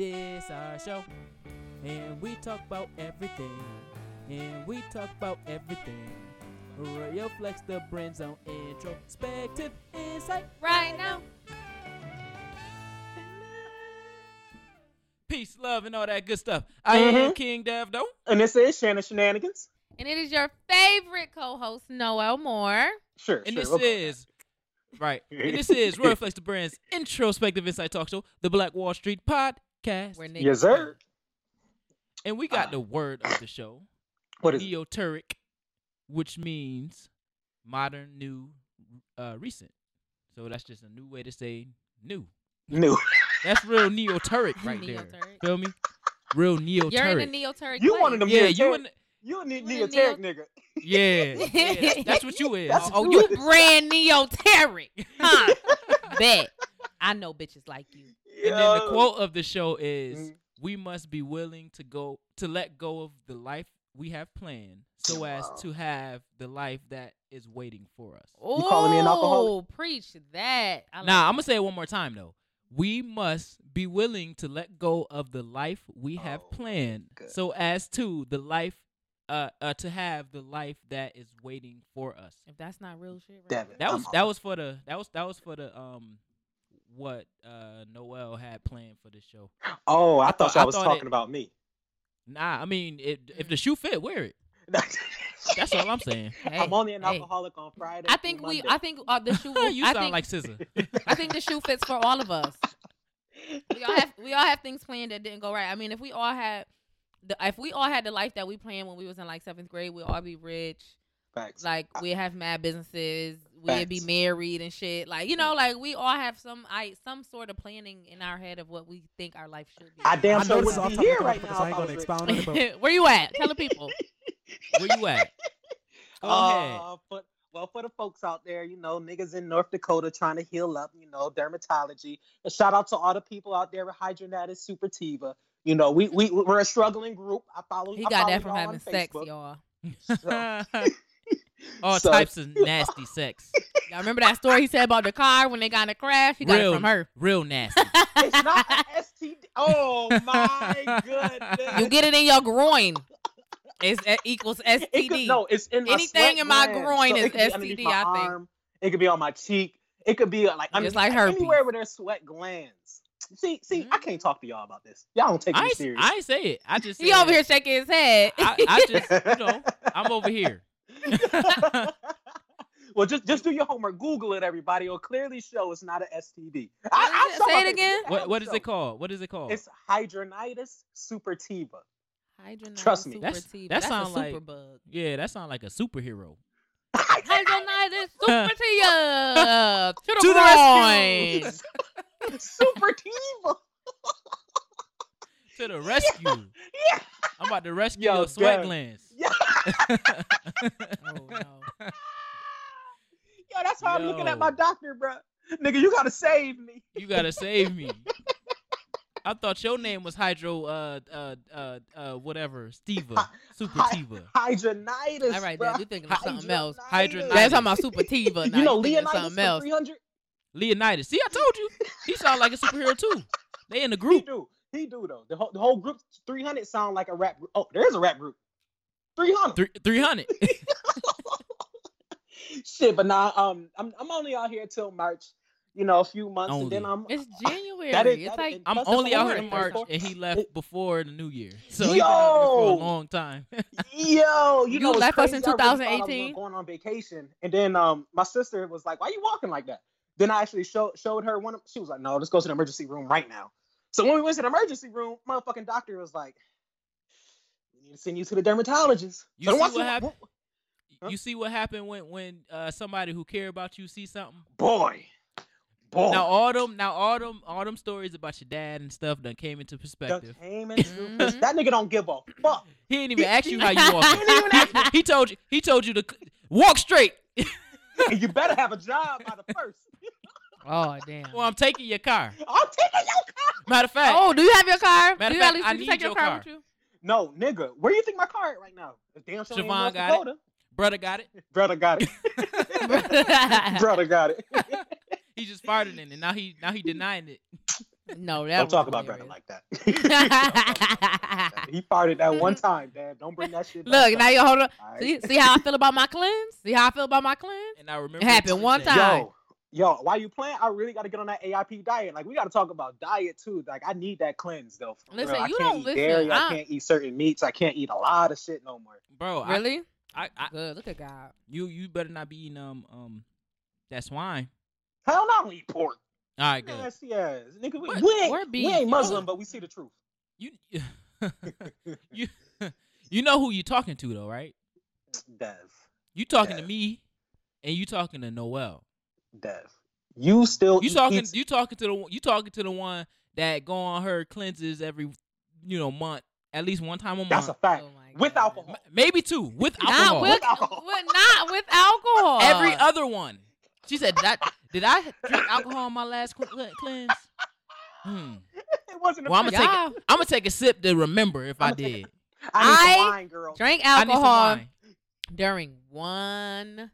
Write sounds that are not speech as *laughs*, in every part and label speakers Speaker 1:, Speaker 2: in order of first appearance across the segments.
Speaker 1: This our show, and we talk about everything, and we talk about everything. Royal Flex, the brand zone introspective insight.
Speaker 2: Right now.
Speaker 1: Peace, love, and all that good stuff. I
Speaker 3: Mm-hmm.
Speaker 1: am King Davdo.
Speaker 3: And this is Shannon Shenanigans.
Speaker 2: And it is your favorite co-host, Noel Moore.
Speaker 3: Sure.
Speaker 1: And
Speaker 3: sure,
Speaker 1: this
Speaker 3: we'll go.
Speaker 1: is right. And this
Speaker 3: *laughs*
Speaker 1: is Royal Flex the Brand's introspective insight talk show, the Black Wall Street podcast.
Speaker 2: Where niggas
Speaker 3: Yes, sir.
Speaker 1: And we got
Speaker 3: Ah.
Speaker 1: the word of the show,
Speaker 3: What is it?
Speaker 1: neoturic, which means modern, new, uh, recent. So that's just a new way to say new.
Speaker 3: New.
Speaker 1: That's real neoturic right there.
Speaker 2: Neoteric.
Speaker 1: Feel me? Real neoturic.
Speaker 2: You're in the neoteric.
Speaker 3: You
Speaker 2: place.
Speaker 3: one of them
Speaker 1: yeah,
Speaker 3: neoturic.
Speaker 1: you in,
Speaker 3: *laughs* You need
Speaker 2: You a
Speaker 3: nigga tag nigga.
Speaker 2: *laughs*
Speaker 1: yeah, yeah, that's, that's what you is.
Speaker 3: That's
Speaker 1: oh,
Speaker 3: who
Speaker 1: you
Speaker 3: it is.
Speaker 2: brand neoteric,
Speaker 3: *laughs*
Speaker 2: huh? Bet I know bitches like you.
Speaker 1: *laughs* And then the
Speaker 3: Yo.
Speaker 1: quote of the show is,
Speaker 3: Mm.
Speaker 1: "We must be willing to go to let go of the life we have planned, so as
Speaker 3: Wow.
Speaker 1: to have the life that is waiting for us."
Speaker 2: Oh,
Speaker 3: calling me an alcoholic?
Speaker 2: Preach that. I like
Speaker 1: Now,
Speaker 2: it.
Speaker 1: I'm gonna say it one more time though. We must be willing to let go of the life we have
Speaker 3: Oh,
Speaker 1: planned,
Speaker 3: good.
Speaker 1: so as to the life, uh, uh, to have the life that is waiting for us.
Speaker 2: If that's not real shit, right?
Speaker 3: Damn it.
Speaker 1: That
Speaker 3: I'm
Speaker 1: was
Speaker 3: out.
Speaker 1: that was for the that was that was for the um, what uh Noel had planned for the show.
Speaker 3: Oh, I,
Speaker 1: I
Speaker 3: thought
Speaker 1: thought-
Speaker 3: y'all
Speaker 1: I
Speaker 3: was
Speaker 1: thought
Speaker 3: talking
Speaker 1: it-
Speaker 3: about me. *laughs*
Speaker 1: Nah, I mean, it, if
Speaker 2: Mm.
Speaker 1: the shoe fit, wear it.
Speaker 3: That's
Speaker 1: That's all I'm
Speaker 2: *laughs*
Speaker 1: saying.
Speaker 2: Hey,
Speaker 3: *laughs* I'm only an
Speaker 2: hey.
Speaker 3: alcoholic on Friday.
Speaker 2: I
Speaker 3: through
Speaker 2: think we.
Speaker 3: Monday.
Speaker 2: I think uh, the
Speaker 1: *laughs*
Speaker 2: shoe.
Speaker 1: you
Speaker 2: I
Speaker 1: sound
Speaker 2: think,
Speaker 1: like Scissor.
Speaker 2: *laughs* I think the shoe fits for all of us. We all have we all have things planned that didn't go right. I mean, if we all had the if we all had the life that we planned when we was in like seventh grade, we'd all be rich.
Speaker 3: *laughs* Facts.
Speaker 2: Like we'd have mad businesses. We'd be
Speaker 3: Facts.
Speaker 2: married and shit. Like you know, like we all have some I some sort of planning in our head of what we think our life should be.
Speaker 3: I damn
Speaker 4: I
Speaker 3: sure
Speaker 4: know this is off
Speaker 3: wouldn't be
Speaker 4: topic,
Speaker 3: here right now.
Speaker 4: I
Speaker 3: if
Speaker 4: ain't
Speaker 3: I
Speaker 4: gonna
Speaker 3: was rich.
Speaker 4: expound on it,
Speaker 2: *laughs*
Speaker 4: but
Speaker 2: Where you at? Tell the
Speaker 3: *laughs*
Speaker 2: people.
Speaker 1: Where you
Speaker 2: *laughs*
Speaker 1: at? Go ahead.
Speaker 3: Uh, for- well, for the folks out there, you know, niggas in North Dakota trying to heal up, you know, dermatology. And shout out to all the people out there with hydronatus supertiva. You know, we we we're a struggling group. I follow.
Speaker 2: He
Speaker 3: I
Speaker 2: got
Speaker 3: follow
Speaker 2: that from
Speaker 3: y'all on
Speaker 2: having sex,
Speaker 3: Facebook.
Speaker 2: y'all. Uh,
Speaker 1: *laughs*
Speaker 2: *laughs*
Speaker 1: All
Speaker 3: So-
Speaker 1: types of nasty sex.
Speaker 2: Y'all remember that story he said about the car when they got in a crash? He got
Speaker 1: Real.
Speaker 2: it from her.
Speaker 1: Real nasty.
Speaker 2: *laughs*
Speaker 3: It's not a STD. Oh my goodness!
Speaker 2: You get it in your groin. It's, it equals STD.
Speaker 3: It could, no, it's in my
Speaker 2: Anything
Speaker 3: sweat
Speaker 2: in my
Speaker 3: gland.
Speaker 2: groin
Speaker 3: So
Speaker 2: is
Speaker 3: it could be underneath
Speaker 2: STD,
Speaker 3: my
Speaker 2: I think.
Speaker 3: arm. It could be on my cheek. It could be uh, like under,
Speaker 2: like herpes. Mm-hmm.
Speaker 3: anywhere where there's sweat glands. See, see, I can't talk to y'all about this. Y'all don't take
Speaker 1: I
Speaker 3: me
Speaker 1: ain't,
Speaker 3: *laughs* serious.
Speaker 1: I ain't say it. I just
Speaker 2: He
Speaker 1: said-
Speaker 2: over here shaking his head. *laughs*
Speaker 1: I, I just you know I'm over
Speaker 3: *laughs*
Speaker 1: here.
Speaker 3: well, just just do your homework. Google it, everybody. It'll clearly show it's not an STD. I, I,
Speaker 2: it?
Speaker 3: saw
Speaker 2: Say
Speaker 3: my
Speaker 2: it
Speaker 3: paper.
Speaker 2: again.
Speaker 3: Yeah,
Speaker 1: What what is
Speaker 3: show.
Speaker 1: it called? What is it called?
Speaker 3: It's hydronitis supertiva. *laughs*
Speaker 2: Hydronitis
Speaker 3: Trust me.
Speaker 1: That's- that
Speaker 2: supertiva. That's a
Speaker 1: sound like-
Speaker 2: super *laughs* bug.
Speaker 1: yeah, that sounds like a superhero.
Speaker 2: Hydronitis *laughs* supertiva. uh, to the
Speaker 1: To the
Speaker 3: *laughs*
Speaker 2: groin.
Speaker 3: supertiva.
Speaker 1: To the rescue.
Speaker 3: Yeah. *laughs*
Speaker 1: I'm about to rescue
Speaker 3: Yo,
Speaker 1: your sweat
Speaker 3: God.
Speaker 1: glands.
Speaker 3: Yeah.
Speaker 2: Oh, no.
Speaker 3: Yo, that's how I'm looking at my
Speaker 1: Yo.
Speaker 3: doctor, bro. Nigga, you gotta save me.
Speaker 1: You gotta save
Speaker 3: *laughs*
Speaker 1: me. I thought your name was Hydro, uh, uh, uh, uh whatever, Steva, Super
Speaker 3: Hi-
Speaker 1: Tiva.
Speaker 3: Hydronitis.
Speaker 2: All right,
Speaker 3: bro.
Speaker 2: then. You thinking of something else.
Speaker 1: Hydronitis.
Speaker 2: That's talking about
Speaker 3: *laughs*
Speaker 2: supertiva. Now.
Speaker 3: You know,
Speaker 2: You thinking of
Speaker 3: Leonidas
Speaker 2: something else.
Speaker 3: 300.
Speaker 1: Leonidas. See, I told you. He sound like a superhero too. They in the
Speaker 3: He
Speaker 1: group.
Speaker 3: do. He do though. The whole, the whole group 300 sound like a rap group. Oh, there is a rap group. 300.
Speaker 1: Three three
Speaker 3: *laughs*
Speaker 1: hundred.
Speaker 3: Shit, but nah, um, I'm I'm only out here till March. You know, a few months, and then I'm.
Speaker 1: Only.
Speaker 2: It's January.
Speaker 3: That is-
Speaker 2: it's
Speaker 3: that
Speaker 2: like
Speaker 3: is-
Speaker 1: I'm
Speaker 3: Plus
Speaker 1: only
Speaker 3: the
Speaker 1: out here in
Speaker 3: fourth,
Speaker 1: March,
Speaker 3: fourth.
Speaker 1: and he left before the New Year, so he been out here
Speaker 3: Yo!
Speaker 1: for a long time.
Speaker 3: Yo, you,
Speaker 2: You
Speaker 3: know, it's
Speaker 2: left us
Speaker 3: crazy.
Speaker 2: in
Speaker 3: I really thought I was
Speaker 2: 2018?
Speaker 3: going on vacation, and then um, my sister was like, "Why you walking like that?" Then I actually showed showed her one. Of, she was like, "No, let's go to the emergency room right now." So when we went to the emergency room, motherfucking doctor was like, "We need to send you to the dermatologist."
Speaker 1: You
Speaker 3: So
Speaker 1: see
Speaker 3: once
Speaker 1: what
Speaker 3: we-
Speaker 1: happened?
Speaker 3: Huh?
Speaker 1: You see what happened when when uh, somebody who care about you see something.
Speaker 3: Boy, boy,
Speaker 1: Now all them, now all them, all them stories about your dad and stuff done came into
Speaker 3: that
Speaker 1: perspective. Mm-hmm.
Speaker 3: came into
Speaker 2: Mhm.
Speaker 3: this- that nigga don't give a
Speaker 1: *laughs*
Speaker 3: fuck.
Speaker 1: He didn't even
Speaker 3: He-
Speaker 1: ask you
Speaker 3: *laughs*
Speaker 1: how you
Speaker 3: He
Speaker 1: walking.
Speaker 3: didn't even
Speaker 1: *laughs*
Speaker 3: ask
Speaker 1: he told you. He told you to c- walk straight.
Speaker 3: you, you better have a job by the first.
Speaker 2: oh damn.
Speaker 1: Or I'm taking your car.
Speaker 3: I'm taking your car.
Speaker 1: Matter of fact,
Speaker 2: Oh, do you have your
Speaker 1: Matter
Speaker 2: car? do
Speaker 1: of
Speaker 2: you
Speaker 1: fact,
Speaker 2: at least
Speaker 1: I
Speaker 2: did you
Speaker 1: need
Speaker 2: take your
Speaker 1: your
Speaker 2: car
Speaker 1: car.
Speaker 2: with you?
Speaker 3: No, nigga, where you think my car at right now? It's damn sure ain't
Speaker 1: Siobhan
Speaker 3: North
Speaker 1: got it.
Speaker 3: Dakota.
Speaker 1: brother got
Speaker 3: *laughs*
Speaker 1: it. *laughs*
Speaker 3: Brother got it.
Speaker 2: *laughs*
Speaker 3: Brother got it. *laughs*
Speaker 1: He just farted in it. Now he now he denying it.
Speaker 2: No, that
Speaker 3: Don't
Speaker 2: was
Speaker 3: talk about
Speaker 2: hilarious.
Speaker 3: Brennan like that. *laughs* Don't talk about Brennan. he farted that one time, Dad. Don't bring that shit. back
Speaker 2: *laughs* Mm-hmm. Look,
Speaker 3: up.
Speaker 2: now you hold up.
Speaker 3: All right?
Speaker 2: See, see how I feel about my cleanse? See how I feel about my cleanse?
Speaker 1: And I remember
Speaker 2: happened
Speaker 1: to this
Speaker 2: one
Speaker 1: day.
Speaker 2: time.
Speaker 3: Yo, yo, while you playing, I really got to get on that AIP diet. Like, we got to talk about diet too. Like, I need that cleanse though. for
Speaker 2: Listen,
Speaker 3: real. I
Speaker 2: you
Speaker 3: can't
Speaker 2: don't
Speaker 3: eat
Speaker 2: listen.
Speaker 3: dairy. I
Speaker 2: I-
Speaker 3: can't eat certain meats. I can't eat a lot of shit no more.
Speaker 1: bro. I-
Speaker 2: Really?
Speaker 1: I, I,
Speaker 2: Good. Look at God.
Speaker 1: you, you better not be eating um, um, that swine.
Speaker 3: Hell no, I don't eat pork.
Speaker 1: All right, good.
Speaker 3: Yes, yes, nigga. We,
Speaker 1: What-
Speaker 3: we, ain't,
Speaker 2: what
Speaker 3: we
Speaker 2: beef?
Speaker 3: ain't Muslim, but we see the truth.
Speaker 1: You, you, *laughs* you know who you talking to though, right?
Speaker 3: Dev,
Speaker 1: You talking to
Speaker 3: Yeah.
Speaker 1: me, and you talking to Noel.
Speaker 3: Dev, you still
Speaker 1: You
Speaker 3: eat
Speaker 1: talking,
Speaker 3: pizza.
Speaker 1: you talking to the, one- you talking to the one that go on her cleanses every, you know, month at least one time a month.
Speaker 3: That's a fact.
Speaker 2: Oh my
Speaker 3: With
Speaker 2: God.
Speaker 3: alcohol.
Speaker 1: M- Maybe two with
Speaker 2: Not
Speaker 1: alcohol.
Speaker 2: with,
Speaker 3: With alcohol.
Speaker 2: with not with alcohol.
Speaker 1: Every other one. She said, "That did I drink alcohol on my last cl- cl- cleanse? Hmm.
Speaker 3: It wasn't. a
Speaker 1: Well, I'ma
Speaker 3: pizza.
Speaker 1: take
Speaker 2: Y'all
Speaker 1: I'm gonna take a sip to remember if I
Speaker 3: I'ma take a-
Speaker 1: did.
Speaker 3: I need some
Speaker 2: I
Speaker 3: wine, girl.
Speaker 2: drank
Speaker 1: I need some
Speaker 2: alcohol
Speaker 1: wine.
Speaker 2: during one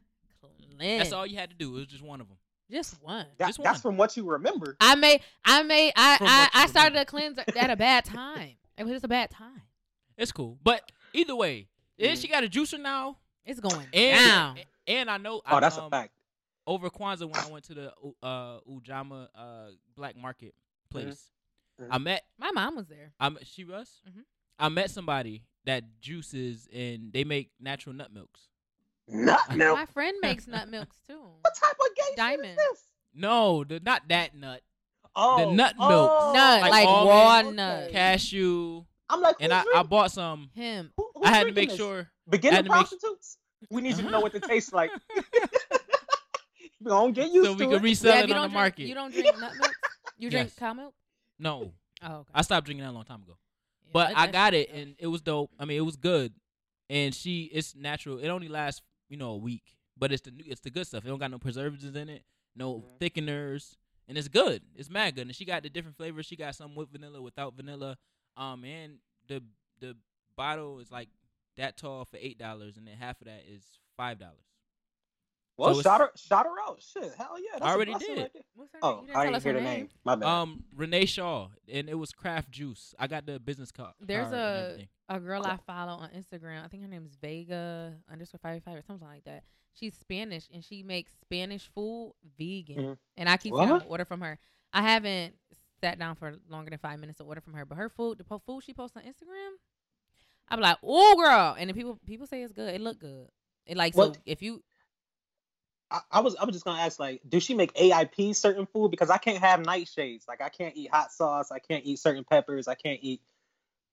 Speaker 2: cleanse.
Speaker 1: That's all you had to do. It was just one of them.
Speaker 2: Just one.
Speaker 3: That-
Speaker 1: just
Speaker 3: that's
Speaker 1: one.
Speaker 3: from what you remember.
Speaker 2: I made. I made. I.
Speaker 1: From
Speaker 2: I,
Speaker 1: what you
Speaker 2: I started a
Speaker 1: remember.
Speaker 2: cleanse at a bad time. It was just a bad time.
Speaker 1: It's cool. But either way,
Speaker 3: Mm-hmm.
Speaker 1: and she got a juicer now,
Speaker 2: It's going
Speaker 1: and
Speaker 2: down.
Speaker 1: and I know.
Speaker 3: Oh,
Speaker 1: I,
Speaker 3: that's a
Speaker 1: um,
Speaker 3: fact.
Speaker 1: Over Kwanzaa, when I went to the U- uh, Ujama uh, black market place,
Speaker 3: Mhm.
Speaker 1: I met
Speaker 2: My mom was there.
Speaker 1: I met, she was.
Speaker 2: Mhm.
Speaker 1: I met somebody that juices and they make natural nut milks.
Speaker 3: Nut milk.
Speaker 2: My friend makes nut milks
Speaker 1: *laughs*
Speaker 2: too.
Speaker 3: What type of gay shit
Speaker 2: Diamond.
Speaker 3: is this?
Speaker 1: No, the, not that nut.
Speaker 3: Oh,
Speaker 1: nut milk.
Speaker 3: oh,
Speaker 2: Nut,
Speaker 1: Like
Speaker 2: like,
Speaker 1: almond,
Speaker 2: raw
Speaker 3: okay.
Speaker 2: nut.
Speaker 3: Okay.
Speaker 1: cashew,
Speaker 3: I'm like,
Speaker 1: and
Speaker 3: who's
Speaker 1: I, I
Speaker 3: drinking-
Speaker 1: bought some.
Speaker 2: Him.
Speaker 3: who- who's
Speaker 1: I had to
Speaker 3: drinking
Speaker 1: make
Speaker 3: this?
Speaker 1: sure. I
Speaker 3: Beginning
Speaker 1: had to make- Uh-huh.
Speaker 3: prostitutes. We need you to know what it
Speaker 1: *laughs*
Speaker 3: tastes like. *laughs* We gonna get used
Speaker 1: so we
Speaker 3: to
Speaker 1: can
Speaker 3: it.
Speaker 1: resell
Speaker 2: Yeah, if
Speaker 1: it
Speaker 2: you
Speaker 1: on the
Speaker 2: don't drink-
Speaker 1: market.
Speaker 2: You don't drink nut milk.
Speaker 1: *laughs*
Speaker 2: You drink
Speaker 1: Yes.
Speaker 2: cow milk.
Speaker 1: no,
Speaker 2: Oh, okay.
Speaker 1: I stopped drinking that a long time ago.
Speaker 2: Yeah,
Speaker 1: But
Speaker 2: that-
Speaker 1: I
Speaker 2: that
Speaker 1: got
Speaker 2: shit
Speaker 1: it,
Speaker 2: dope.
Speaker 1: and it was dope. I mean, it was good. And she, it's natural. It only lasts, you know, a week. But it's the new, it's the good stuff. It don't got no preservatives in it, no
Speaker 3: Mhm.
Speaker 1: thickeners, and it's good. It's mad good. And she got the different flavors. She got some with vanilla, without vanilla. Um, and the the bottle is like that tall for eight dollars, and then half of that is five dollars.
Speaker 3: Well,
Speaker 1: So it's-
Speaker 3: shout her, shout her out. Shit, hell yeah. That's a
Speaker 1: already
Speaker 3: blessing
Speaker 1: did.
Speaker 3: right there.
Speaker 2: What's her name?
Speaker 3: Oh,
Speaker 2: You didn't
Speaker 3: I
Speaker 2: tell
Speaker 3: didn't
Speaker 2: us
Speaker 3: hear
Speaker 2: her
Speaker 3: the
Speaker 2: name.
Speaker 3: name. My bad.
Speaker 1: Um, Renee Shaw, and it was Craft Juice. I got the business card.
Speaker 2: There's
Speaker 1: card and
Speaker 2: a-
Speaker 1: everything.
Speaker 2: A girl
Speaker 3: Cool.
Speaker 2: I follow on Instagram. I think her name's Vega underscore five five or something like that. She's Spanish and she makes Spanish food vegan.
Speaker 3: Mhm.
Speaker 2: And I keep saying I'm
Speaker 3: What?
Speaker 2: gonna order from her. I haven't sat down for longer than five minutes to order from her, but her food, the po- food she posts on Instagram, I'm like, oh girl. And then people people say it's good. It look good. It like so
Speaker 3: What-
Speaker 2: if you
Speaker 3: I, I was I was just gonna ask like, does she make AIP certain food? Because I can't have nightshades. Like I can't eat hot sauce. I can't eat certain peppers. I can't eat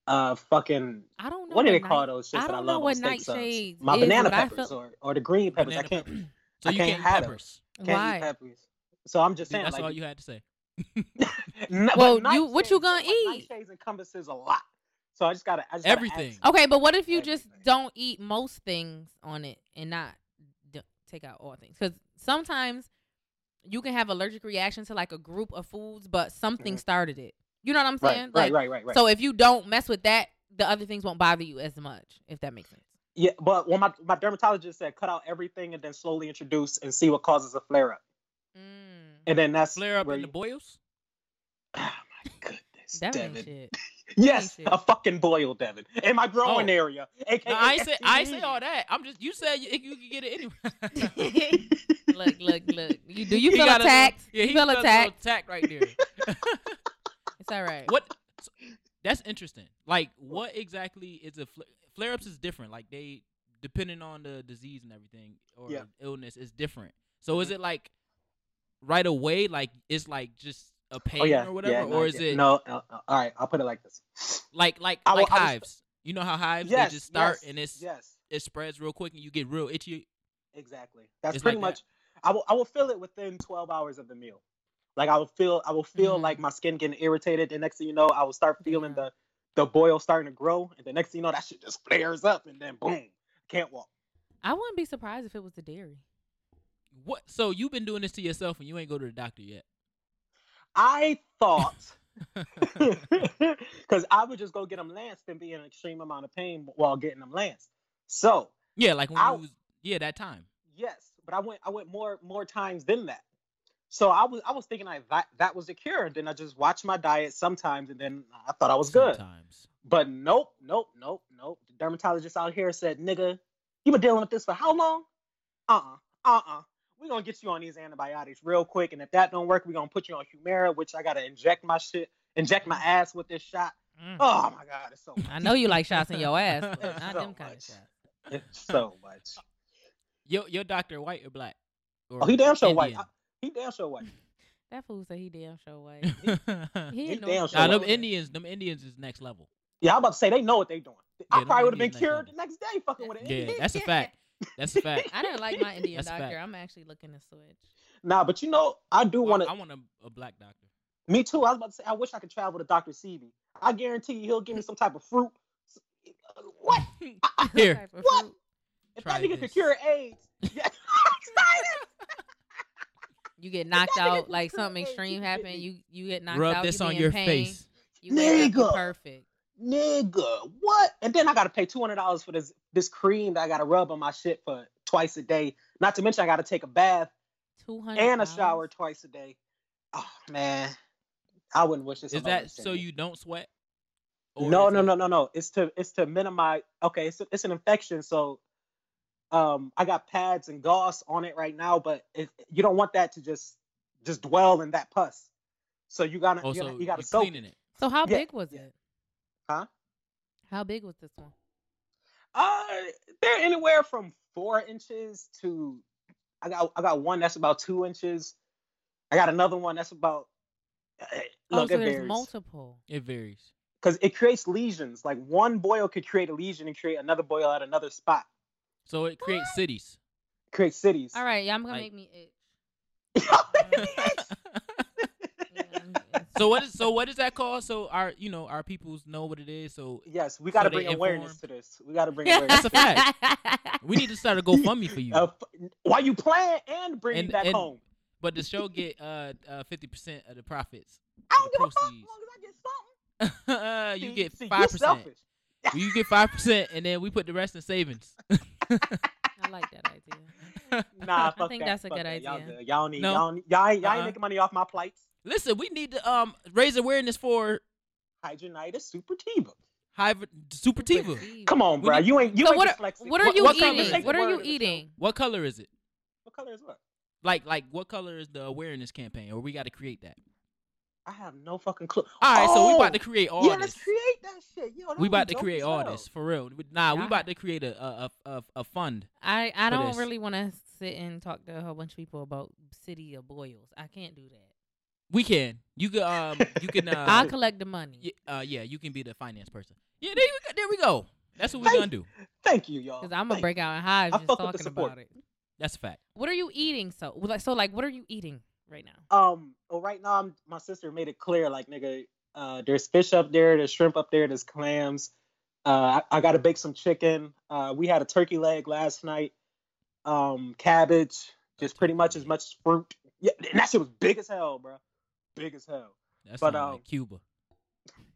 Speaker 3: uh fucking
Speaker 2: I don't know
Speaker 3: what do they
Speaker 2: what
Speaker 3: call
Speaker 2: night-
Speaker 3: those shits
Speaker 2: I
Speaker 3: that I
Speaker 2: don't
Speaker 3: love
Speaker 2: know
Speaker 3: on
Speaker 2: what
Speaker 3: steak subs?
Speaker 2: nightshades
Speaker 3: My
Speaker 2: is,
Speaker 3: banana
Speaker 2: but I
Speaker 3: peppers
Speaker 2: feel-
Speaker 3: or, or the green peppers.
Speaker 1: Banana
Speaker 3: I can't *clears throat*
Speaker 1: pepper.
Speaker 3: I
Speaker 1: So you
Speaker 3: can't
Speaker 1: can't eat
Speaker 3: have 'em.
Speaker 1: peppers.
Speaker 3: can't
Speaker 2: why.
Speaker 3: eat peppers. So I'm just saying
Speaker 1: That's
Speaker 3: like
Speaker 1: all you had to say.
Speaker 3: n-
Speaker 1: *laughs*
Speaker 3: but
Speaker 2: Well, you- what you
Speaker 3: nightshades-
Speaker 2: gonna
Speaker 3: like,
Speaker 2: eat?
Speaker 3: Nightshades encompasses a lot. So I just gotta I just gotta ask.
Speaker 1: Everything.
Speaker 2: Okay, but what if you just
Speaker 3: Everything.
Speaker 2: don't eat most things on it and not d- take out all things? Because sometimes you can have allergic reaction to like a group of foods, but something
Speaker 3: Mhm.
Speaker 2: started it. You know what I'm
Speaker 3: Right,
Speaker 2: saying?
Speaker 3: right,
Speaker 2: like,
Speaker 3: right, right, right.
Speaker 2: So if you don't mess with that, the other things won't bother you as much. If that makes sense.
Speaker 3: yeah, but well, my my dermatologist said cut out everything and then slowly introduce and see what causes a flare up,
Speaker 2: Mm,
Speaker 3: and then that's
Speaker 1: Flare up
Speaker 3: where
Speaker 1: in the
Speaker 3: you- *laughs*
Speaker 1: boils.
Speaker 3: Oh my goodness,
Speaker 2: That ain't
Speaker 3: Devin.
Speaker 2: shit.
Speaker 3: Yes,
Speaker 2: shit.
Speaker 3: a fucking boil, Devin, in my growing
Speaker 1: Oh.
Speaker 3: area. AKA
Speaker 1: No, I ain't say I ain't say
Speaker 3: STD.
Speaker 1: all that. I'm just you said you, you could get it anyway.
Speaker 3: *laughs*
Speaker 2: look, look, look. You *laughs* do
Speaker 1: *laughs*
Speaker 2: you
Speaker 1: He
Speaker 2: feel
Speaker 1: got a little-
Speaker 2: attacked?
Speaker 1: yeah,
Speaker 2: you
Speaker 1: he feels
Speaker 2: feel
Speaker 1: a little
Speaker 2: attacked?
Speaker 1: attacked right
Speaker 2: *laughs*
Speaker 1: there.
Speaker 2: It's all right.
Speaker 1: what? so, that's interesting. Like, what exactly is a fl- flare ups is different. Like they depending on the disease and everything or
Speaker 3: Yeah. Mm-hmm.
Speaker 1: illness is different. So is it like right away? Like it's like just a pain
Speaker 3: Oh yeah,
Speaker 1: or whatever,
Speaker 3: yeah, no,
Speaker 1: or is
Speaker 3: yeah.
Speaker 1: it
Speaker 3: no? uh, uh, all right, I'll put it like this.
Speaker 1: like like
Speaker 3: I will-
Speaker 1: like
Speaker 3: I was-
Speaker 1: hives? you know how hives
Speaker 3: Yes,
Speaker 1: they just start
Speaker 3: yes,
Speaker 1: and it's
Speaker 3: yes,
Speaker 1: it spreads real quick and you get real itchy.
Speaker 3: exactly. That's
Speaker 1: It's
Speaker 3: pretty
Speaker 1: like
Speaker 3: much. I will I will feel it within twelve hours of the meal. Like I will feel I will feel
Speaker 1: Mm-hmm.
Speaker 2: Mhm.
Speaker 3: like my skin getting irritated. The next thing you know, I will start feeling
Speaker 2: Damn.
Speaker 3: the the boil starting to grow, and the next thing you know, that shit just flares up, and then boom, can't walk.
Speaker 2: I wouldn't be surprised if it was the dairy.
Speaker 1: What? So you've been doing this to yourself and you ain't go to the doctor yet. *laughs*
Speaker 3: I thought. *laughs* Because I would just go get them lanced and be in an extreme amount of pain while getting them lanced. So
Speaker 1: yeah, like when
Speaker 3: I-
Speaker 1: you was yeah that time.
Speaker 3: yes, but I went I went more more times than that. So I was I was thinking like that that was the cure. And then I just watched my diet sometimes, and then I thought I
Speaker 1: Hmm.
Speaker 3: was good.
Speaker 1: Sometimes.
Speaker 3: But nope, nope, nope, nope. The dermatologist out here said, "Nigga, you been dealing with this for how long? Uh, uh-uh, uh, we gonna get you on these antibiotics real quick, and if that don't work, we gonna put you on Humira, which I gotta inject my shit, inject my ass with this shot.
Speaker 1: Mm.
Speaker 3: Oh my god, it's so much.
Speaker 2: I know you like shots in your ass, but not
Speaker 3: So
Speaker 2: them kind of
Speaker 3: much.
Speaker 2: shots.
Speaker 3: It's
Speaker 1: *laughs*
Speaker 3: so much.
Speaker 1: Your your doctor white or black? Or
Speaker 3: Oh,
Speaker 1: *laughs*
Speaker 3: he damn sure white.
Speaker 1: Indian?
Speaker 3: I- he damn sure white.
Speaker 2: That fool said he damn sure white.
Speaker 3: *laughs*
Speaker 2: He,
Speaker 3: He
Speaker 1: nah, them
Speaker 2: in North
Speaker 3: damn sure white.
Speaker 2: Carolina.
Speaker 1: Indians, them Indians is next level.
Speaker 3: Yeah, I'm about to say they know what they doing. I
Speaker 1: them
Speaker 3: probably would have been
Speaker 1: Indians
Speaker 3: cured
Speaker 1: ain't
Speaker 3: the next day, fucking with it.
Speaker 1: Yeah, *laughs* that's a fact. That's a fact.
Speaker 2: I didn't like my Indian
Speaker 1: That's a
Speaker 2: doctor.
Speaker 1: fact.
Speaker 2: I'm actually looking to switch. *laughs*
Speaker 3: Nah, but *laughs* you know, I do want to.
Speaker 1: I want a, a black doctor.
Speaker 3: Me too. I was about to say, I wish I could travel to Dr. Sebi. I guarantee you, he'll give me some type of fruit. What?
Speaker 1: *laughs* Here.
Speaker 2: Type of
Speaker 3: What?
Speaker 2: fruit.
Speaker 3: If
Speaker 1: Try
Speaker 3: that nigga
Speaker 1: this.
Speaker 3: could cure
Speaker 1: *laughs*
Speaker 3: AIDS, yeah. *laughs*
Speaker 2: You get knocked
Speaker 3: gotta get
Speaker 2: out,
Speaker 3: the
Speaker 2: like
Speaker 3: fruit
Speaker 2: something
Speaker 3: and
Speaker 2: extreme
Speaker 3: you
Speaker 2: happen.
Speaker 3: get it.
Speaker 2: You you get knocked
Speaker 1: Rub
Speaker 2: out.
Speaker 1: this
Speaker 2: you
Speaker 1: on
Speaker 2: be in
Speaker 1: your
Speaker 2: pain.
Speaker 1: face.
Speaker 2: You wake up, you
Speaker 3: Nigga.
Speaker 2: perfect.
Speaker 3: nigga, what? And then I gotta pay two hundred dollars for this this cream that I gotta rub on my shit for twice a day. Not to mention I gotta take a bath
Speaker 2: Two hundred
Speaker 3: and a shower twice a day. Oh man, I wouldn't wish this.
Speaker 1: Is
Speaker 3: on no one
Speaker 1: that
Speaker 3: sitting
Speaker 1: so
Speaker 3: here.
Speaker 1: you don't sweat?
Speaker 3: no,
Speaker 1: is
Speaker 3: no,
Speaker 1: it-
Speaker 3: no, no, no. It's to it's to minimize. Okay, it's it's an infection, so um, I got pads and gauze on it right now, but it, you don't want that to just just dwell in that pus. So you gotta
Speaker 1: Oh,
Speaker 3: you,
Speaker 1: so
Speaker 3: gotta, you gotta
Speaker 1: you're
Speaker 3: soak.
Speaker 1: cleaning it.
Speaker 2: So how
Speaker 3: Yeah,
Speaker 2: big was
Speaker 3: yeah.
Speaker 2: it?
Speaker 3: Huh?
Speaker 2: How big was this one?
Speaker 3: Uh, they're anywhere from four inches to I got I got one that's about two inches. I got another one that's about. eh,
Speaker 2: oh,
Speaker 3: Look,
Speaker 2: so
Speaker 3: it
Speaker 2: there's
Speaker 3: varies.
Speaker 2: multiple.
Speaker 1: It varies.
Speaker 3: because it creates lesions. Like one boil could create a lesion and create another boil at another spot,
Speaker 1: So it creates
Speaker 2: *laughs*
Speaker 1: cities.
Speaker 3: create cities.
Speaker 2: All right, yeah, I'm gonna
Speaker 1: Like-
Speaker 2: make me itch.
Speaker 1: *laughs*
Speaker 2: Yeah,
Speaker 3: yes,
Speaker 2: I'm itch.
Speaker 1: so what is so what is that called? So our you know our peoples know what it is.
Speaker 3: *laughs*
Speaker 1: So
Speaker 3: we got
Speaker 1: So
Speaker 3: to
Speaker 1: they
Speaker 3: bring awareness
Speaker 1: inform-
Speaker 3: to this. We got
Speaker 1: *laughs*
Speaker 3: to bring awareness.
Speaker 1: a
Speaker 2: *laughs*
Speaker 1: fact. we need to
Speaker 3: *laughs*
Speaker 1: start a GoFundMe for you.
Speaker 3: Uh, f- why you plan and bring
Speaker 1: And-
Speaker 3: me back
Speaker 1: and-
Speaker 3: home?
Speaker 1: But the show get uh fifty percent of the profits. *laughs*
Speaker 3: I don't give a fuck as
Speaker 1: proceeds.
Speaker 3: long as I get something.
Speaker 1: Uh, you
Speaker 3: See-
Speaker 1: get
Speaker 3: see, you
Speaker 1: five percent. *laughs*
Speaker 3: selfish.
Speaker 1: You get five percent, and then we put the rest in savings. *laughs*
Speaker 2: I like that idea.
Speaker 3: Nah, fuck
Speaker 2: think
Speaker 3: that.
Speaker 2: that's a
Speaker 3: fuck
Speaker 2: good
Speaker 3: that. Y'all,
Speaker 2: idea.
Speaker 3: good. y'all need.
Speaker 1: No.
Speaker 3: Y'all, need- y'all, ain't- y'all
Speaker 1: Uh-uh.
Speaker 3: ain't making money off my plights.
Speaker 1: Listen, we need to um raise awareness for
Speaker 3: Hydronitis supertiva.
Speaker 1: high super tiva.
Speaker 2: Jeez.
Speaker 3: Come on,
Speaker 1: We
Speaker 3: bruh.
Speaker 1: need-
Speaker 3: You ain't. You
Speaker 2: so
Speaker 3: ain't
Speaker 2: what are,
Speaker 3: dyslexic.
Speaker 2: what are
Speaker 1: What-
Speaker 2: you
Speaker 1: what color is
Speaker 2: eating?
Speaker 1: it?
Speaker 2: What are you
Speaker 3: Word is it?
Speaker 2: eating?
Speaker 1: What color is it?
Speaker 3: What color is what?
Speaker 1: Like like what color is the awareness campaign? Or we got to create that.
Speaker 3: I have no fucking clue.
Speaker 1: All right, so we about to
Speaker 3: Oh,
Speaker 1: create all
Speaker 3: yeah,
Speaker 1: this.
Speaker 3: let's create that shit. Yo, that
Speaker 1: we
Speaker 3: would be
Speaker 1: about to
Speaker 3: dope
Speaker 1: create
Speaker 3: as
Speaker 1: all
Speaker 3: hell.
Speaker 1: this for real. Nah, we
Speaker 2: Y'all-
Speaker 1: about to create a a a, a, a fund.
Speaker 2: I, I
Speaker 1: for
Speaker 2: don't
Speaker 1: this.
Speaker 2: really want to sit and talk to a whole bunch of people about city of boils. I can't do that.
Speaker 1: We can. You can. Um. You
Speaker 3: *laughs*
Speaker 1: can. Uh,
Speaker 2: I'll collect the money.
Speaker 1: y- uh. Yeah. You can be the finance person. Yeah. There we go. There we go. That's what we're
Speaker 3: Thank-
Speaker 1: gonna do.
Speaker 3: Thank you,
Speaker 1: uh,
Speaker 3: y'all.
Speaker 2: Cause I'm
Speaker 3: Thank
Speaker 2: gonna break out in hives
Speaker 3: I
Speaker 2: just
Speaker 3: fuck with the
Speaker 2: talking
Speaker 3: support.
Speaker 2: about it.
Speaker 1: That's a fact.
Speaker 2: What are you eating? So like so like what are you eating right now?
Speaker 3: um well, right now I'm, my sister made it clear like nigga uh there's fish up there there's shrimp up there there's clams uh i, I gotta bake some chicken uh we had a turkey leg last night um cabbage just pretty much as much fruit yeah and that shit was big as hell bro big as hell
Speaker 1: That's
Speaker 3: But, um,
Speaker 1: like Cuba.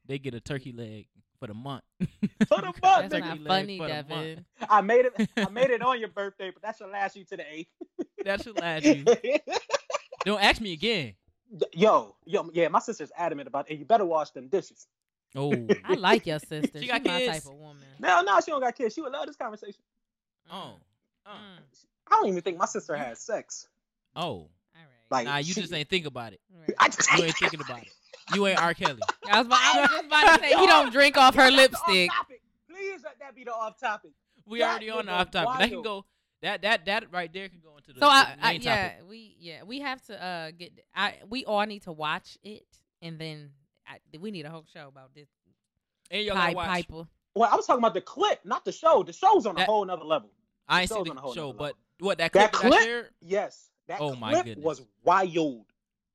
Speaker 1: They get a turkey leg for the month. *laughs*
Speaker 3: For the
Speaker 1: You got a
Speaker 3: month,
Speaker 2: That's
Speaker 3: Turkey
Speaker 2: not
Speaker 1: leg
Speaker 2: funny,
Speaker 1: for the month.
Speaker 2: Devin.
Speaker 3: i made it i made it on your birthday but that should last you to the eighth
Speaker 1: That should last you.
Speaker 2: *laughs*
Speaker 1: Don't ask me again.
Speaker 3: *laughs* yo yo yeah my sister's adamant about it you better wash them dishes *laughs*
Speaker 1: Oh,
Speaker 2: I
Speaker 1: *laughs*
Speaker 2: like your sister.
Speaker 1: She
Speaker 2: She
Speaker 1: got
Speaker 2: my
Speaker 1: kids?
Speaker 2: type of woman.
Speaker 3: no no she don't got kids she would love this conversation
Speaker 1: oh,
Speaker 2: Mm.
Speaker 1: uh,
Speaker 2: Mm.
Speaker 3: i don't even think my sister has sex
Speaker 1: oh.
Speaker 2: All right.
Speaker 3: Like-
Speaker 1: Nah, you
Speaker 3: she-
Speaker 1: just ain't think about it.
Speaker 2: All right.
Speaker 3: I just
Speaker 1: You ain't thinking about it. You ain't R. Kelly.
Speaker 2: I was, about, I was just about to say
Speaker 1: *laughs*
Speaker 2: he don't drink off her
Speaker 3: That's the
Speaker 2: lipstick.
Speaker 3: off-topic. Please let that be the off topic.
Speaker 1: We
Speaker 3: That
Speaker 1: already on the
Speaker 3: was a
Speaker 1: off topic. That can
Speaker 3: wild-
Speaker 1: go. That that that right there can go into the,
Speaker 2: So
Speaker 1: the
Speaker 2: I, I
Speaker 1: main
Speaker 2: yeah,
Speaker 1: topic.
Speaker 2: we yeah, we have to uh get I we all need to watch it and then I, we need a whole show about this
Speaker 1: And y'all
Speaker 2: Pied
Speaker 1: gotta watch.
Speaker 2: Piper.
Speaker 3: Well, I was talking about the clip, not the show. The show's on a
Speaker 1: That-
Speaker 3: whole nother level.
Speaker 1: I ain't
Speaker 3: Show's
Speaker 1: seen
Speaker 3: on a
Speaker 1: the
Speaker 3: whole
Speaker 1: show,
Speaker 3: nother
Speaker 1: but
Speaker 3: level.
Speaker 1: what that clip
Speaker 3: That
Speaker 1: that, I
Speaker 3: clip?
Speaker 1: shared?
Speaker 3: Yes, that
Speaker 1: Oh
Speaker 3: clip
Speaker 1: my goodness.
Speaker 3: was wild.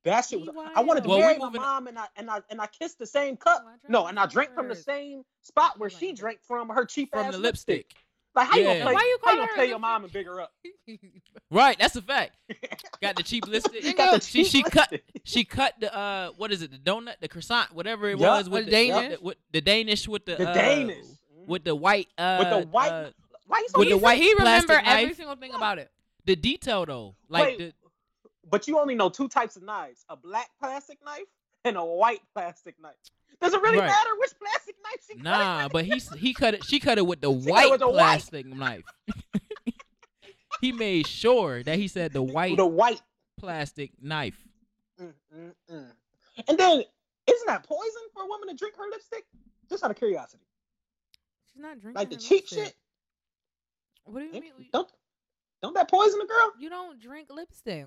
Speaker 3: That shit was. I wanted to
Speaker 1: Well, we
Speaker 3: marry my
Speaker 1: moving-
Speaker 3: mom, and I and I and I kissed the same cup.
Speaker 2: Oh, I drank
Speaker 3: Uh, No, and I
Speaker 2: some
Speaker 3: drank from the
Speaker 2: first.
Speaker 3: same spot where she
Speaker 2: Like-
Speaker 3: drank from her cheap
Speaker 1: from
Speaker 3: ass
Speaker 1: the lipstick.
Speaker 3: Like how you
Speaker 1: Yeah.
Speaker 3: gonna play?
Speaker 2: Why you
Speaker 3: how
Speaker 2: call
Speaker 3: you gonna
Speaker 2: her
Speaker 3: play
Speaker 2: a
Speaker 3: your
Speaker 2: lipstick?
Speaker 3: mom and big her up?
Speaker 1: Right, that's a fact. Got the cheap *laughs* lipstick.
Speaker 2: You
Speaker 3: Got the
Speaker 1: she
Speaker 3: cheap
Speaker 1: she cut
Speaker 3: lipstick.
Speaker 1: she cut the uh what is it the donut the croissant whatever it
Speaker 3: Yeah.
Speaker 1: was with
Speaker 2: Or
Speaker 1: the,
Speaker 2: Danish.
Speaker 1: with the- with the Danish with the
Speaker 3: The
Speaker 1: uh,
Speaker 3: Danish
Speaker 1: with the white uh
Speaker 3: With the white-
Speaker 1: uh,
Speaker 3: Why you so
Speaker 1: with
Speaker 2: he
Speaker 1: the
Speaker 2: said
Speaker 1: white
Speaker 2: he remember
Speaker 1: plastic
Speaker 2: every
Speaker 1: knife.
Speaker 2: single thing about it.
Speaker 1: the detail though like
Speaker 3: Wait,
Speaker 1: the
Speaker 3: but you only know two types of knives: a black plastic knife and a white plastic knife. Does it really
Speaker 1: Right.
Speaker 3: matter which plastic knife she cut it
Speaker 1: Nah,
Speaker 3: *laughs* with?
Speaker 1: but he s- he cut it. She cut it with the
Speaker 3: She cut it
Speaker 1: white
Speaker 3: with the white.
Speaker 1: plastic knife. *laughs* he made sure that he said the white
Speaker 3: the white.
Speaker 1: plastic knife.
Speaker 3: *laughs*
Speaker 1: *laughs*
Speaker 3: Mm, mm, mm. And then, isn't that poison for a woman to drink her lipstick? Just out of curiosity,
Speaker 2: She's not drinking.
Speaker 3: like the
Speaker 2: her
Speaker 3: cheap
Speaker 2: lipstick.
Speaker 3: shit.
Speaker 2: What do you
Speaker 3: Ain't-
Speaker 2: mean?
Speaker 3: Don't don't that poison a girl?
Speaker 2: You don't drink lipstick.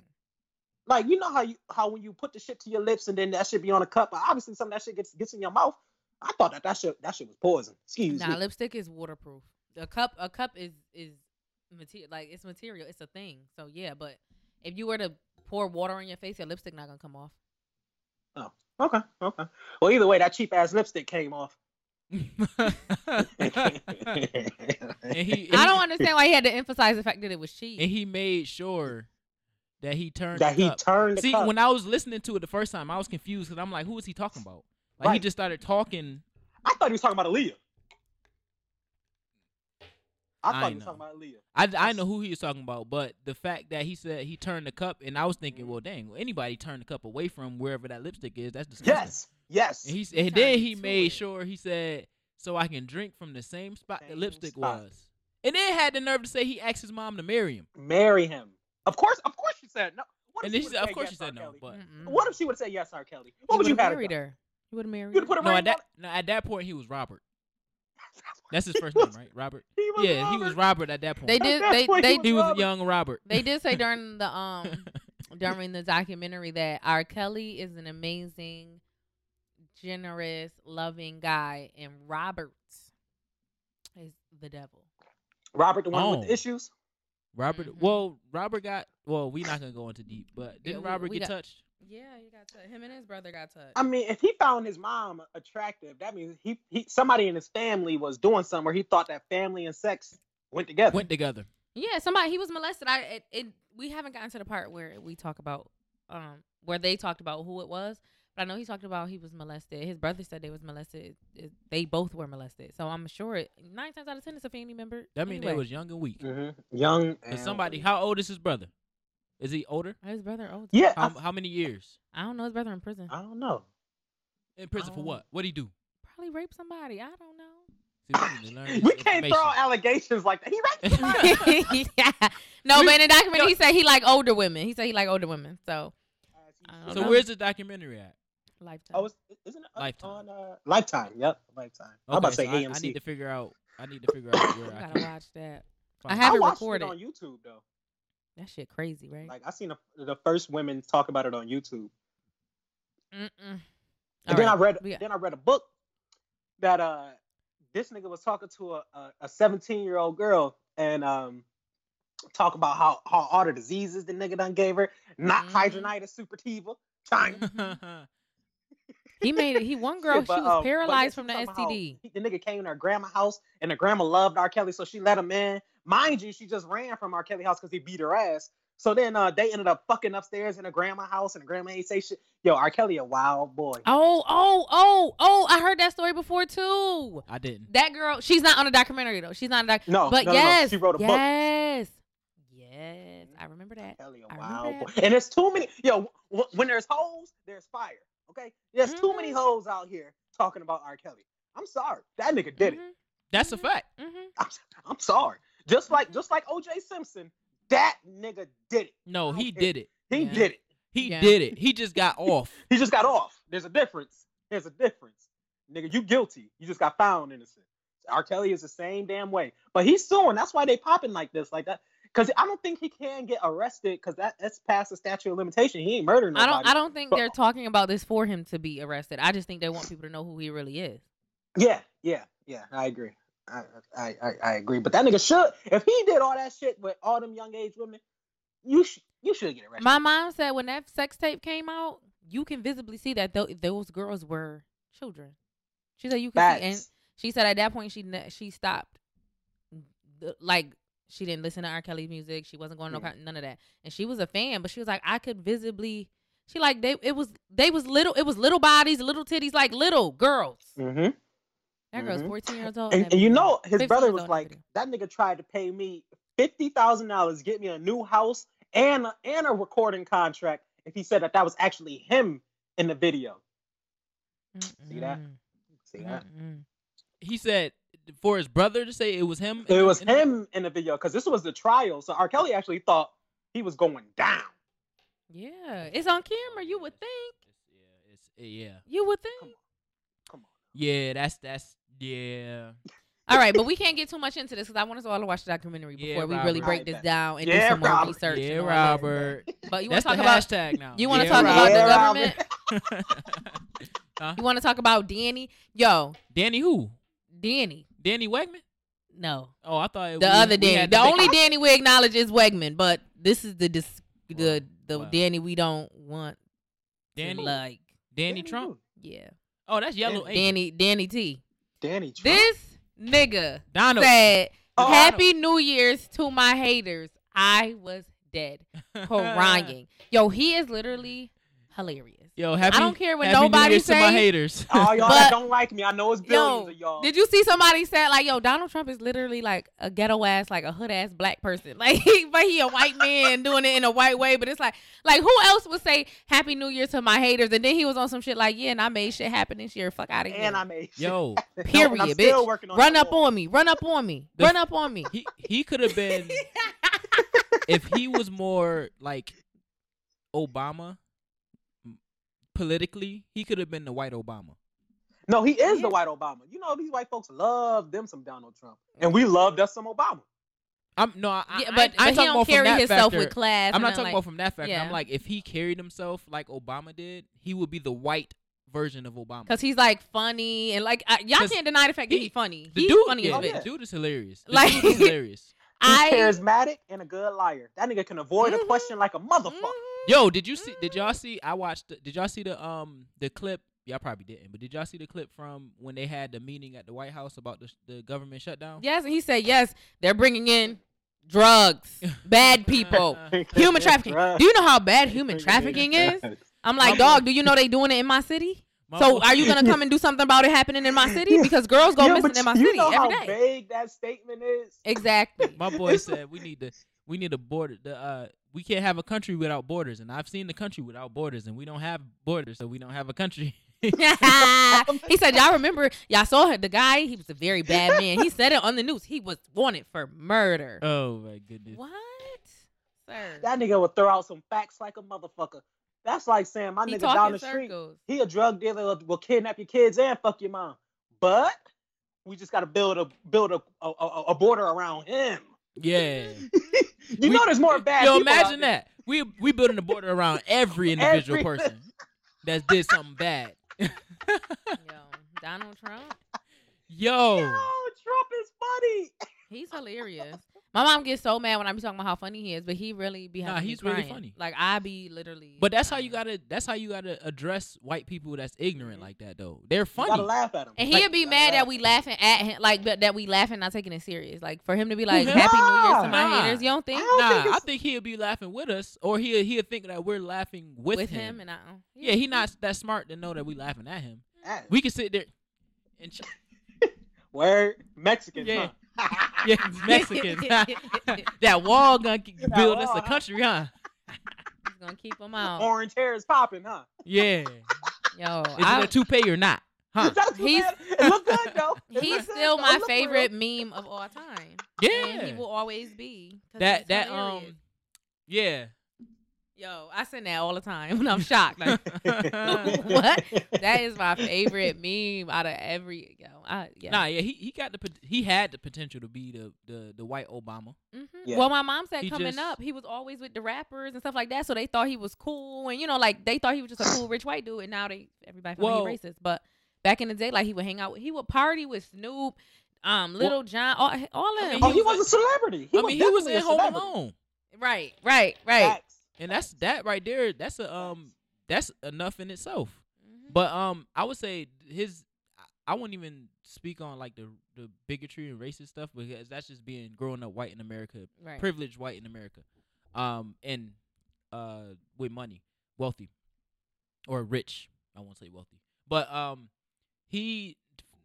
Speaker 3: Like you know how you how when you put the shit to your lips and then that shit be on a cup. but Obviously, some of that shit gets gets in your mouth. I thought that that shit that shit was poison. Excuse
Speaker 2: Nah,
Speaker 3: me.
Speaker 2: lipstick is waterproof. A cup, a cup is is material. Like it's material. It's a thing. So yeah, but if you were to pour water on your face, your lipstick not gonna come off.
Speaker 3: Okay, okay. Well, either way, that cheap ass lipstick came off.
Speaker 1: *laughs* and he, and
Speaker 2: I
Speaker 1: he-
Speaker 3: *laughs*
Speaker 2: don't understand why he had to emphasize the fact that it was cheap.
Speaker 1: and he made sure that he turned
Speaker 3: that
Speaker 1: the
Speaker 3: he
Speaker 1: cup.
Speaker 3: turned the
Speaker 1: See,
Speaker 3: cup.
Speaker 1: when I was listening to it the first time, I was confused because I'm like, who is he talking about? Like he
Speaker 3: Right.
Speaker 1: just started talking.
Speaker 3: I thought he was talking about Aaliyah. I
Speaker 1: I
Speaker 3: thought he was
Speaker 1: know.
Speaker 3: talking about Aaliyah.
Speaker 1: I, I know who he was talking about, but the fact that he said he turned the cup, and I was thinking, well, dang, well, anybody turn the cup away from wherever that lipstick is, that's disgusting.
Speaker 3: Yes, yes.
Speaker 1: And, he, s-
Speaker 2: He
Speaker 1: and then
Speaker 2: turned
Speaker 1: he
Speaker 2: to
Speaker 1: made
Speaker 2: it.
Speaker 1: sure he said, so I can drink from the same spot the
Speaker 3: Same
Speaker 1: lipstick
Speaker 3: spot.
Speaker 1: was. And then had the nerve to say he asked his mom to marry him.
Speaker 3: Marry him. Of course, of course she said no. What if
Speaker 1: And then she
Speaker 3: would've
Speaker 1: said, of
Speaker 3: said
Speaker 1: course
Speaker 3: yes,
Speaker 1: she said
Speaker 3: R.
Speaker 1: no.
Speaker 3: Kelly?
Speaker 1: But mm.
Speaker 2: Mm-mm.
Speaker 3: What if she would have said yes, R. Kelly? What would you
Speaker 2: would've
Speaker 3: have
Speaker 2: married
Speaker 3: done?
Speaker 2: her? You would have married
Speaker 3: You would
Speaker 2: her.
Speaker 3: put a
Speaker 1: no,
Speaker 3: ring
Speaker 1: at
Speaker 3: on
Speaker 1: that, no, at that point, he was Robert.
Speaker 3: *laughs*
Speaker 1: That's his
Speaker 3: He
Speaker 1: first name,
Speaker 3: was-
Speaker 1: right? Robert?
Speaker 3: it. *laughs* He was
Speaker 1: yeah, he was
Speaker 3: Robert.
Speaker 1: Robert at that point.
Speaker 3: *laughs*
Speaker 2: They did.
Speaker 3: At that
Speaker 2: They
Speaker 3: point,
Speaker 2: they
Speaker 3: he
Speaker 1: he was
Speaker 3: Robert.
Speaker 1: young Robert.
Speaker 2: they did say during the
Speaker 1: *laughs*
Speaker 2: um during the documentary that R. Kelly is an amazing, generous, loving guy, and Robert is the devil.
Speaker 3: Robert, the one with
Speaker 1: Oh.
Speaker 3: the issues.
Speaker 1: Robert.
Speaker 2: Mhm.
Speaker 1: Well, Robert got. Well, we're not gonna go into deep, but
Speaker 2: Yeah,
Speaker 1: didn't
Speaker 2: we-
Speaker 1: Robert
Speaker 2: we
Speaker 1: get
Speaker 2: got-
Speaker 1: touched?
Speaker 2: Yeah, he got touched. Him and his brother got touched.
Speaker 3: I mean, if he found his mom attractive, that means he, he somebody in his family was doing something where he thought that family and sex went together.
Speaker 1: Went together.
Speaker 2: yeah, somebody he was molested. I it, it we haven't gotten to the part where we talk about um where they talked about who it was, but I know he talked about he was molested. His brother said they was molested. It- they both were molested, so I'm sure it, nine times out of ten it's a family member.
Speaker 1: That means they
Speaker 2: anyway.
Speaker 1: was young and weak.
Speaker 3: hmm Young.
Speaker 1: And
Speaker 3: And
Speaker 1: somebody. How old is his brother? Is he older?
Speaker 2: His brother old.
Speaker 3: Yeah.
Speaker 1: How,
Speaker 3: I,
Speaker 1: how many years
Speaker 2: I don't know his brother in prison.
Speaker 3: I don't know.
Speaker 1: in prison for
Speaker 2: Oh.
Speaker 3: Um,
Speaker 1: what? What would he do?
Speaker 2: Probably raped somebody. I don't know.
Speaker 1: See, we need to learn this
Speaker 3: We can't
Speaker 1: information.
Speaker 3: throw out allegations like
Speaker 2: *laughs*
Speaker 3: that. He raped
Speaker 1: *laughs*
Speaker 3: somebody.
Speaker 2: yeah. *laughs* No,
Speaker 3: We-
Speaker 2: but in the documentary
Speaker 3: yo-
Speaker 2: he said he like older women. He said he like older women. So I don't
Speaker 1: So
Speaker 2: know.
Speaker 1: where's the documentary at?
Speaker 2: lifetime.
Speaker 3: Oh, it's, isn't it up
Speaker 1: Lifetime.
Speaker 3: on uh, Lifetime? Yep, Lifetime. I'm about to say
Speaker 1: so I, I
Speaker 3: AMC.
Speaker 1: need to figure out. I need to figure out
Speaker 2: you
Speaker 1: where I
Speaker 2: gotta
Speaker 1: can
Speaker 2: watch that.
Speaker 1: find
Speaker 2: have
Speaker 1: it.
Speaker 2: it
Speaker 3: watched
Speaker 2: recorded.
Speaker 3: it on YouTube though.
Speaker 2: That shit crazy, right?
Speaker 3: Like I seen the, the first women talk about it on YouTube,
Speaker 2: Mm-mm.
Speaker 3: and
Speaker 2: All
Speaker 3: then I
Speaker 2: right.
Speaker 3: read
Speaker 2: We got-
Speaker 3: then I read a book that uh this nigga was talking to a a- a 17 year old girl and um talk about how how all the diseases the nigga done gave her, not
Speaker 2: Mhm.
Speaker 1: Mm-hmm.
Speaker 3: hydronitis supertiva. China.
Speaker 2: he made it. He one girl.
Speaker 3: But,
Speaker 2: she
Speaker 3: um,
Speaker 2: was
Speaker 3: but *laughs* yeah,
Speaker 2: paralyzed
Speaker 3: she
Speaker 2: from the
Speaker 3: talking about how
Speaker 2: STD.
Speaker 3: he- The nigga came to her grandma house, and her grandma loved R. Kelly, so she let him in. Mind you, she just ran from R. Kelly house because he beat her ass. So then uh, they ended up fucking upstairs in her grandma house, and her grandma ain't say shit. Yo, R. Kelly a wild boy.
Speaker 2: Oh, oh, oh, oh! I heard that story before too.
Speaker 1: *laughs* I didn't.
Speaker 2: That girl. She's not on the documentary though. She's not. A doc-
Speaker 3: No,
Speaker 2: but
Speaker 3: Oh, no, no, no,
Speaker 2: yes,
Speaker 3: she wrote a book.
Speaker 2: yes, yes. I remember that.
Speaker 3: Kelly a
Speaker 2: I
Speaker 3: wild
Speaker 2: remember
Speaker 3: boy. And there's too many. Yo, w- when there's hoes, there's fire. Okay, there's too many
Speaker 2: Mhm.
Speaker 3: hoes out here talking about R. Kelly. I'm sorry, that nigga did it.
Speaker 1: That's a fact.
Speaker 2: Mm-hmm.
Speaker 3: I'm, I'm sorry. Just like just like O.J. Simpson, that nigga did it.
Speaker 1: No, he
Speaker 3: Okay.
Speaker 1: did it.
Speaker 3: He
Speaker 2: Yeah.
Speaker 3: did it.
Speaker 1: He
Speaker 2: Oh, Yeah.
Speaker 1: did it. He just got off.
Speaker 3: He just got off. There's a difference. There's a difference. Nigga, you guilty. You just got found innocent. R. Kelly is the same damn way. But he's suing. That's why they popping like this, like that. Cause I don't think he can get arrested because that, that's past the statute of limitation. He ain't murdering
Speaker 2: I
Speaker 3: nobody.
Speaker 2: don't. I don't think
Speaker 3: But-
Speaker 2: they're talking about this for him to be arrested. I just think they want people to know who he really is.
Speaker 3: Yeah, yeah, yeah. I agree. I, I, I, I agree. But that nigga should. If he did all that shit with all them young age women, you sh- you should get arrested.
Speaker 2: My mom said when that sex tape came out, you can visibly see that tho- those girls were children. She said you can see, and
Speaker 3: Facts.
Speaker 2: she said at that point she ne- she stopped, The- like she didn't listen to R. Kelly's music. She wasn't going to no
Speaker 3: Yeah.
Speaker 2: con- none of that, and she was a fan. But she was like, I could visibly. She like they it was they was little it was little bodies little titties like little girls.
Speaker 3: Mm-hmm.
Speaker 2: That girl's
Speaker 3: Mhm.
Speaker 2: fourteen years old. in
Speaker 3: And,
Speaker 2: that
Speaker 3: and you
Speaker 2: video.
Speaker 3: know, his
Speaker 2: 15
Speaker 3: brother
Speaker 2: years
Speaker 3: was
Speaker 2: old in that
Speaker 3: like, that nigga tried to pay me fifty thousand dollars, get me a new house, and and a recording contract if he said that that was actually him in the video. See that?
Speaker 2: Mm-mm.
Speaker 3: See that?
Speaker 2: Mm-mm.
Speaker 1: He said for his brother to say it was him.
Speaker 3: So it
Speaker 1: in-
Speaker 3: was
Speaker 1: in-
Speaker 3: him in the video because this was the trial. So R. Kelly actually thought he was going down.
Speaker 2: Yeah, it's on camera. You would think.
Speaker 1: Yeah, it's yeah,
Speaker 2: You would
Speaker 3: Come
Speaker 2: think.
Speaker 1: yeah. That's that's yeah.
Speaker 2: All right, but we can't get too much into this because I want us all to watch the documentary
Speaker 1: Yeah,
Speaker 2: before we really
Speaker 1: Robert.
Speaker 2: break this
Speaker 3: Right,
Speaker 2: down and do
Speaker 3: Yeah,
Speaker 2: some more
Speaker 3: Robert.
Speaker 2: research.
Speaker 1: yeah,
Speaker 2: and all that.
Speaker 1: Robert.
Speaker 2: But you want
Speaker 1: That's
Speaker 2: to talk
Speaker 1: the
Speaker 2: about
Speaker 1: hashtag now.
Speaker 2: you want to
Speaker 1: Yeah,
Speaker 2: talk about
Speaker 3: Yeah,
Speaker 2: the
Speaker 3: Robert.
Speaker 2: government.
Speaker 1: Robert. huh?
Speaker 2: You want to talk about Danny? Yo,
Speaker 1: *laughs* Danny who?
Speaker 2: Danny.
Speaker 1: Danny Wegman?
Speaker 2: No,
Speaker 1: Oh, I thought it
Speaker 2: the
Speaker 1: we-
Speaker 2: other
Speaker 1: we
Speaker 2: Danny.
Speaker 1: had
Speaker 2: The
Speaker 1: to make- *laughs*
Speaker 2: only Danny we acknowledge is Wegman, but this is the dis- the the
Speaker 1: Wow.
Speaker 2: Danny we don't want. Danny,
Speaker 1: Danny
Speaker 2: like
Speaker 1: Danny Trump.
Speaker 3: who?
Speaker 2: yeah,
Speaker 1: Oh, that's Yellow Danny,
Speaker 2: Danny Danny T.
Speaker 3: Danny Trump.
Speaker 2: This nigga
Speaker 1: Donald.
Speaker 2: said,
Speaker 3: Oh,
Speaker 2: "Happy New Year's to my haters." I was
Speaker 3: *laughs*
Speaker 2: dead
Speaker 1: *laughs*
Speaker 2: crying. Yo, he is literally hilarious.
Speaker 1: Yo, happy,
Speaker 2: I don't care what
Speaker 1: happy New
Speaker 2: nobody
Speaker 1: Year's to my
Speaker 2: says. *laughs*
Speaker 1: haters.
Speaker 3: All Oh, y'all
Speaker 2: But-
Speaker 3: that don't like me, I know it's
Speaker 2: Yo,
Speaker 3: billions of y'all.
Speaker 2: Did you see somebody said like, "Yo, Donald Trump is literally like a ghetto ass, like a hood ass black person, *laughs* like, but he a white man doing it in a white way." But it's like, like who else would say "Happy New Year" to my haters? And then he was on some shit like, "Yeah, and I made shit happen this year. Fuck out of here."
Speaker 3: and I made shit.
Speaker 1: Yo,
Speaker 3: *laughs* No,
Speaker 2: period,
Speaker 3: and I'm
Speaker 2: bitch.
Speaker 3: still working on
Speaker 2: run
Speaker 3: that
Speaker 2: up
Speaker 3: wall.
Speaker 2: on me, run up on me,
Speaker 1: The-
Speaker 2: run up
Speaker 1: *laughs*
Speaker 2: on me.
Speaker 1: he he could have
Speaker 2: *laughs*
Speaker 1: been if he was more like Obama m- politically, he could have been the white Obama.
Speaker 3: No, he is the white Obama. You know these white folks love them some Donald Trump, and we loved us some Obama.
Speaker 1: I'm no, I,
Speaker 2: yeah,
Speaker 1: I, I,
Speaker 2: but,
Speaker 1: I
Speaker 2: but
Speaker 1: ain't
Speaker 2: he
Speaker 1: talking
Speaker 2: don't
Speaker 1: about from
Speaker 2: carry
Speaker 1: that
Speaker 2: himself
Speaker 1: factor.
Speaker 2: with class.
Speaker 1: I'm
Speaker 2: and
Speaker 1: not
Speaker 2: I'm
Speaker 1: talking
Speaker 2: like,
Speaker 1: about from that factor.
Speaker 2: yeah.
Speaker 1: I'm like if he carried himself like Obama did, he would be the white version of Obama.
Speaker 2: Cause he's like funny and like I, y'all
Speaker 1: 'Cause
Speaker 2: can't deny the fact that
Speaker 1: he-
Speaker 2: he's funny.
Speaker 1: The
Speaker 2: he's
Speaker 1: dude,
Speaker 2: funny
Speaker 1: yeah,
Speaker 2: as a
Speaker 1: the
Speaker 3: Oh,
Speaker 2: bitch.
Speaker 1: dude is hilarious. The
Speaker 2: Like- *laughs*
Speaker 1: dude is hilarious.
Speaker 3: He's
Speaker 2: I
Speaker 3: charismatic and a good liar. That nigga can avoid
Speaker 2: Mhm.
Speaker 3: a question like a motherfucker.
Speaker 2: Mhm.
Speaker 1: Yo, did you see? Did y'all see? I watched. the- Did y'all see the um the clip? Y'all probably didn't, but did y'all see the clip from when they had the meeting at the White House about the the government shutdown?
Speaker 2: Yes, and he said yes. They're bringing in
Speaker 1: *laughs*
Speaker 2: drugs, bad people, Mm-hmm.
Speaker 3: *laughs*
Speaker 2: human trafficking. Do you know how bad human trafficking is? I'm like, dog. Do you know they doing it in my city?
Speaker 1: My
Speaker 2: So
Speaker 1: boy-
Speaker 2: are you gonna come and do something about it happening in my city? Because girls go
Speaker 3: Yeah,
Speaker 2: missing
Speaker 3: but
Speaker 2: in my
Speaker 3: you
Speaker 2: city
Speaker 3: know
Speaker 2: every
Speaker 3: how
Speaker 2: day.
Speaker 3: vague that statement is.
Speaker 2: Exactly.
Speaker 1: My boy said we need to we need a border. The uh we can't have a country without borders, and I've seen the country without borders, and we don't have borders, so we don't have a country.
Speaker 2: *laughs*
Speaker 1: *laughs*
Speaker 2: he said, "Y'all remember? Y'all saw her- the guy. He was a very bad man. He said it on the news. He was wanted for murder.
Speaker 1: Oh my goodness.
Speaker 2: what, sir?
Speaker 3: That nigga would throw out some facts like a motherfucker. That's like saying my
Speaker 2: he
Speaker 3: nigga
Speaker 2: talking
Speaker 3: down the street,
Speaker 2: circles.
Speaker 3: he a drug dealer, will- will kidnap your kids and fuck your mom. But we just gotta build a build a a, a- a border around him. *laughs*
Speaker 1: Yeah.
Speaker 3: You
Speaker 1: We-
Speaker 3: know there's more bad.
Speaker 1: Yo,
Speaker 3: people out
Speaker 1: imagine
Speaker 3: there.
Speaker 1: that. We we building a border around every individual
Speaker 3: *laughs* Every-
Speaker 1: person that did something bad.
Speaker 2: Yo, Donald Trump.
Speaker 3: Yo,
Speaker 1: Yo.
Speaker 3: Trump is funny. *laughs*
Speaker 2: He's hilarious. My mom gets so mad when I be talking about how funny he is, but he really be
Speaker 1: Nah,
Speaker 2: having me
Speaker 1: he's really
Speaker 2: crying.
Speaker 1: funny.
Speaker 2: Like I be literally.
Speaker 1: But that's how you
Speaker 2: crying.
Speaker 1: gotta. That's how you gotta address white people that's ignorant like that. Though they're
Speaker 3: You gotta
Speaker 1: funny.
Speaker 3: laugh at him.
Speaker 2: And
Speaker 3: Like,
Speaker 2: he'd be
Speaker 3: you gotta
Speaker 2: mad that
Speaker 3: laugh.
Speaker 2: we laughing at him, like but that we laughing, not taking it serious. Like for him to be like,
Speaker 1: him?
Speaker 2: "Happy New Year to my
Speaker 1: Nah.
Speaker 2: haters," you don't think
Speaker 3: I
Speaker 1: Nah,
Speaker 3: don't think
Speaker 1: I
Speaker 3: it's-
Speaker 1: think he'll be laughing with us, or he'll he'll think that we're laughing with, him.
Speaker 2: and I. don't-
Speaker 1: yeah, he not that smart to know that we laughing at him.
Speaker 3: Hey,
Speaker 1: We can sit there and ch-
Speaker 3: Word Mexican.
Speaker 1: Yeah.
Speaker 3: Huh? *laughs*
Speaker 1: yeah, Mexicans. *laughs* that wall gonna keep-
Speaker 3: That
Speaker 1: build us
Speaker 3: wall,
Speaker 1: a
Speaker 3: huh?
Speaker 1: country, huh?
Speaker 2: He's gonna keep him out.
Speaker 3: Orange hair is popping, huh?
Speaker 1: Yeah. Is
Speaker 2: Yo,
Speaker 1: it
Speaker 2: I,
Speaker 1: a toupee or not? Huh?
Speaker 3: That's what
Speaker 2: He's-
Speaker 3: that- it look good
Speaker 1: *laughs*
Speaker 3: though. It look
Speaker 2: he's
Speaker 3: good,
Speaker 2: still
Speaker 3: though.
Speaker 2: my
Speaker 3: It look
Speaker 2: favorite
Speaker 3: real.
Speaker 2: meme of all time. and he
Speaker 1: Yeah.
Speaker 2: will always be. 'cause he's
Speaker 1: That that
Speaker 2: hilarious.
Speaker 1: um. Yeah.
Speaker 2: Yo, I send that all the time *laughs* when I'm shocked. Like,
Speaker 1: *laughs*
Speaker 3: *laughs*
Speaker 2: What? that is my favorite meme out of every. Yo, I, yeah.
Speaker 1: Nah, yeah, he, he got the pot- he had the potential to be the the, the white Obama.
Speaker 2: Mhm.
Speaker 3: Yeah.
Speaker 2: Well, my mom said
Speaker 1: He
Speaker 2: coming
Speaker 1: just-
Speaker 2: up, he was always with the rappers and stuff like that, so they thought he was cool, and you know, like they thought he was just a cool rich white dude, and now they everybody found
Speaker 1: Well-
Speaker 2: he racist. But back in the day, like he would hang out, with, he would party with Snoop, um, Little John, all, all of
Speaker 1: I
Speaker 2: them.
Speaker 1: mean,
Speaker 3: Oh,
Speaker 1: he
Speaker 3: he
Speaker 1: was
Speaker 3: was a celebrity. He
Speaker 1: I mean, he was
Speaker 3: definitely
Speaker 1: in
Speaker 3: a
Speaker 1: Home
Speaker 3: celebrity.
Speaker 1: Alone.
Speaker 2: right, right, right.
Speaker 3: Facts.
Speaker 1: and that's that right there. That's a um, that's enough in itself.
Speaker 2: Mhm.
Speaker 1: But um, I would say his, I- I wouldn't even speak on like the the bigotry and racist stuff because that's just being growing up white in America,
Speaker 2: Right.
Speaker 1: privileged white in America, um, and uh, with money, wealthy, or rich. I won't say wealthy, but um, he,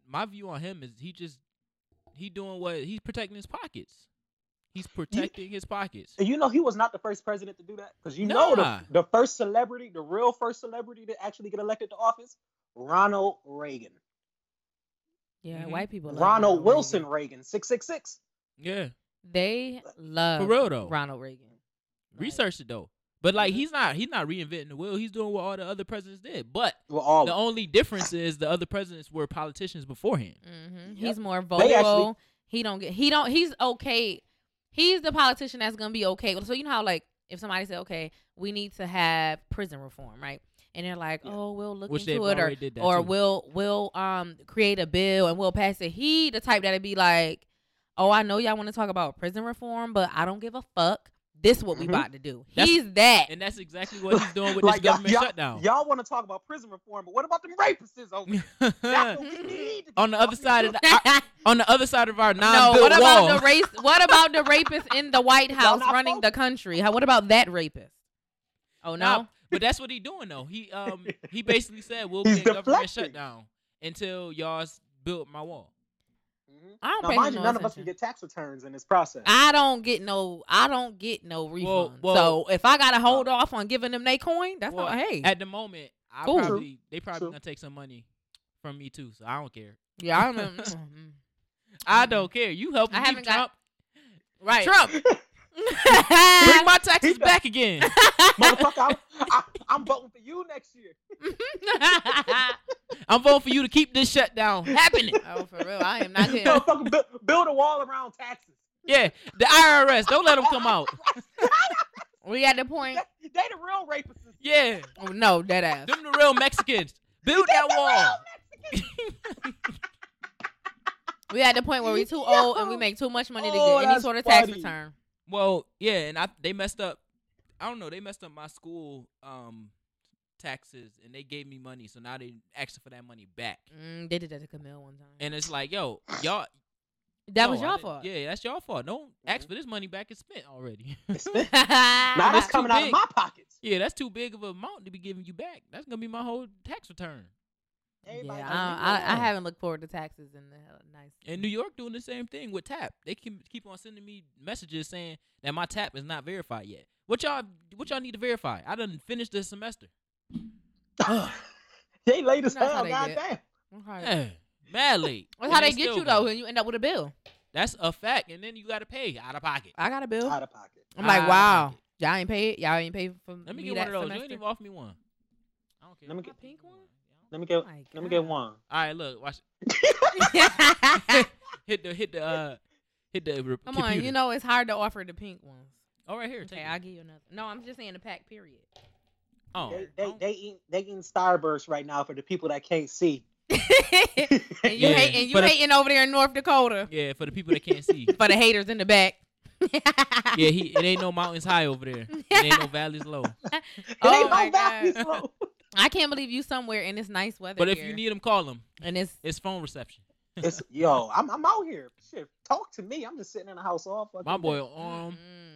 Speaker 1: my view on him is he just he doing what he's protecting his pockets. He's protecting his pockets.
Speaker 3: And you know he was not the first president to do that because you know
Speaker 1: Nah.
Speaker 3: the, the first celebrity, the real first celebrity to actually get elected to office, Ronald Reagan,
Speaker 2: Yeah,
Speaker 1: Mhm.
Speaker 2: white people. Love
Speaker 3: Ronald Wilson
Speaker 2: Reagan.
Speaker 3: Reagan, six six six.
Speaker 1: Yeah,
Speaker 2: They love
Speaker 1: for real though.
Speaker 2: Ronald Reagan. Like,
Speaker 1: Research it though. But like
Speaker 2: Mhm.
Speaker 1: he's not he's not reinventing the wheel. He's doing what all the other presidents did. But
Speaker 3: Well, all
Speaker 1: the only difference is the other presidents were politicians beforehand.
Speaker 2: mhm.
Speaker 3: Yep.
Speaker 2: He's more
Speaker 3: They
Speaker 2: vocal.
Speaker 3: actually-
Speaker 2: he don't get. He don't. He's okay. He's the politician that's gonna be okay. So you know how like if somebody said, okay, we need to have prison reform, right? And they're like,
Speaker 3: Yeah.
Speaker 2: oh, we'll look
Speaker 1: Which they
Speaker 2: into it, or
Speaker 1: already did that.
Speaker 2: or
Speaker 1: too.
Speaker 2: we'll we'll um create a bill and we'll pass it. He the type that'd be like, oh, I know y'all want to talk about prison reform, but I don't give a fuck. This what we
Speaker 3: Mhm.
Speaker 2: about to do.
Speaker 1: Mm-hmm. That's-
Speaker 2: He's that.
Speaker 1: and that's
Speaker 2: *laughs*
Speaker 1: exactly what he's doing with
Speaker 3: like
Speaker 1: this
Speaker 3: y'all,
Speaker 1: government
Speaker 3: y'all,
Speaker 1: shutdown.
Speaker 3: y'all want to talk about prison reform, but what about them rapists
Speaker 1: *laughs*
Speaker 3: over? there?
Speaker 2: *laughs*
Speaker 3: That's what we need to be
Speaker 1: on the other
Speaker 3: talking
Speaker 1: side of
Speaker 3: *laughs* about.
Speaker 1: the, I- on the other side of our
Speaker 2: No,
Speaker 1: non-built
Speaker 2: what about
Speaker 1: wall.
Speaker 2: the race? What about the rapist in the White
Speaker 3: Y'all
Speaker 2: House
Speaker 3: not
Speaker 2: running the
Speaker 3: focused.
Speaker 2: country? How, what about that rapist? Oh
Speaker 1: Nah,
Speaker 2: no,
Speaker 1: *laughs* but that's what he doing though. He um
Speaker 3: *laughs*
Speaker 1: he basically said we'll
Speaker 3: He's
Speaker 1: get government
Speaker 3: deflecting.
Speaker 1: shutdown until y'all's built my wall.
Speaker 3: Mhm.
Speaker 2: I don't
Speaker 3: Now,
Speaker 2: pay
Speaker 3: mind
Speaker 2: him
Speaker 3: you,
Speaker 2: no
Speaker 3: none of us
Speaker 2: attention.
Speaker 3: can get tax returns in this
Speaker 2: *laughs*
Speaker 3: process.
Speaker 2: I don't get no. I don't get no refund.
Speaker 1: Well, well-
Speaker 2: so if I gotta hold off on giving them they coin, that's
Speaker 1: Well,
Speaker 2: not. Hey,
Speaker 1: At the moment, I
Speaker 2: Mm. Cool.
Speaker 1: probably they probably
Speaker 3: True.
Speaker 1: gonna take some money from me too, so I don't care.
Speaker 2: yeah, I don't. mm, mm.
Speaker 1: I
Speaker 2: Mm.
Speaker 1: don't care. You helping
Speaker 2: I
Speaker 1: me,
Speaker 2: haven't got-
Speaker 1: Trump?
Speaker 2: Right,
Speaker 1: Trump, bring my taxes back
Speaker 2: *laughs*
Speaker 1: again.
Speaker 3: Motherfucker, I'm, I, I'm voting for you next
Speaker 2: *laughs*
Speaker 3: year.
Speaker 1: I'm voting for you to keep this shutdown happening.
Speaker 2: *laughs* oh, for real, I am not here.
Speaker 3: Motherfucker, bu- build a wall around taxes.
Speaker 1: Yeah, the IRS, don't let them come out.
Speaker 2: We at the point.
Speaker 3: They they the real rapists.
Speaker 1: Yeah,
Speaker 2: Oh, no, dead ass.
Speaker 1: them the real Mexicans. Build that wall.
Speaker 2: We at the point where we too old and we make too much money to
Speaker 3: Oh,
Speaker 2: get any
Speaker 3: that's
Speaker 2: sort of tax
Speaker 3: funny.
Speaker 2: return.
Speaker 1: Well, yeah, and I they messed up. I don't know. They messed up my school um taxes, and they gave me money, so now they asking for that money back.
Speaker 2: Mm, they did that to Camille one time.
Speaker 1: And it's like, yo, y'all.
Speaker 2: that
Speaker 1: no,
Speaker 2: was
Speaker 1: I
Speaker 2: your
Speaker 1: didn't-
Speaker 2: fault. Mm-hmm.
Speaker 1: Yeah, that's your fault. Don't ask
Speaker 3: Mhm.
Speaker 1: for this money back. It's spent already. *laughs*
Speaker 2: *laughs*
Speaker 3: Now
Speaker 1: that's
Speaker 3: that's
Speaker 1: too
Speaker 3: coming out
Speaker 1: big.
Speaker 3: of my pockets.
Speaker 1: yeah, that's too big of an amount to be giving you back. That's gonna be my whole tax return.
Speaker 2: yeah,
Speaker 3: Everybody
Speaker 2: I,
Speaker 3: knows
Speaker 2: I, I
Speaker 3: you
Speaker 2: haven't looked forward to taxes in the hell nice.
Speaker 1: And New York doing the same thing with TAP. They keep keep on sending me messages saying that my TAP is not verified yet. What y'all what y'all need to verify? I done finished this semester.
Speaker 2: *laughs*
Speaker 3: know. *laughs* they late as
Speaker 2: That's how
Speaker 3: hell.
Speaker 2: they
Speaker 3: Goddamn.
Speaker 2: get. Okay.
Speaker 1: Yeah, mad late.
Speaker 2: *laughs* That's
Speaker 1: And
Speaker 2: how they
Speaker 1: still
Speaker 2: get you
Speaker 1: going.
Speaker 2: though, and you end up with a bill.
Speaker 1: That's a fact, and then you gotta pay out of pocket.
Speaker 2: I got a bill.
Speaker 3: Out of pocket.
Speaker 2: I'm like,
Speaker 1: I-
Speaker 2: wow, y'all ain't paid. Y'all ain't paid for
Speaker 1: Ah. Let me,
Speaker 2: me
Speaker 1: get one
Speaker 2: that
Speaker 1: of those. You
Speaker 2: semester.
Speaker 1: ain't even offer me one. I don't care.
Speaker 3: Let me
Speaker 1: Can I
Speaker 3: get-
Speaker 1: pick one?
Speaker 3: Let me get.
Speaker 2: My
Speaker 3: Oh, Let me get
Speaker 2: God.
Speaker 3: one.
Speaker 1: All right, look, watch. *laughs* hit the hit the uh, hit the re-
Speaker 2: *laughs* Come
Speaker 1: computer.
Speaker 2: on, you know it's hard to offer the pink ones.
Speaker 1: Oh, right here.
Speaker 2: Okay,
Speaker 1: take it.
Speaker 2: I'll give you another. No, I'm just saying the pack.
Speaker 3: *laughs*
Speaker 2: Period.
Speaker 1: oh,
Speaker 3: They,
Speaker 1: I
Speaker 3: they,
Speaker 1: don't-
Speaker 3: they eat. They eating Starburst right now for the people that can't see. *laughs*
Speaker 2: and you
Speaker 1: Yeah.
Speaker 2: hate, and you
Speaker 1: But if-
Speaker 2: hating over there in North Dakota
Speaker 1: yeah, for the people that can't
Speaker 2: *laughs*
Speaker 1: see.
Speaker 2: for the haters in the back. *laughs*
Speaker 1: yeah, he it ain't no mountains high over there. It ain't no valleys low.
Speaker 3: It
Speaker 2: Oh
Speaker 3: ain't
Speaker 2: my
Speaker 3: no value.
Speaker 2: God.
Speaker 3: bro.
Speaker 2: I can't believe you somewhere in this nice weather.
Speaker 1: But if
Speaker 2: here.
Speaker 1: you need them, call them.
Speaker 2: and it's
Speaker 1: It's phone reception.
Speaker 3: It's, yo, I'm, I'm out here. Shit, talk to me. I'm just sitting in the house all fucking
Speaker 1: My
Speaker 3: day.
Speaker 1: boy, um,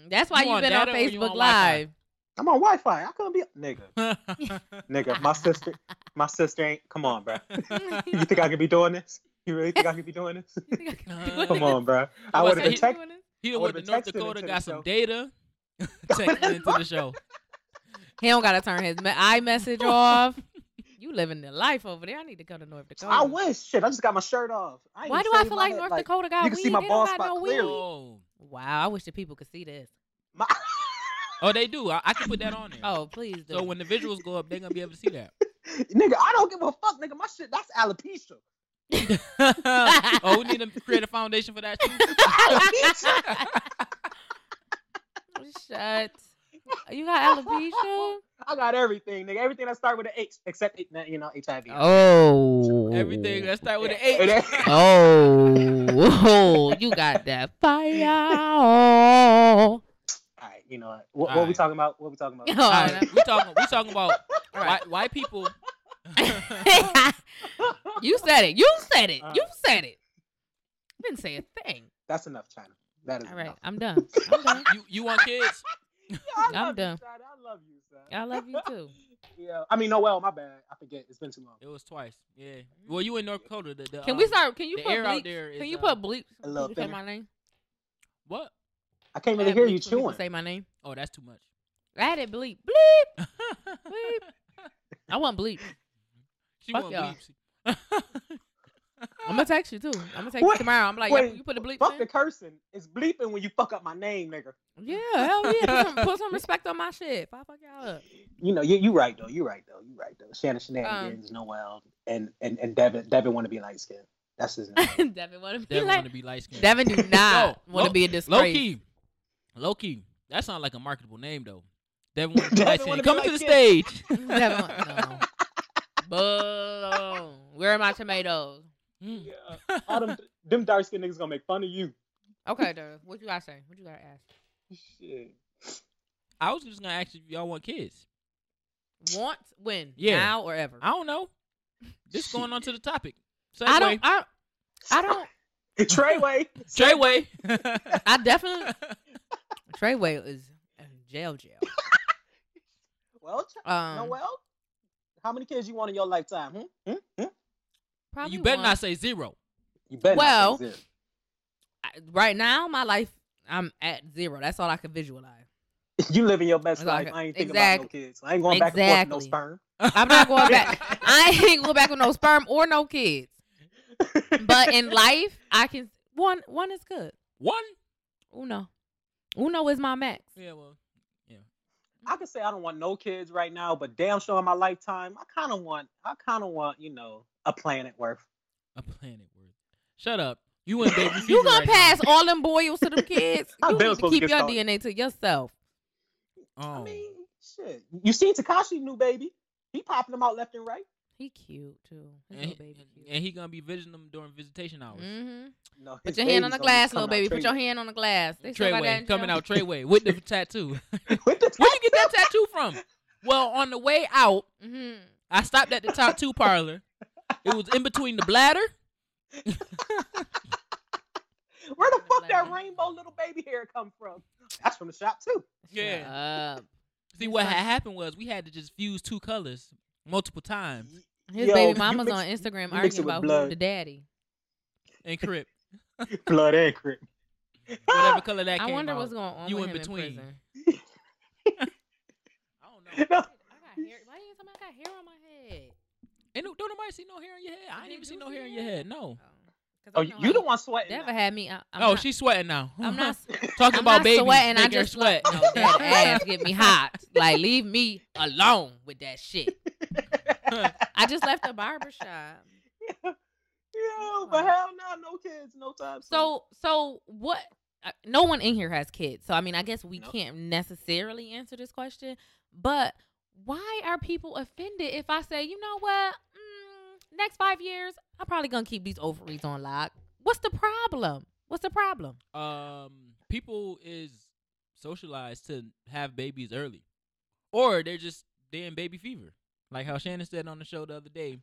Speaker 2: Mm, that's why
Speaker 1: you
Speaker 2: you
Speaker 1: on
Speaker 2: have been on
Speaker 1: data or you
Speaker 2: Facebook
Speaker 1: on Wi-Fi?
Speaker 2: Live.
Speaker 3: I'm on Wi-Fi. I couldn't be nigga.
Speaker 1: you
Speaker 3: Nigga, my sister, my sister ain't. Come on, bro. *laughs*
Speaker 1: Uh-huh.
Speaker 3: You think I could be doing this? You really think I could be doing
Speaker 2: *laughs*
Speaker 3: this? Come
Speaker 1: *laughs*
Speaker 3: on, bro. I
Speaker 1: What's
Speaker 3: would have
Speaker 1: that?
Speaker 3: been tech.
Speaker 1: *laughs* He
Speaker 3: I
Speaker 1: done went
Speaker 3: would've
Speaker 1: to
Speaker 3: been
Speaker 1: North Dakota,
Speaker 3: texting into the
Speaker 1: got some
Speaker 3: show.
Speaker 1: data,
Speaker 3: *laughs*
Speaker 1: *laughs* texted into the show.
Speaker 2: He don't gotta turn his me-
Speaker 1: *laughs*
Speaker 2: iMessage off. You living the life over there. I need to go to North Dakota.
Speaker 3: I wish. Shit, I just got my shirt off. ain't
Speaker 2: Why do
Speaker 3: even
Speaker 2: I
Speaker 3: shaved
Speaker 2: feel
Speaker 3: my
Speaker 2: like
Speaker 3: head,
Speaker 2: North Dakota got
Speaker 3: you
Speaker 2: weed?
Speaker 3: can see my
Speaker 2: They
Speaker 3: bald
Speaker 2: don't got
Speaker 3: spot
Speaker 2: no
Speaker 3: clearly.
Speaker 2: weed.
Speaker 1: Oh,
Speaker 2: Wow, I wish the people could see this.
Speaker 3: my- *laughs*
Speaker 1: oh, they do. I, I can put that on there.
Speaker 2: Oh, please do.
Speaker 1: so when the visuals go up, they're gonna be able to see that. *laughs*
Speaker 3: nigga, I don't give a fuck, nigga. My shit, that's alopecia.
Speaker 1: oh, we need to create a foundation for that. too?
Speaker 3: alopecia.
Speaker 2: *laughs* Shut. You got
Speaker 1: *laughs*
Speaker 2: alopecia?
Speaker 3: I got everything, nigga. Everything that start with an H, except you know HIV.
Speaker 2: Oh.
Speaker 1: Everything that start with an
Speaker 3: And
Speaker 1: H.
Speaker 3: that-
Speaker 2: *laughs* Oh, *laughs* you got that
Speaker 1: *laughs*
Speaker 2: fire. Oh.
Speaker 3: *laughs* All right, you know what? What, what we
Speaker 1: Alright.
Speaker 3: talking about? What
Speaker 2: *laughs*
Speaker 3: we talking about?
Speaker 2: All
Speaker 1: All
Speaker 2: right.
Speaker 1: right, we talking. We talking
Speaker 2: *laughs*
Speaker 1: about white, white people. *laughs*
Speaker 2: *laughs* you said it. You said it.
Speaker 3: Uh.
Speaker 2: You said it. I didn't say a thing.
Speaker 3: That's enough, China. That is
Speaker 2: All right,
Speaker 3: enough.
Speaker 2: I'm done. I'm done.
Speaker 1: you you want kids?
Speaker 3: Yo, I
Speaker 2: I'm
Speaker 3: love you,
Speaker 2: done.
Speaker 3: China. I love you, son.
Speaker 2: I love you too.
Speaker 3: Yeah, I mean, Noel, my bad. I forget. It's been too long.
Speaker 1: It was twice. Yeah. Well, you in North Dakota. The, the,
Speaker 2: Can
Speaker 1: um,
Speaker 2: we start? Can you
Speaker 1: the
Speaker 2: put
Speaker 1: air out
Speaker 2: bleep?
Speaker 1: there
Speaker 2: Can
Speaker 1: is,
Speaker 2: you
Speaker 1: uh,
Speaker 2: put bleep?
Speaker 3: a little
Speaker 2: Did you say
Speaker 3: thinner.
Speaker 2: my name?
Speaker 1: What?
Speaker 3: I can't really
Speaker 2: Add
Speaker 3: hear
Speaker 2: bleep
Speaker 3: you
Speaker 2: when people
Speaker 3: chewing.
Speaker 2: Say my name.
Speaker 1: Oh, that's too much. *laughs*
Speaker 2: I had it bleep. Bleep. I want bleep.
Speaker 1: she
Speaker 2: Fuck
Speaker 1: want
Speaker 2: y'all.
Speaker 1: bleeps. *laughs* I'm
Speaker 2: I'm gonna text you too. I'm gonna text
Speaker 3: What?
Speaker 2: you tomorrow. I'm like, yeah,
Speaker 3: Wait,
Speaker 2: you put a bleep.
Speaker 3: Fuck
Speaker 2: in?
Speaker 3: the cursing. It's bleeping when you fuck up my name, nigga.
Speaker 2: Yeah, hell yeah. Put some, put some respect on my shit. If I fuck y'all up.
Speaker 3: You know, you you right though. You right though. You right though.
Speaker 2: Um,
Speaker 3: Shannon Shenanigans, Noel, and and and Devin Devin want to be light skinned. That's his
Speaker 2: *laughs*
Speaker 3: name.
Speaker 2: *laughs* Devin wanna be
Speaker 1: Devin
Speaker 2: like
Speaker 1: want to be light skinned.
Speaker 2: Devin
Speaker 3: *laughs*
Speaker 2: do not
Speaker 1: Yo,
Speaker 2: wanna
Speaker 1: low-
Speaker 2: be a disgrace.
Speaker 1: Low key, low key. That sounds like a marketable name though. Devin want to be
Speaker 3: Devin
Speaker 1: light
Speaker 3: wanna
Speaker 1: skinned.
Speaker 3: be
Speaker 1: Coming to
Speaker 3: like
Speaker 1: the
Speaker 3: Kim.
Speaker 1: stage.
Speaker 2: *laughs* Devin want- no. Boom. Where are my tomatoes?
Speaker 1: *laughs* Mm.
Speaker 3: yeah. All them them dark skinned niggas gonna make fun of you.
Speaker 2: Okay, Derek. What you gotta say? What you gotta ask?
Speaker 3: Shit.
Speaker 1: I was just gonna ask you if y'all want kids.
Speaker 2: Want, when,
Speaker 1: Yeah.
Speaker 2: now, or ever?
Speaker 1: I don't know. This going on to the topic. Segway.
Speaker 2: I don't. I, I *laughs* don't.
Speaker 3: Treyway.
Speaker 1: Treyway.
Speaker 2: *laughs* I definitely. Treyway is in jail, jail.
Speaker 3: Well,
Speaker 2: Um,
Speaker 3: Noel, how many kids you want in your lifetime? Hmm? Hmm? Hmm?
Speaker 2: probably
Speaker 1: you better
Speaker 2: one.
Speaker 1: not say zero.
Speaker 3: You better.
Speaker 2: Well-
Speaker 3: not say zero.
Speaker 2: I- Right now, my life, I'm at zero. That's all I can visualize.
Speaker 3: *laughs* you living your best
Speaker 2: That's all I
Speaker 3: life.
Speaker 2: got.
Speaker 3: I ain't thinking
Speaker 2: Exactly.
Speaker 3: about no kids. I ain't going back and forth with
Speaker 2: Exactly.
Speaker 3: no sperm.
Speaker 2: I'm not going back. I ain't go back with no sperm or no kids.
Speaker 3: *laughs*
Speaker 2: But in life, I can one. One is good.
Speaker 1: *laughs* One.
Speaker 2: Uno, Uno is my max.
Speaker 1: Yeah. Well.
Speaker 3: I could say I don't want no kids right now, but damn sure in my lifetime, I kind of want, I kind of want, you know, a planet worth.
Speaker 1: A planet worth. Shut up. You and baby. fever
Speaker 2: *laughs* You gonna
Speaker 1: right
Speaker 2: pass all them boils to
Speaker 3: *laughs*
Speaker 2: them kids?
Speaker 3: How
Speaker 2: You
Speaker 3: them
Speaker 2: need to
Speaker 3: supposed to
Speaker 2: keep your
Speaker 3: get started?
Speaker 2: DNA to yourself.
Speaker 1: Now. Oh.
Speaker 3: I mean, shit. You see Takashi new baby? He popping them out left and right.
Speaker 2: He cute too. His
Speaker 1: and,
Speaker 2: little
Speaker 1: he,
Speaker 2: baby cute.
Speaker 1: and he gonna be visiting them during visitation hours.
Speaker 2: hmm
Speaker 3: No,
Speaker 2: Put
Speaker 3: his
Speaker 2: your hand on the
Speaker 3: baby's gonna be
Speaker 2: glass, little
Speaker 3: coming
Speaker 2: baby.
Speaker 3: out
Speaker 2: Put your hand on the glass. They still got that in
Speaker 1: Treyway coming
Speaker 2: jail?
Speaker 1: out Treyway with
Speaker 2: *laughs*
Speaker 1: the tattoo.
Speaker 3: *laughs* straight. What the
Speaker 1: Where'd you get that
Speaker 3: *laughs*
Speaker 1: tattoo from? Well, on the way out,
Speaker 2: Mhm.
Speaker 1: I stopped at the tattoo parlor. It was in between the bladder.
Speaker 3: fuck- Where the
Speaker 2: on the
Speaker 3: fuck that
Speaker 2: glass.
Speaker 3: rainbow little baby hair come from? That's from the shop too.
Speaker 1: Yeah.
Speaker 2: Shut
Speaker 3: *laughs*
Speaker 2: up.
Speaker 1: See what had happened was we had to just fuse two colors multiple times
Speaker 2: His
Speaker 3: Yo,
Speaker 2: baby
Speaker 3: you
Speaker 2: mama's
Speaker 3: mix-
Speaker 2: on Instagram
Speaker 3: you
Speaker 2: arguing
Speaker 3: mix it with
Speaker 2: about who
Speaker 3: blood.
Speaker 2: the daddy.
Speaker 1: and crip.
Speaker 3: Blood and crip.
Speaker 1: Whatever color that
Speaker 2: I
Speaker 1: came
Speaker 2: wonder
Speaker 1: out.
Speaker 2: what's going on.
Speaker 1: You in
Speaker 2: with him
Speaker 1: between.
Speaker 2: prison. *laughs*
Speaker 3: *laughs*
Speaker 1: I don't know.
Speaker 2: I got hair. Why you somebody got hair on my head?
Speaker 1: Ain't no, don't nobody see no hair on your head. I ain't
Speaker 2: Did
Speaker 1: even
Speaker 2: you
Speaker 1: see no
Speaker 2: see
Speaker 1: hair on
Speaker 2: it?
Speaker 1: your head. No.
Speaker 2: Oh,
Speaker 3: *laughs* Oh, you you the one sweating.
Speaker 2: Never
Speaker 3: now.
Speaker 2: had me. I, I'm
Speaker 1: oh,
Speaker 2: not,
Speaker 1: she's sweating now. *laughs*
Speaker 2: I'm not.
Speaker 1: talking
Speaker 2: I'm
Speaker 1: about
Speaker 2: not
Speaker 1: babies.
Speaker 2: sweating. I
Speaker 1: make her
Speaker 2: just
Speaker 1: sweat. *laughs*
Speaker 2: No, *laughs* that ass get me hot. Like leave me alone with that shit. *laughs*
Speaker 3: *laughs*
Speaker 2: I just left the barber shop.
Speaker 3: Yo, but hell no, no kids, no time. soon.
Speaker 2: So so what? uh, No one in here has kids, so I mean, I guess we
Speaker 3: No.
Speaker 2: can't necessarily answer this question. But why are people offended if I say, you know what? Mm, next five years, I'm probably gonna keep these ovaries on lock. What's the problem? What's the problem?
Speaker 1: um people is socialized to have babies early or they're just they in baby fever like how shannon said on the show the other day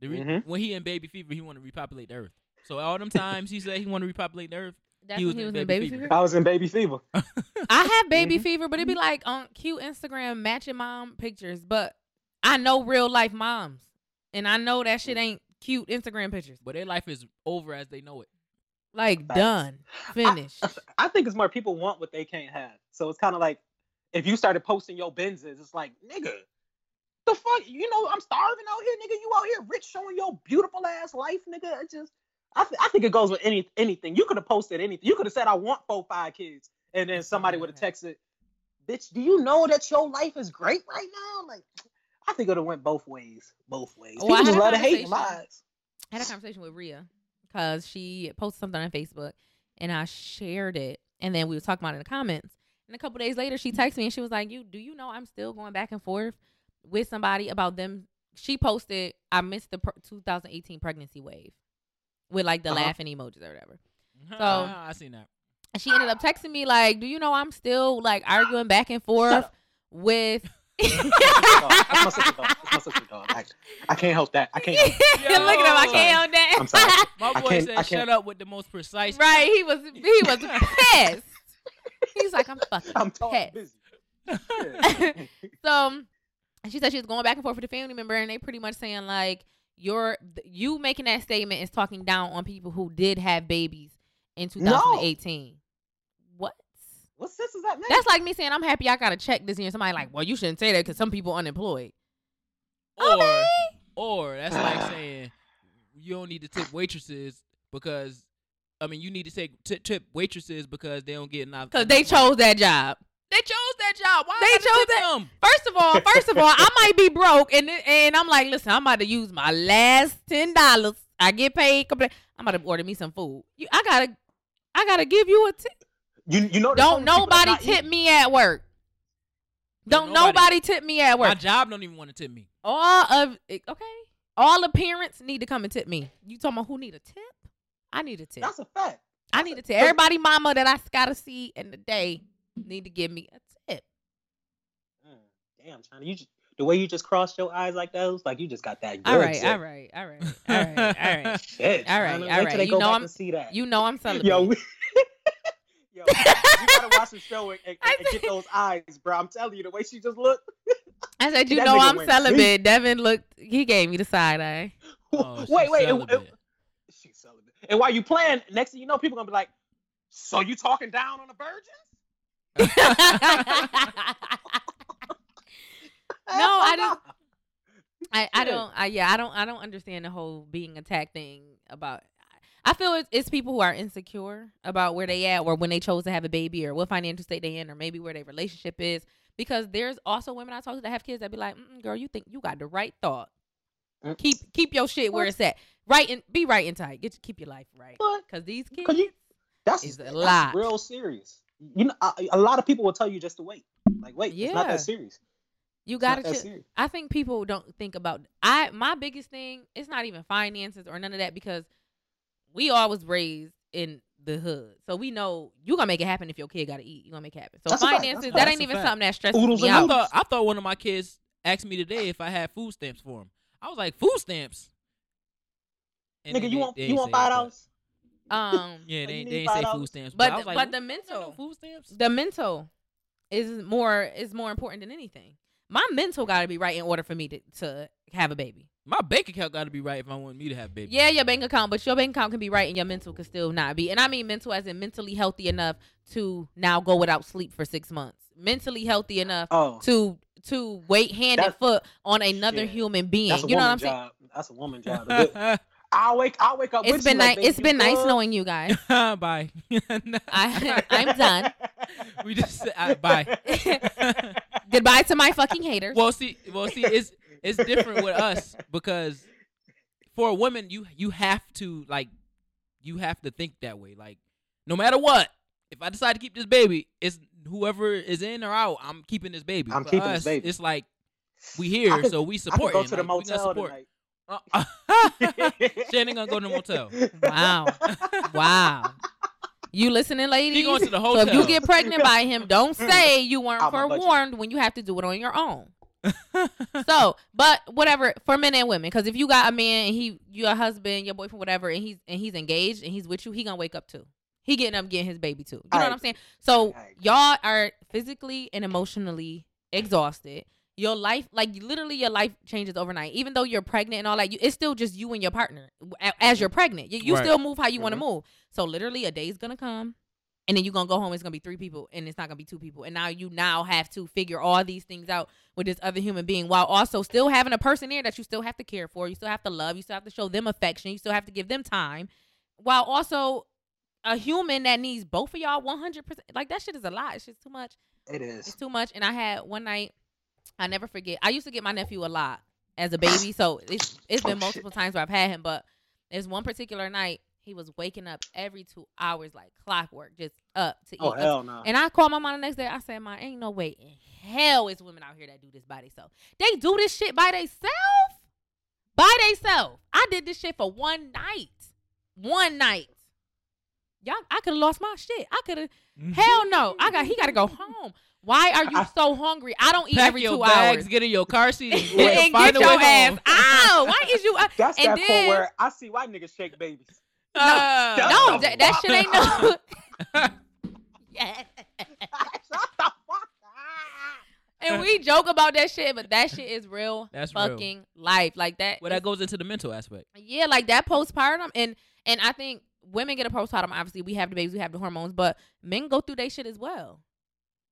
Speaker 1: the re-
Speaker 3: Mhm.
Speaker 1: when he in baby fever he want to repopulate the earth so all them times he said he want to repopulate the earth
Speaker 2: That's
Speaker 1: He was in baby fever.
Speaker 3: I was in baby fever.
Speaker 2: I have baby
Speaker 3: Mhm.
Speaker 2: fever, but it'd be like on cute Instagram matching mom pictures. But I know real life moms, and I know that shit ain't cute Instagram pictures.
Speaker 1: but their life is over as they know it
Speaker 2: Like
Speaker 3: Facts.
Speaker 2: done, finished.
Speaker 3: I think it's more people want what they can't have. So it's kind of like if you started posting your Benzes, it's like, nigga, the fuck, you know, I'm starving out here, nigga. You out here rich showing your beautiful ass life, nigga. It just, I, th- I think it goes with any anything. You could have posted anything. You could have said, I want four, five kids, and then somebody would have texted, bitch, do you know that your life is great right now? Like, I think it would have went both ways, both ways.
Speaker 2: Well, I
Speaker 3: People
Speaker 2: had
Speaker 3: just
Speaker 2: a
Speaker 3: love to hate
Speaker 2: conversation.
Speaker 3: lies.
Speaker 2: I had a conversation with Rhea because she posted something on Facebook and I shared it. And then we was talking about it in the comments. And a couple days later,
Speaker 3: Mm-hmm.
Speaker 2: she texted me and she was like, You do you know I'm still going back and forth with somebody about them? She posted, I missed the pr- 2018 pregnancy wave with like the
Speaker 3: Uh-huh.
Speaker 2: laughing emojis or whatever.
Speaker 1: *laughs* Ah, i seen that
Speaker 2: And she ended up texting me, like, Do you know I'm still like arguing back and forth
Speaker 3: up. *laughs*
Speaker 2: with. *laughs*
Speaker 3: Dog, That's my sister, dog. That's my sister, dog. I, I can't help that. I *laughs* can't help
Speaker 1: Yo.
Speaker 2: *laughs* Look at him. I can't on that.
Speaker 3: I'm sorry.
Speaker 1: my
Speaker 3: I
Speaker 1: boy
Speaker 3: can't-
Speaker 1: said
Speaker 3: I can't-
Speaker 1: shut up with the most precise
Speaker 2: *laughs* Right. He was he was
Speaker 3: *laughs*
Speaker 2: pissed. He's like, I'm fucking
Speaker 3: I'm talking
Speaker 2: pissed.
Speaker 3: *laughs* busy.
Speaker 2: *laughs* So um, she said she was going back and forth with a family member, and they pretty much saying like your th- you making that statement is talking down on people who did have babies in 2018. What?
Speaker 3: What sense does that make?
Speaker 2: That's like me saying I'm happy I got a check this year. Somebody like, well, you shouldn't say that because some people unemployed.
Speaker 1: Or or that's like
Speaker 3: *sighs*
Speaker 1: saying you don't need to tip waitresses because I mean you need to take tip, tip waitresses because they don't get enough
Speaker 2: Because they chose that job.
Speaker 1: they chose that job. Why
Speaker 2: They
Speaker 1: I gotta
Speaker 2: chose
Speaker 1: tip
Speaker 2: that-
Speaker 1: them?
Speaker 2: First of all, first of all, I might be broke, and it- and I'm like, listen, I'm about to use my last ten dollars. I get paid. compl- I'm about to order me some food. You, I gotta, I gotta give you a tip.
Speaker 3: you you know. there's so
Speaker 2: Don't
Speaker 3: many people that's
Speaker 2: nobody
Speaker 3: not
Speaker 2: tip
Speaker 3: eating.
Speaker 2: me at work. Don't
Speaker 1: Don't nobody-
Speaker 2: nobody tip me at
Speaker 1: My
Speaker 2: work.
Speaker 1: job don't even want to tip me.
Speaker 2: All of eh, okay, all the parents need to come and tip me. You talking about who need a tip? I need a tip.
Speaker 3: That's a fact.
Speaker 2: I need a tip. Everybody, mama that I gotta see in the day need to give me a tip.
Speaker 3: Mm, Damn, China, you just, the way you just crossed your eyes like that, it was like you just got that good.
Speaker 2: All right,
Speaker 3: shit.
Speaker 2: all right, all right,
Speaker 1: *laughs*
Speaker 2: all right, all right.
Speaker 3: Shit,
Speaker 2: All right,
Speaker 3: China,
Speaker 2: all
Speaker 3: wait till
Speaker 2: right.
Speaker 3: They
Speaker 2: You
Speaker 3: go
Speaker 2: know
Speaker 3: back
Speaker 2: I'm-
Speaker 3: and see that. *laughs*
Speaker 2: You know I'm celibate.
Speaker 3: Yo, we, *laughs* yo, you gotta watch the show and, and,
Speaker 2: I
Speaker 3: and get
Speaker 2: said- *laughs*
Speaker 3: those eyes, bro. I'm telling you, the way she just looked. *laughs*
Speaker 2: I said, you
Speaker 3: That
Speaker 2: know
Speaker 3: nigga
Speaker 2: I'm
Speaker 3: went
Speaker 2: celibate. Devin looked. He gave me the side eye.
Speaker 1: Oh, she's
Speaker 3: wait, wait, and-
Speaker 1: celibate.
Speaker 3: and- she's celibate. And while you playing, next thing you know, people gonna be like, "So you talking down on the virgins?" *laughs*
Speaker 2: *laughs* No, I
Speaker 3: Hell *laughs*
Speaker 2: don't- I, I
Speaker 3: Shit.
Speaker 2: don't. I, yeah, I don't. I don't understand the whole being attacked thing. About I feel it's, it's people who are insecure about where they at, or when they chose to have a baby, or what financial state they in, or maybe where their relationship is. Because there's also women I talk to that have kids that be like, Mm-mm, "Girl, you think you got the right thought?
Speaker 3: Mm.
Speaker 2: Keep keep your shit where
Speaker 3: What?
Speaker 2: it's at. Right and be right and tight. Get keep your life right.
Speaker 3: But
Speaker 2: Because these kids,
Speaker 3: Cause you, that's,
Speaker 2: It's a
Speaker 3: that's
Speaker 2: lot.
Speaker 3: real serious. You know, a, a lot of people will tell you just to wait. Like, wait, it's not
Speaker 2: Yeah.
Speaker 3: that serious.
Speaker 2: you
Speaker 3: It's not
Speaker 2: got
Speaker 3: that
Speaker 2: to.
Speaker 3: serious.
Speaker 2: I think people don't think about I my biggest thing, it's not even finances or none of that because we all was raised in the hood. So we know you gonna make it happen if your kid gotta eat. you gonna make it happen. So
Speaker 3: That's a fact.
Speaker 2: finances,
Speaker 3: That's a
Speaker 2: that
Speaker 1: fact.
Speaker 2: ain't
Speaker 1: That's a
Speaker 2: even
Speaker 1: fact.
Speaker 2: something that stresses
Speaker 3: Oodles
Speaker 2: me
Speaker 3: and
Speaker 1: I
Speaker 2: out.
Speaker 3: noodles.
Speaker 1: thought I thought one of my kids asked me today if I had food stamps for him. I was like, food stamps. And they
Speaker 3: Nigga, you
Speaker 1: did-
Speaker 3: want
Speaker 1: they
Speaker 3: you
Speaker 1: ain't
Speaker 3: want
Speaker 1: say it,
Speaker 3: five
Speaker 1: but-
Speaker 3: dollars?
Speaker 2: Um
Speaker 1: *laughs* Yeah, they,
Speaker 3: you
Speaker 1: they
Speaker 3: need
Speaker 1: didn't say
Speaker 3: $5.
Speaker 1: food stamps, but,
Speaker 2: but
Speaker 1: I
Speaker 2: the,
Speaker 1: was like,
Speaker 2: but the
Speaker 1: "What? Ain't no
Speaker 2: mental
Speaker 1: food stamps.
Speaker 2: the mental is more is more important than anything. My mental gotta be right in order for me to, to have a baby.
Speaker 1: My bank account got to be right if I want me to have baby.
Speaker 2: Yeah, your bank account, but your bank account can be right and your mental can still not be. And I mean mental as in mentally healthy enough to now go without sleep for six months. Mentally healthy enough
Speaker 3: Oh,
Speaker 2: to to wait hand and
Speaker 3: That's-
Speaker 2: foot on another
Speaker 3: shit.
Speaker 2: human being.
Speaker 3: that's a
Speaker 2: You know what
Speaker 3: woman
Speaker 2: I'm saying?
Speaker 3: job. That's a
Speaker 2: *laughs*
Speaker 3: woman job. to do. *laughs* I'll wake. I'll wake up.
Speaker 2: It's
Speaker 3: with
Speaker 2: been
Speaker 3: you,
Speaker 2: nice.
Speaker 3: like, baby,
Speaker 2: It's
Speaker 3: you
Speaker 2: been nice
Speaker 3: good? *laughs*
Speaker 2: knowing you guys.
Speaker 1: *laughs* bye.
Speaker 2: I *laughs* I'm
Speaker 3: *laughs*
Speaker 2: done.
Speaker 1: *laughs* we just said uh,
Speaker 2: *laughs*
Speaker 1: bye. *laughs*
Speaker 2: Goodbye to my fucking haters.
Speaker 1: Well, see, well, see, it's it's different with us because for a woman, you you have to like you have to think that way. Like, no matter what, if I decide to keep this baby, it's whoever is in or out. I'm keeping this baby.
Speaker 3: I'm
Speaker 1: For
Speaker 3: keeping
Speaker 1: us,
Speaker 3: this baby.
Speaker 1: It's like we
Speaker 3: I
Speaker 1: here,
Speaker 3: could-
Speaker 1: so we
Speaker 3: I could
Speaker 1: support.
Speaker 3: go to the
Speaker 1: like, we gonna
Speaker 3: motel
Speaker 1: support.
Speaker 2: *laughs*
Speaker 1: Uh,
Speaker 3: tonight.
Speaker 1: Shannon gonna go to the motel.
Speaker 3: *laughs*
Speaker 2: Wow. wow. You listening,
Speaker 1: *laughs*
Speaker 2: ladies?
Speaker 1: He going to
Speaker 3: *laughs*
Speaker 1: the
Speaker 2: so
Speaker 1: hotel.
Speaker 2: if you get pregnant by him,
Speaker 1: *laughs*
Speaker 2: don't say you weren't
Speaker 3: Out my budget.
Speaker 2: forewarned when you have to do it on your own. so, but whatever for men and women, because if you got a man and he your husband, your boyfriend, whatever, and he's and he's engaged and he's with you, he gonna wake up too. He getting up getting his baby too. You know
Speaker 3: I
Speaker 2: what I'm saying? So
Speaker 3: I agree.
Speaker 2: y'all are physically and emotionally exhausted. Your life, like literally, your life changes overnight. Even though you're pregnant and all that, you, it's still just you and your partner. a- As you're pregnant, you, you
Speaker 1: Right.
Speaker 2: still move how you want to
Speaker 3: Mhm.
Speaker 2: move. So literally, a day's gonna come, and then you're gonna go home. It's gonna be three people, and it's not gonna be two people. And now you now have to figure all these things out with this other human being while also still having a person there that you still have to care for, you still have to love, you still have to show them affection, you still have to give them time, while also a human that needs both of y'all 100%. Like that shit is a lot. It's just too much.
Speaker 3: It
Speaker 2: It's
Speaker 3: is.
Speaker 2: too much. And I had one night, I never forget. I used to get my nephew a lot as a baby, so it's it's
Speaker 3: Oh,
Speaker 2: been
Speaker 3: shit.
Speaker 2: multiple times where I've had him, but there's one particular night he was waking up every two hours like clockwork, just up to eat.
Speaker 3: Oh
Speaker 2: up
Speaker 3: hell no.
Speaker 2: and I called my mom the next day. I said, "Ma, ain't no way in hell is women out here that do this by themselves. They do this shit by themselves, by themselves. I did this shit for one night, one night. Y'all, I could have lost my shit. I could have.
Speaker 1: Mm-hmm.
Speaker 2: Hell no. I got. He got to go home. Why are you
Speaker 3: I-
Speaker 2: so hungry? I don't eat
Speaker 1: Pack
Speaker 2: every
Speaker 1: your
Speaker 2: two
Speaker 1: bags,
Speaker 2: hours.
Speaker 1: get in your car
Speaker 3: *laughs*
Speaker 1: seat,
Speaker 2: *laughs*
Speaker 1: and,
Speaker 3: Wait,
Speaker 2: and
Speaker 1: find
Speaker 2: get
Speaker 1: a
Speaker 2: your
Speaker 1: way
Speaker 2: ass
Speaker 3: *laughs*
Speaker 1: home.
Speaker 2: out. Why
Speaker 1: *laughs*
Speaker 2: is you? uh, out?
Speaker 3: That's
Speaker 2: and
Speaker 3: that
Speaker 2: then-
Speaker 3: point where I see why niggas shake babies. *laughs*
Speaker 1: Uh,
Speaker 3: That's
Speaker 2: no,
Speaker 3: the
Speaker 2: that, that shit ain't no. *laughs* yeah.
Speaker 3: Shut the fuck up.
Speaker 2: And we joke about that shit, but that shit is real
Speaker 1: That's real.
Speaker 2: fucking life. Like that.
Speaker 1: Well, that goes into the mental aspect.
Speaker 2: yeah, like that postpartum, and and I think women get a postpartum. Obviously, we have the babies, we have the hormones, but men go through their shit as well.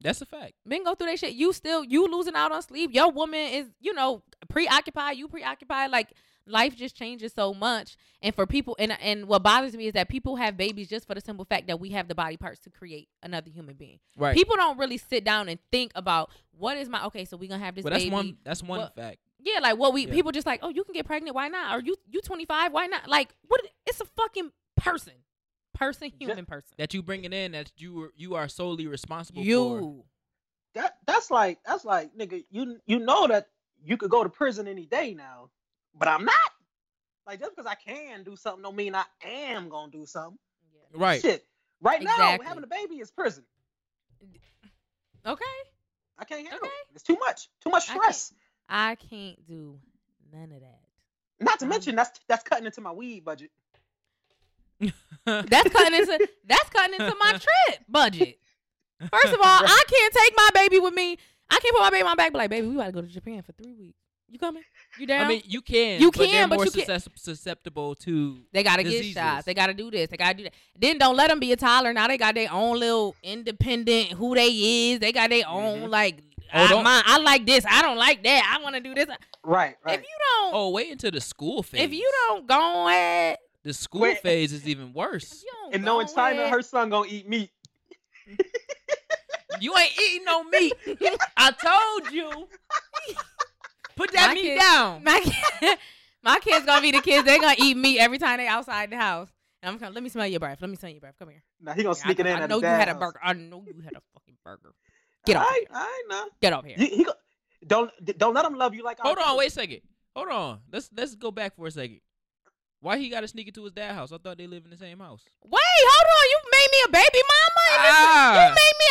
Speaker 1: That's a fact.
Speaker 2: Men go through that shit. You still you losing out on sleep. Your woman is, you know, preoccupied, you preoccupied. Like life just changes so much. And for people and and what bothers me is that people have babies just for the simple fact that we have the body parts to create another human being.
Speaker 1: Right.
Speaker 2: People don't really sit down and think about what is my okay, so we gonna have this
Speaker 1: but that's
Speaker 2: baby.
Speaker 1: one. That's one
Speaker 2: What-
Speaker 1: fact.
Speaker 2: Yeah, like what we
Speaker 1: Yeah.
Speaker 2: people just like, oh, you can get pregnant, why not? Or you you twenty five, why not? Like what? It's a fucking person, person, human person.
Speaker 1: that you bringing in that you were you are solely responsible for.
Speaker 2: You
Speaker 3: That that's like that's like nigga, you you know that you could go to prison any day now, but I'm not. Like just because I can do something don't mean I am gonna do something.
Speaker 1: Right.
Speaker 3: Shit. Right now,
Speaker 2: Exactly.
Speaker 3: having a baby is prison.
Speaker 2: okay,
Speaker 3: I can't handle
Speaker 2: Okay.
Speaker 3: it. It's too much. Too much
Speaker 2: I can't-
Speaker 3: stress.
Speaker 2: I can't do none of that.
Speaker 3: Not to
Speaker 2: Um,
Speaker 3: mention that's that's cutting into my weed budget.
Speaker 2: That's
Speaker 1: *laughs*
Speaker 2: cutting into that's cutting into my trip budget. First of all, I can't take my baby with me. I can't put my baby on my back. Be like, baby, we about to go to Japan for three weeks. You coming? You down?
Speaker 1: I mean, you can.
Speaker 2: You
Speaker 1: but they're
Speaker 2: can, but
Speaker 1: more
Speaker 2: you can't-
Speaker 1: suscep- susceptible to.
Speaker 2: They gotta
Speaker 1: diseases.
Speaker 2: get shots. They gotta do this. They gotta do that. Then don't let them be a toddler. Now they got their own little independent who they is. They got their own like.
Speaker 1: Oh,
Speaker 2: I,
Speaker 1: don't-
Speaker 2: my, I like this. I don't like that. I want to do this.
Speaker 3: Right, right.
Speaker 2: If you don't,
Speaker 1: Oh, wait until the school phase.
Speaker 2: if you don't go ahead,
Speaker 1: the school
Speaker 3: Wait.
Speaker 1: phase is even
Speaker 2: if *laughs*
Speaker 1: worse.
Speaker 2: you don't
Speaker 3: and
Speaker 2: go
Speaker 3: knowing China,
Speaker 2: ahead-
Speaker 3: her son gonna eat meat.
Speaker 1: you ain't eating no
Speaker 2: *laughs*
Speaker 1: meat. I told you. Put that
Speaker 2: My
Speaker 1: meat
Speaker 2: kid-
Speaker 1: down.
Speaker 2: my, kid- *laughs* my kids gonna be the kids. They gonna eat meat every time they outside the house. And I'm coming. Let me smell your breath. Let me smell your breath. Come here.
Speaker 3: Now he gonna
Speaker 2: Yeah,
Speaker 3: sneak
Speaker 2: I,
Speaker 3: it in.
Speaker 2: I
Speaker 3: at
Speaker 2: know
Speaker 3: his
Speaker 2: you had
Speaker 3: dad's
Speaker 2: a
Speaker 3: house.
Speaker 2: burger. I know you had a fucking burger. Get off.
Speaker 3: I,
Speaker 2: here.
Speaker 3: I know.
Speaker 2: Get off here.
Speaker 3: He, he go, don't don't let him love you like. our
Speaker 1: Hold on,
Speaker 3: people.
Speaker 1: wait a second. Hold on. Let's let's go back for a second. Why he got to sneak into his dad's house? I thought they live in the same house.
Speaker 2: Wait, hold on. You made me a baby mama. and this-
Speaker 1: Ah.
Speaker 2: You made me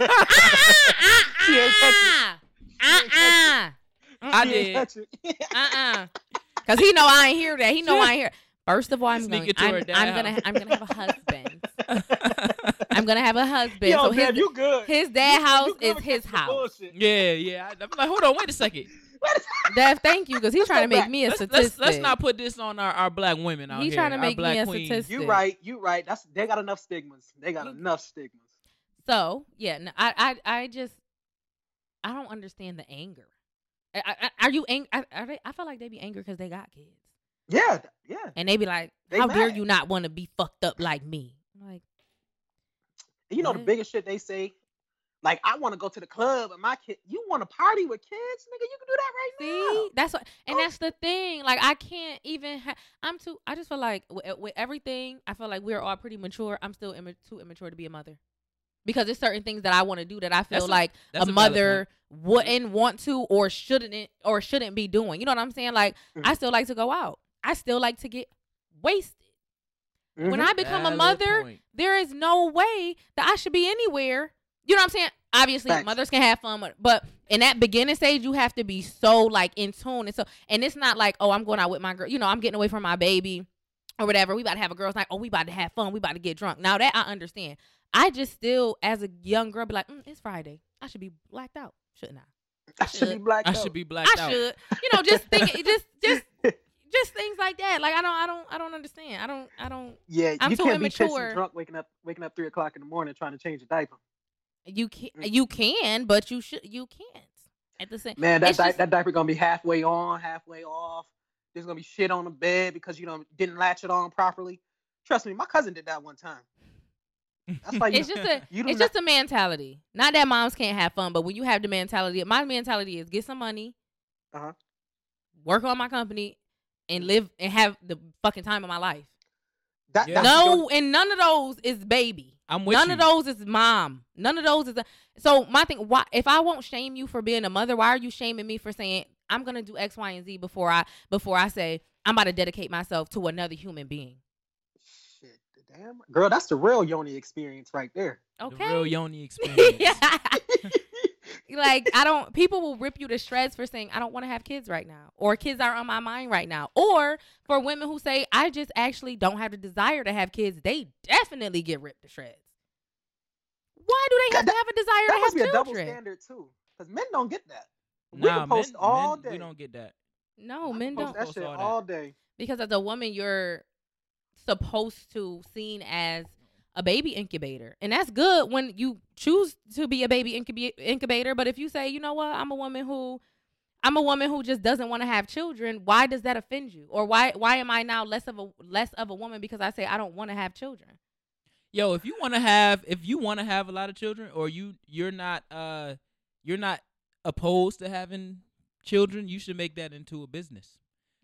Speaker 2: a hypothetical baby mama.
Speaker 3: *laughs*
Speaker 2: Uh-uh.
Speaker 3: She ain't catch She ain't
Speaker 2: Ah
Speaker 1: I
Speaker 3: *laughs* He
Speaker 1: did.
Speaker 3: ain't touch it.
Speaker 2: ah ah ah. Cause he know I ain't hear that. He know I ain't hear. First of all, I'm
Speaker 1: Sneak
Speaker 2: going.
Speaker 1: it to
Speaker 2: I'm,
Speaker 1: her
Speaker 2: I'm
Speaker 1: dad.
Speaker 2: gonna. I'm gonna have a husband. *laughs* I'm gonna
Speaker 3: *laughs*
Speaker 2: have a husband.
Speaker 3: Yo,
Speaker 2: so
Speaker 3: man,
Speaker 2: his,
Speaker 3: you good?
Speaker 2: his dad
Speaker 3: You-
Speaker 2: house
Speaker 3: you good
Speaker 2: is
Speaker 3: with
Speaker 2: his
Speaker 3: catching the
Speaker 2: house.
Speaker 1: *laughs*
Speaker 3: bullshit.
Speaker 1: yeah, yeah. I, I'm like, hold on, wait a second.
Speaker 2: Dev, thank you, cause he's
Speaker 3: Let's
Speaker 2: trying to
Speaker 3: go
Speaker 2: make
Speaker 3: back.
Speaker 2: me a
Speaker 1: let's,
Speaker 2: statistic.
Speaker 1: Let's, let's not put this on our, our black women out
Speaker 2: He
Speaker 1: here.
Speaker 2: trying to
Speaker 1: our
Speaker 2: make me
Speaker 1: black
Speaker 2: a
Speaker 1: queens.
Speaker 2: statistic.
Speaker 3: You right. You right. That's they got enough stigmas. They got
Speaker 2: You-
Speaker 3: enough stigmas.
Speaker 2: So yeah, no, I, I, I just, I don't understand the anger. I, I, I- are you angry? Are they? I feel like they be angry because they got kids,
Speaker 3: Yeah, th- yeah.
Speaker 2: and they be like,
Speaker 3: They
Speaker 2: "How dare
Speaker 3: mad.
Speaker 2: you not want to be fucked up like me?" I'm like,
Speaker 3: You know the
Speaker 2: Yeah.
Speaker 3: biggest shit they say. Like I want to go to the club and my kid. You want to party with kids, nigga? You can do that right
Speaker 2: see, that's what, and
Speaker 3: Oh.
Speaker 2: that's the thing. Like, I can't even. Ha- I'm too. I just feel like with, with everything, I feel like we're all pretty mature. I'm still imma- too immature to be a mother. Because there's certain things that I want to do that I feel
Speaker 1: That's a-
Speaker 2: like
Speaker 1: That's
Speaker 2: a
Speaker 1: valid point. Mm-hmm.
Speaker 2: mother wouldn't want to or shouldn't or shouldn't be doing. You know what I'm saying? Like
Speaker 1: Mm-hmm.
Speaker 3: Mhm.
Speaker 2: I still like to go out. I still like to get wasted.
Speaker 3: now.
Speaker 1: Mm-hmm.
Speaker 2: When I become a
Speaker 1: Valid
Speaker 2: mother,
Speaker 1: point.
Speaker 2: there is no way that I should be anywhere. You know what I'm saying? Obviously,
Speaker 3: Facts.
Speaker 2: mothers can have fun, but- but in that beginning stage, you have to be so like in tune and so. And it's not like, oh, I'm going out with my girl. You know, I'm getting away from my baby or whatever. We about to have a girls' night. Oh, we about to have fun. We about to get drunk. Now that I understand, I just still, as a young girl, be like, mm, it's Friday. I should be blacked out, shouldn't I?
Speaker 3: I
Speaker 2: *laughs*
Speaker 3: Mm-hmm. should be
Speaker 2: should.
Speaker 3: black.
Speaker 1: I should be blacked
Speaker 2: I
Speaker 1: out.
Speaker 2: should. You know, just
Speaker 1: *laughs*
Speaker 2: think, just, just, just things like that. Like I don't, I don't, I don't understand. I don't, I don't.
Speaker 3: Yeah,
Speaker 2: I'm
Speaker 3: you
Speaker 2: too
Speaker 3: can't be pissed
Speaker 2: immature.
Speaker 3: and drunk, waking up, waking up three o'clock in the morning trying to change a diaper.
Speaker 2: You can,
Speaker 3: Mm.
Speaker 2: you can, but you should, you can't. At the same,
Speaker 3: Man, that
Speaker 2: It's
Speaker 3: di-
Speaker 2: just-
Speaker 3: that diaper gonna be halfway on, halfway off. There's gonna be shit on the bed because you don't didn't latch it on properly. Trust me, my cousin did that one time. That's like
Speaker 2: *laughs* it's just a,
Speaker 3: *laughs* you do
Speaker 2: it's
Speaker 3: not-
Speaker 2: just a mentality. Not that moms can't have fun, but when you have the mentality, my mentality is get some money,
Speaker 3: Uh-huh. Mm.
Speaker 2: work on my company, and live and have the fucking time of my life.
Speaker 3: that,
Speaker 1: Yeah.
Speaker 3: that's your-
Speaker 2: No, and none of those is baby.
Speaker 1: I'm with
Speaker 2: None
Speaker 1: you.
Speaker 2: of those is mom. None of those is a, so my thing. Why if I won't shame you for being a mother, why are you shaming me for saying I'm gonna do X, Y, and Z before I before I say I'm about to dedicate myself to another human being?
Speaker 3: shit, damn girl, that's the real yoni experience right
Speaker 2: *laughs*
Speaker 3: there. *laughs*
Speaker 1: The
Speaker 2: Okay.
Speaker 1: real yoni experience.
Speaker 2: *laughs* like I don't. People will rip you to shreds for saying I don't want to have kids right now, or kids are on my mind right now, or for women who say I just actually don't have the desire to have kids, they definitely get ripped to shreds. Why do they have to have a desire
Speaker 3: That must be
Speaker 2: to
Speaker 3: a
Speaker 2: have
Speaker 3: double
Speaker 2: children?
Speaker 3: standard too, because men don't get that. We
Speaker 1: nah,
Speaker 3: can post
Speaker 1: men,
Speaker 3: all
Speaker 1: men,
Speaker 3: day.
Speaker 1: We don't get that.
Speaker 2: No,
Speaker 3: I
Speaker 2: Oh, men
Speaker 3: can
Speaker 2: don't.
Speaker 3: post that
Speaker 1: Post
Speaker 3: shit
Speaker 1: all
Speaker 3: all,
Speaker 1: that.
Speaker 3: day.
Speaker 2: because as a woman you're supposed to seen as a baby incubator. And that's good when you choose to be a baby incubi- incubator. But if you say, you know what, I'm a woman who I'm a woman who just doesn't want to have children, why does that offend you? Or why why am I now less of a less of a woman because I say I don't want to have children?
Speaker 1: Yo, if you want to have if you want to have a lot of children or you you're not uh you're not opposed to having children, you should make that into a business.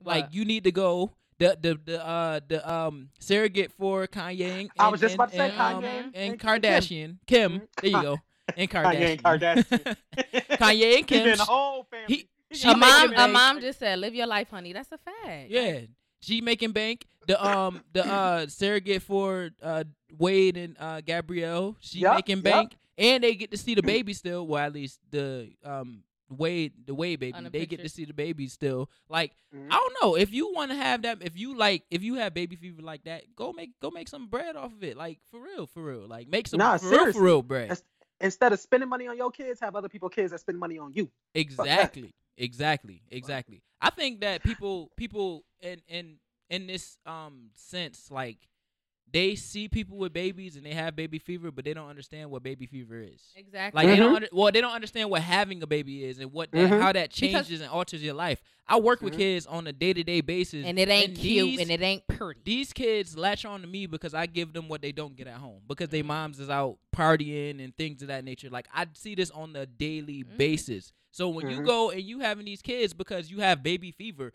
Speaker 1: Like
Speaker 2: What?
Speaker 1: you need to go the the the uh the um surrogate for Kanye and,
Speaker 3: I was just
Speaker 1: and-
Speaker 3: about to say
Speaker 1: and, um,
Speaker 3: Kanye
Speaker 1: and
Speaker 3: and
Speaker 1: Kardashian. Kim.
Speaker 3: Mhm.
Speaker 1: There you
Speaker 3: *laughs*
Speaker 1: go. And Kardashian.
Speaker 3: Kanye and Kardashian.
Speaker 1: *laughs* Kanye and
Speaker 3: He
Speaker 1: Kim.
Speaker 3: did a whole family.
Speaker 1: he-
Speaker 3: He
Speaker 1: she
Speaker 2: A
Speaker 3: got
Speaker 1: making
Speaker 2: mom,
Speaker 3: making
Speaker 2: a
Speaker 1: bank.
Speaker 2: mom just said, "Live your life, honey." That's a fact.
Speaker 1: Yeah. She making bank. The um the uh surrogate for uh Wade and uh Gabrielle. She
Speaker 3: Yup,
Speaker 1: making
Speaker 3: yup.
Speaker 1: bank. And they get to see the baby still. Well at least the um Wade the Wade baby.
Speaker 2: On the
Speaker 1: They get to
Speaker 2: pictures.
Speaker 1: see the baby still. Like
Speaker 3: Mhm.
Speaker 1: I don't know. If you wanna have that if you like if you have baby fever like that, go make go make some bread off of it. Like for real, for real. Like make some
Speaker 3: Nah,
Speaker 1: for real for
Speaker 3: seriously.
Speaker 1: real bread.
Speaker 3: That's- Instead of spending money on your kids, have other people's kids that spend money on you.
Speaker 2: *laughs*
Speaker 3: that.
Speaker 1: Exactly. Exactly. Exactly. I think that people people in in in this um sense like they see people with babies and they have baby fever but they don't understand what baby fever is.
Speaker 2: exactly.
Speaker 1: Like they don't
Speaker 3: Mhm.
Speaker 1: under, well they don't understand what having a baby is and what that,
Speaker 3: Mhm.
Speaker 1: how that
Speaker 2: Mm-hmm. Because- Mm-hmm.
Speaker 1: changes and alters your life. I work with
Speaker 3: Mhm.
Speaker 1: kids on a day-to-day basis
Speaker 2: and it ain't cute,
Speaker 1: these-
Speaker 2: and it ain't pretty.
Speaker 1: these kids latch on to me because I give them what they don't get at home because they moms is out partying and things of that nature. Like I see this on a daily
Speaker 2: Mhm.
Speaker 1: basis. So when you
Speaker 3: Mhm.
Speaker 1: go and you having these kids because you have baby fever,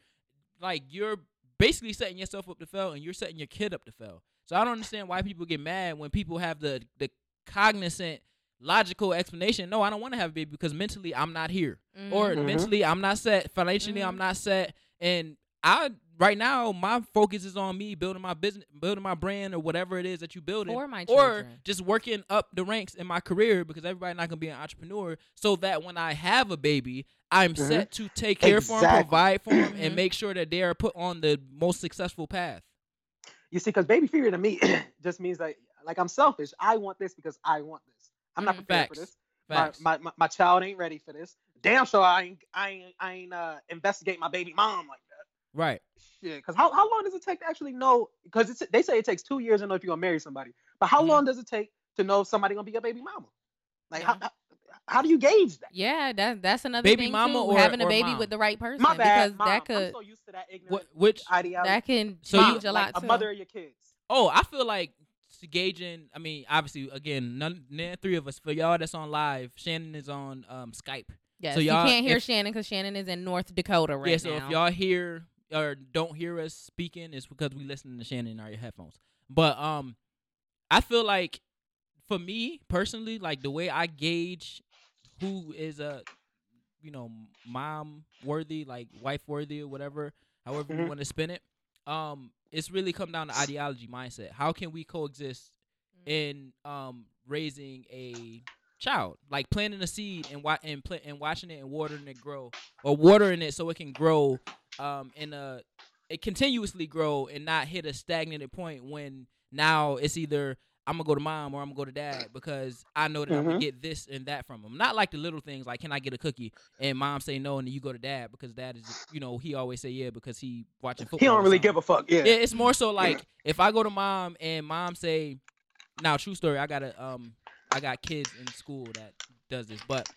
Speaker 1: like you're basically setting yourself up to fail and you're setting your kid up to fail. So I don't understand why people get mad when people have the the cognizant logical explanation. No, I don't want to have a baby because mentally I'm not here or
Speaker 2: Mhm.
Speaker 3: Mhm.
Speaker 1: mentally I'm not set, financially I'm
Speaker 2: Mhm.
Speaker 1: not set, and I right now my focus is on me building my business, building my brand or whatever it is that you building,
Speaker 2: for my
Speaker 1: or
Speaker 2: children.
Speaker 1: just working up the ranks in my career because everybody not gonna be an entrepreneur, so that when I have a baby, I'm
Speaker 2: Mm-hmm.
Speaker 3: Mhm.
Speaker 1: set to take care for them,
Speaker 3: Exactly.
Speaker 1: provide for them,
Speaker 2: Mhm.
Speaker 1: and make sure that they are put on the most successful path.
Speaker 3: You see, because baby fever to me *clears throat* just means like like I'm selfish. I want this because I want this. I'm not
Speaker 2: Mhm.
Speaker 3: prepared
Speaker 1: Facts.
Speaker 3: for this. My,
Speaker 1: Facts.
Speaker 3: my my my child ain't ready for this. Damn sure I ain't I ain't I ain't uh, investigate my baby mom like that.
Speaker 1: right.
Speaker 3: Shit, because how, how long does it take to actually know? Because they say it takes two years to know if you're gonna marry somebody. But how
Speaker 2: Mm-hmm.
Speaker 1: Mhm.
Speaker 3: long does it take to know if somebody gonna be your baby mama? Like how, how how do you gauge that?
Speaker 2: yeah, that that's another
Speaker 1: Baby
Speaker 2: thing
Speaker 1: mama
Speaker 2: too,
Speaker 1: or-
Speaker 2: having a
Speaker 1: or
Speaker 2: baby
Speaker 1: mom?
Speaker 2: with the right person
Speaker 3: My bad,
Speaker 2: because
Speaker 3: mom.
Speaker 2: that could
Speaker 3: I'm so used to that ignorant
Speaker 1: What? Which?
Speaker 3: ideology.
Speaker 2: that can
Speaker 1: So you-
Speaker 2: change a
Speaker 3: like
Speaker 2: lot too.
Speaker 3: A mother of your kids.
Speaker 1: Oh, I feel like gauging. I mean, obviously, again, none, none three of us. For y'all that's on live, Shannon is on um, Skype.
Speaker 2: yes,
Speaker 1: so
Speaker 2: you
Speaker 1: y'all-
Speaker 2: can't hear
Speaker 1: if-
Speaker 2: Shannon because Shannon is in North Dakota right
Speaker 1: yeah, so
Speaker 2: now.
Speaker 1: if y'all hear or don't hear us speaking, it's because we listening to Shannon in our headphones. But um, I feel like for me personally, like the way I gauge who is a you know mom worthy, like wife worthy or whatever, however you
Speaker 3: Mhm.
Speaker 1: want to spin it, um, it's really come down to ideology, mindset. How can we coexist
Speaker 3: Mm.
Speaker 1: in um raising a child, like planting a seed and wa- and pla- and watching it and watering it grow, or watering it so it can grow, um, in a it continuously grow and not hit a stagnant point when now it's either I'm gonna go to mom or I'm gonna go to dad because I know that I'm gonna
Speaker 3: Mhm.
Speaker 1: get this and that from them. Not like the little things like can I get a cookie and mom say no and then you go to dad because dad is you know he always say yeah because he watching football.
Speaker 3: He
Speaker 1: or
Speaker 3: don't really
Speaker 1: something.
Speaker 3: give a fuck. Yeah.
Speaker 1: Yeah, it's more so like if I go to mom and mom say, "Now, true story, I got a um, I got kids in school that does this." But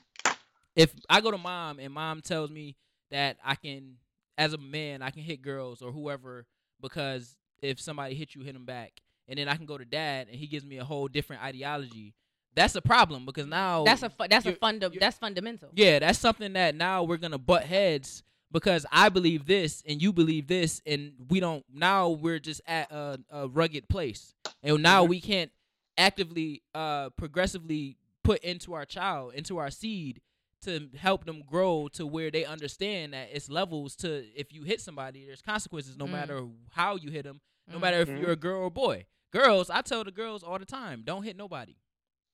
Speaker 1: if I go to mom and mom tells me that I can, as a man, I can hit girls or whoever because if somebody hit you, hit them back, and then I can go to dad and he gives me a whole different ideology. That's a problem because now
Speaker 2: that's a fu- that's a
Speaker 1: you're-
Speaker 2: funda-
Speaker 1: you're-
Speaker 2: that's fundamental.
Speaker 1: yeah, that's something that now we're gonna butt heads because I believe this and you believe this, and we don't. Now we're just at a, a rugged place, and now
Speaker 3: Mhm.
Speaker 1: we can't actively, uh, progressively put into our child, into our seed, to help them grow to where they understand that it's levels to if you hit somebody, there's consequences no
Speaker 2: Mm.
Speaker 1: matter how you hit them, no
Speaker 2: Mm.
Speaker 1: matter if
Speaker 3: Mhm.
Speaker 1: you're a girl or boy. Girls, I tell the girls all the time, don't hit nobody.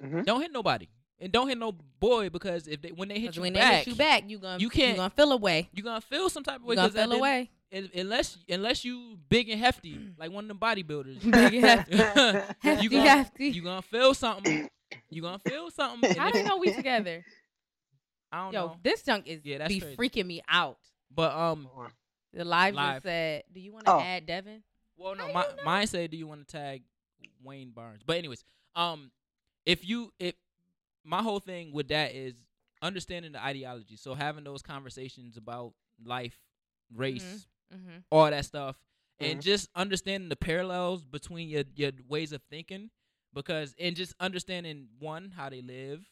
Speaker 3: Mhm.
Speaker 1: Don't hit nobody. And don't hit no boy because if they when they hit
Speaker 2: 'Cause
Speaker 1: you
Speaker 2: when
Speaker 1: back,
Speaker 2: they hit you back, you gonna
Speaker 1: you
Speaker 2: you
Speaker 1: can't-
Speaker 2: you gonna feel away.
Speaker 1: you gonna feel some type of
Speaker 2: You
Speaker 1: way.
Speaker 2: gonna
Speaker 1: 'cause at
Speaker 2: feel
Speaker 1: the-
Speaker 2: away.
Speaker 1: un- unless unless you big and
Speaker 2: *clears throat*
Speaker 1: hefty, like one of them bodybuilders,
Speaker 2: *laughs* Big hefty.
Speaker 1: *laughs* you
Speaker 2: *laughs* Hefty,
Speaker 1: gonna-
Speaker 2: hefty.
Speaker 1: you gonna feel something. You gonna feel something. and
Speaker 2: How
Speaker 1: if-
Speaker 2: do you know we together?
Speaker 1: *laughs* I don't
Speaker 2: Yo,
Speaker 1: know.
Speaker 2: this junk is
Speaker 1: Yeah, that's
Speaker 2: be
Speaker 1: crazy.
Speaker 2: freaking me out.
Speaker 1: But um,
Speaker 2: The live,
Speaker 1: Live.
Speaker 2: just said, "Do you want to
Speaker 3: Oh.
Speaker 2: add Devin?"
Speaker 1: well, no,
Speaker 2: How
Speaker 1: my,
Speaker 2: you know?
Speaker 1: mine say, do you want to tag Wayne Barnes. But anyways, um, if you if my whole thing with that is understanding the ideology. So having those conversations about life, race,
Speaker 2: Mm-hmm.
Speaker 1: all that stuff, and
Speaker 3: Mhm.
Speaker 1: just understanding the parallels between your your ways of thinking, because and just understanding one how they live,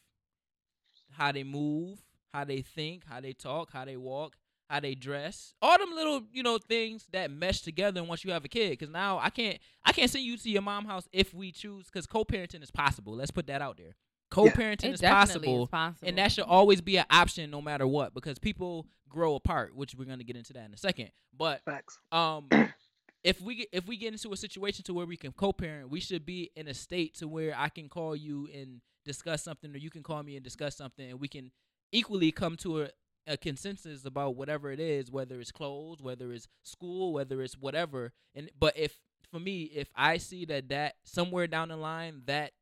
Speaker 1: how they move, how they think, how they talk, how they walk, how they dress, all them little you know things that mesh together. Once you have a kid, because now I can't I can't send you to your mom house if we choose, because co-parenting is possible. Let's put that out there. Co-parenting
Speaker 2: It
Speaker 1: is
Speaker 2: definitely
Speaker 1: possible.
Speaker 2: is possible.
Speaker 1: And that should always be an option no matter what because people grow apart, which we're going to get into that in a second. But
Speaker 3: Facts.
Speaker 1: um if we get, if we get into a situation to where we can co-parent, we should be in a state to where I can call you and discuss something or you can call me and discuss something and we can equally come to a, a consensus about whatever it is, whether it's clothes, whether it's school, whether it's whatever. And but if for me, if I see that that somewhere down the line that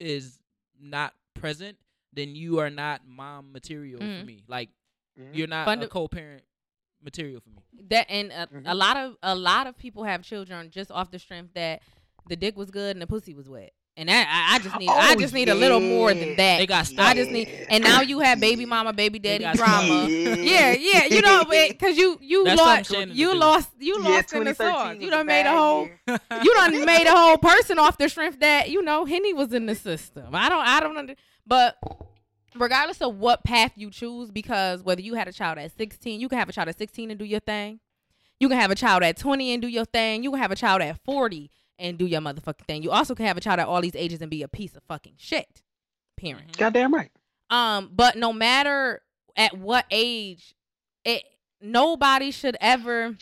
Speaker 1: is not present, then you are not mom material for
Speaker 2: Mhm.
Speaker 1: me. Like
Speaker 3: Mhm.
Speaker 1: you're not a
Speaker 2: Funda-
Speaker 1: co-parent material for me.
Speaker 2: that and a, a
Speaker 3: Mhm.
Speaker 2: lot of a lot of people have children just off the strength that the dick was good and the pussy was wet. And that, I, I just need I
Speaker 3: Oh,
Speaker 2: just need a little more
Speaker 3: yeah.
Speaker 2: than that.
Speaker 1: They got
Speaker 2: I
Speaker 1: stuck.
Speaker 2: just need and now
Speaker 1: *laughs*
Speaker 2: you have baby *laughs* mama, baby
Speaker 1: They
Speaker 2: daddy
Speaker 1: got
Speaker 2: drama. Yeah, yeah, you know, because you you
Speaker 1: That's
Speaker 2: lost
Speaker 1: something Shannon
Speaker 2: you
Speaker 1: to do.
Speaker 2: lost you
Speaker 3: Yeah,
Speaker 2: lost in the
Speaker 3: 2013
Speaker 2: sauce.
Speaker 3: was
Speaker 2: You
Speaker 3: a
Speaker 2: done made a
Speaker 3: bad
Speaker 2: whole
Speaker 3: year.
Speaker 1: *laughs*
Speaker 2: you done made a whole person off the strength that you know Henny was in the system. I don't, I don't under, but regardless of what path you choose, because whether you had a child at 16, you can have a child at 16 and do your thing. You can have a child at 20 and do your thing. You can have a child at 40 and do your motherfucking thing. You also can have a child at all these ages and be a piece of fucking shit. Parent.
Speaker 1: Mhm.
Speaker 3: Goddamn right.
Speaker 2: Um, but no matter at what age, it nobody should ever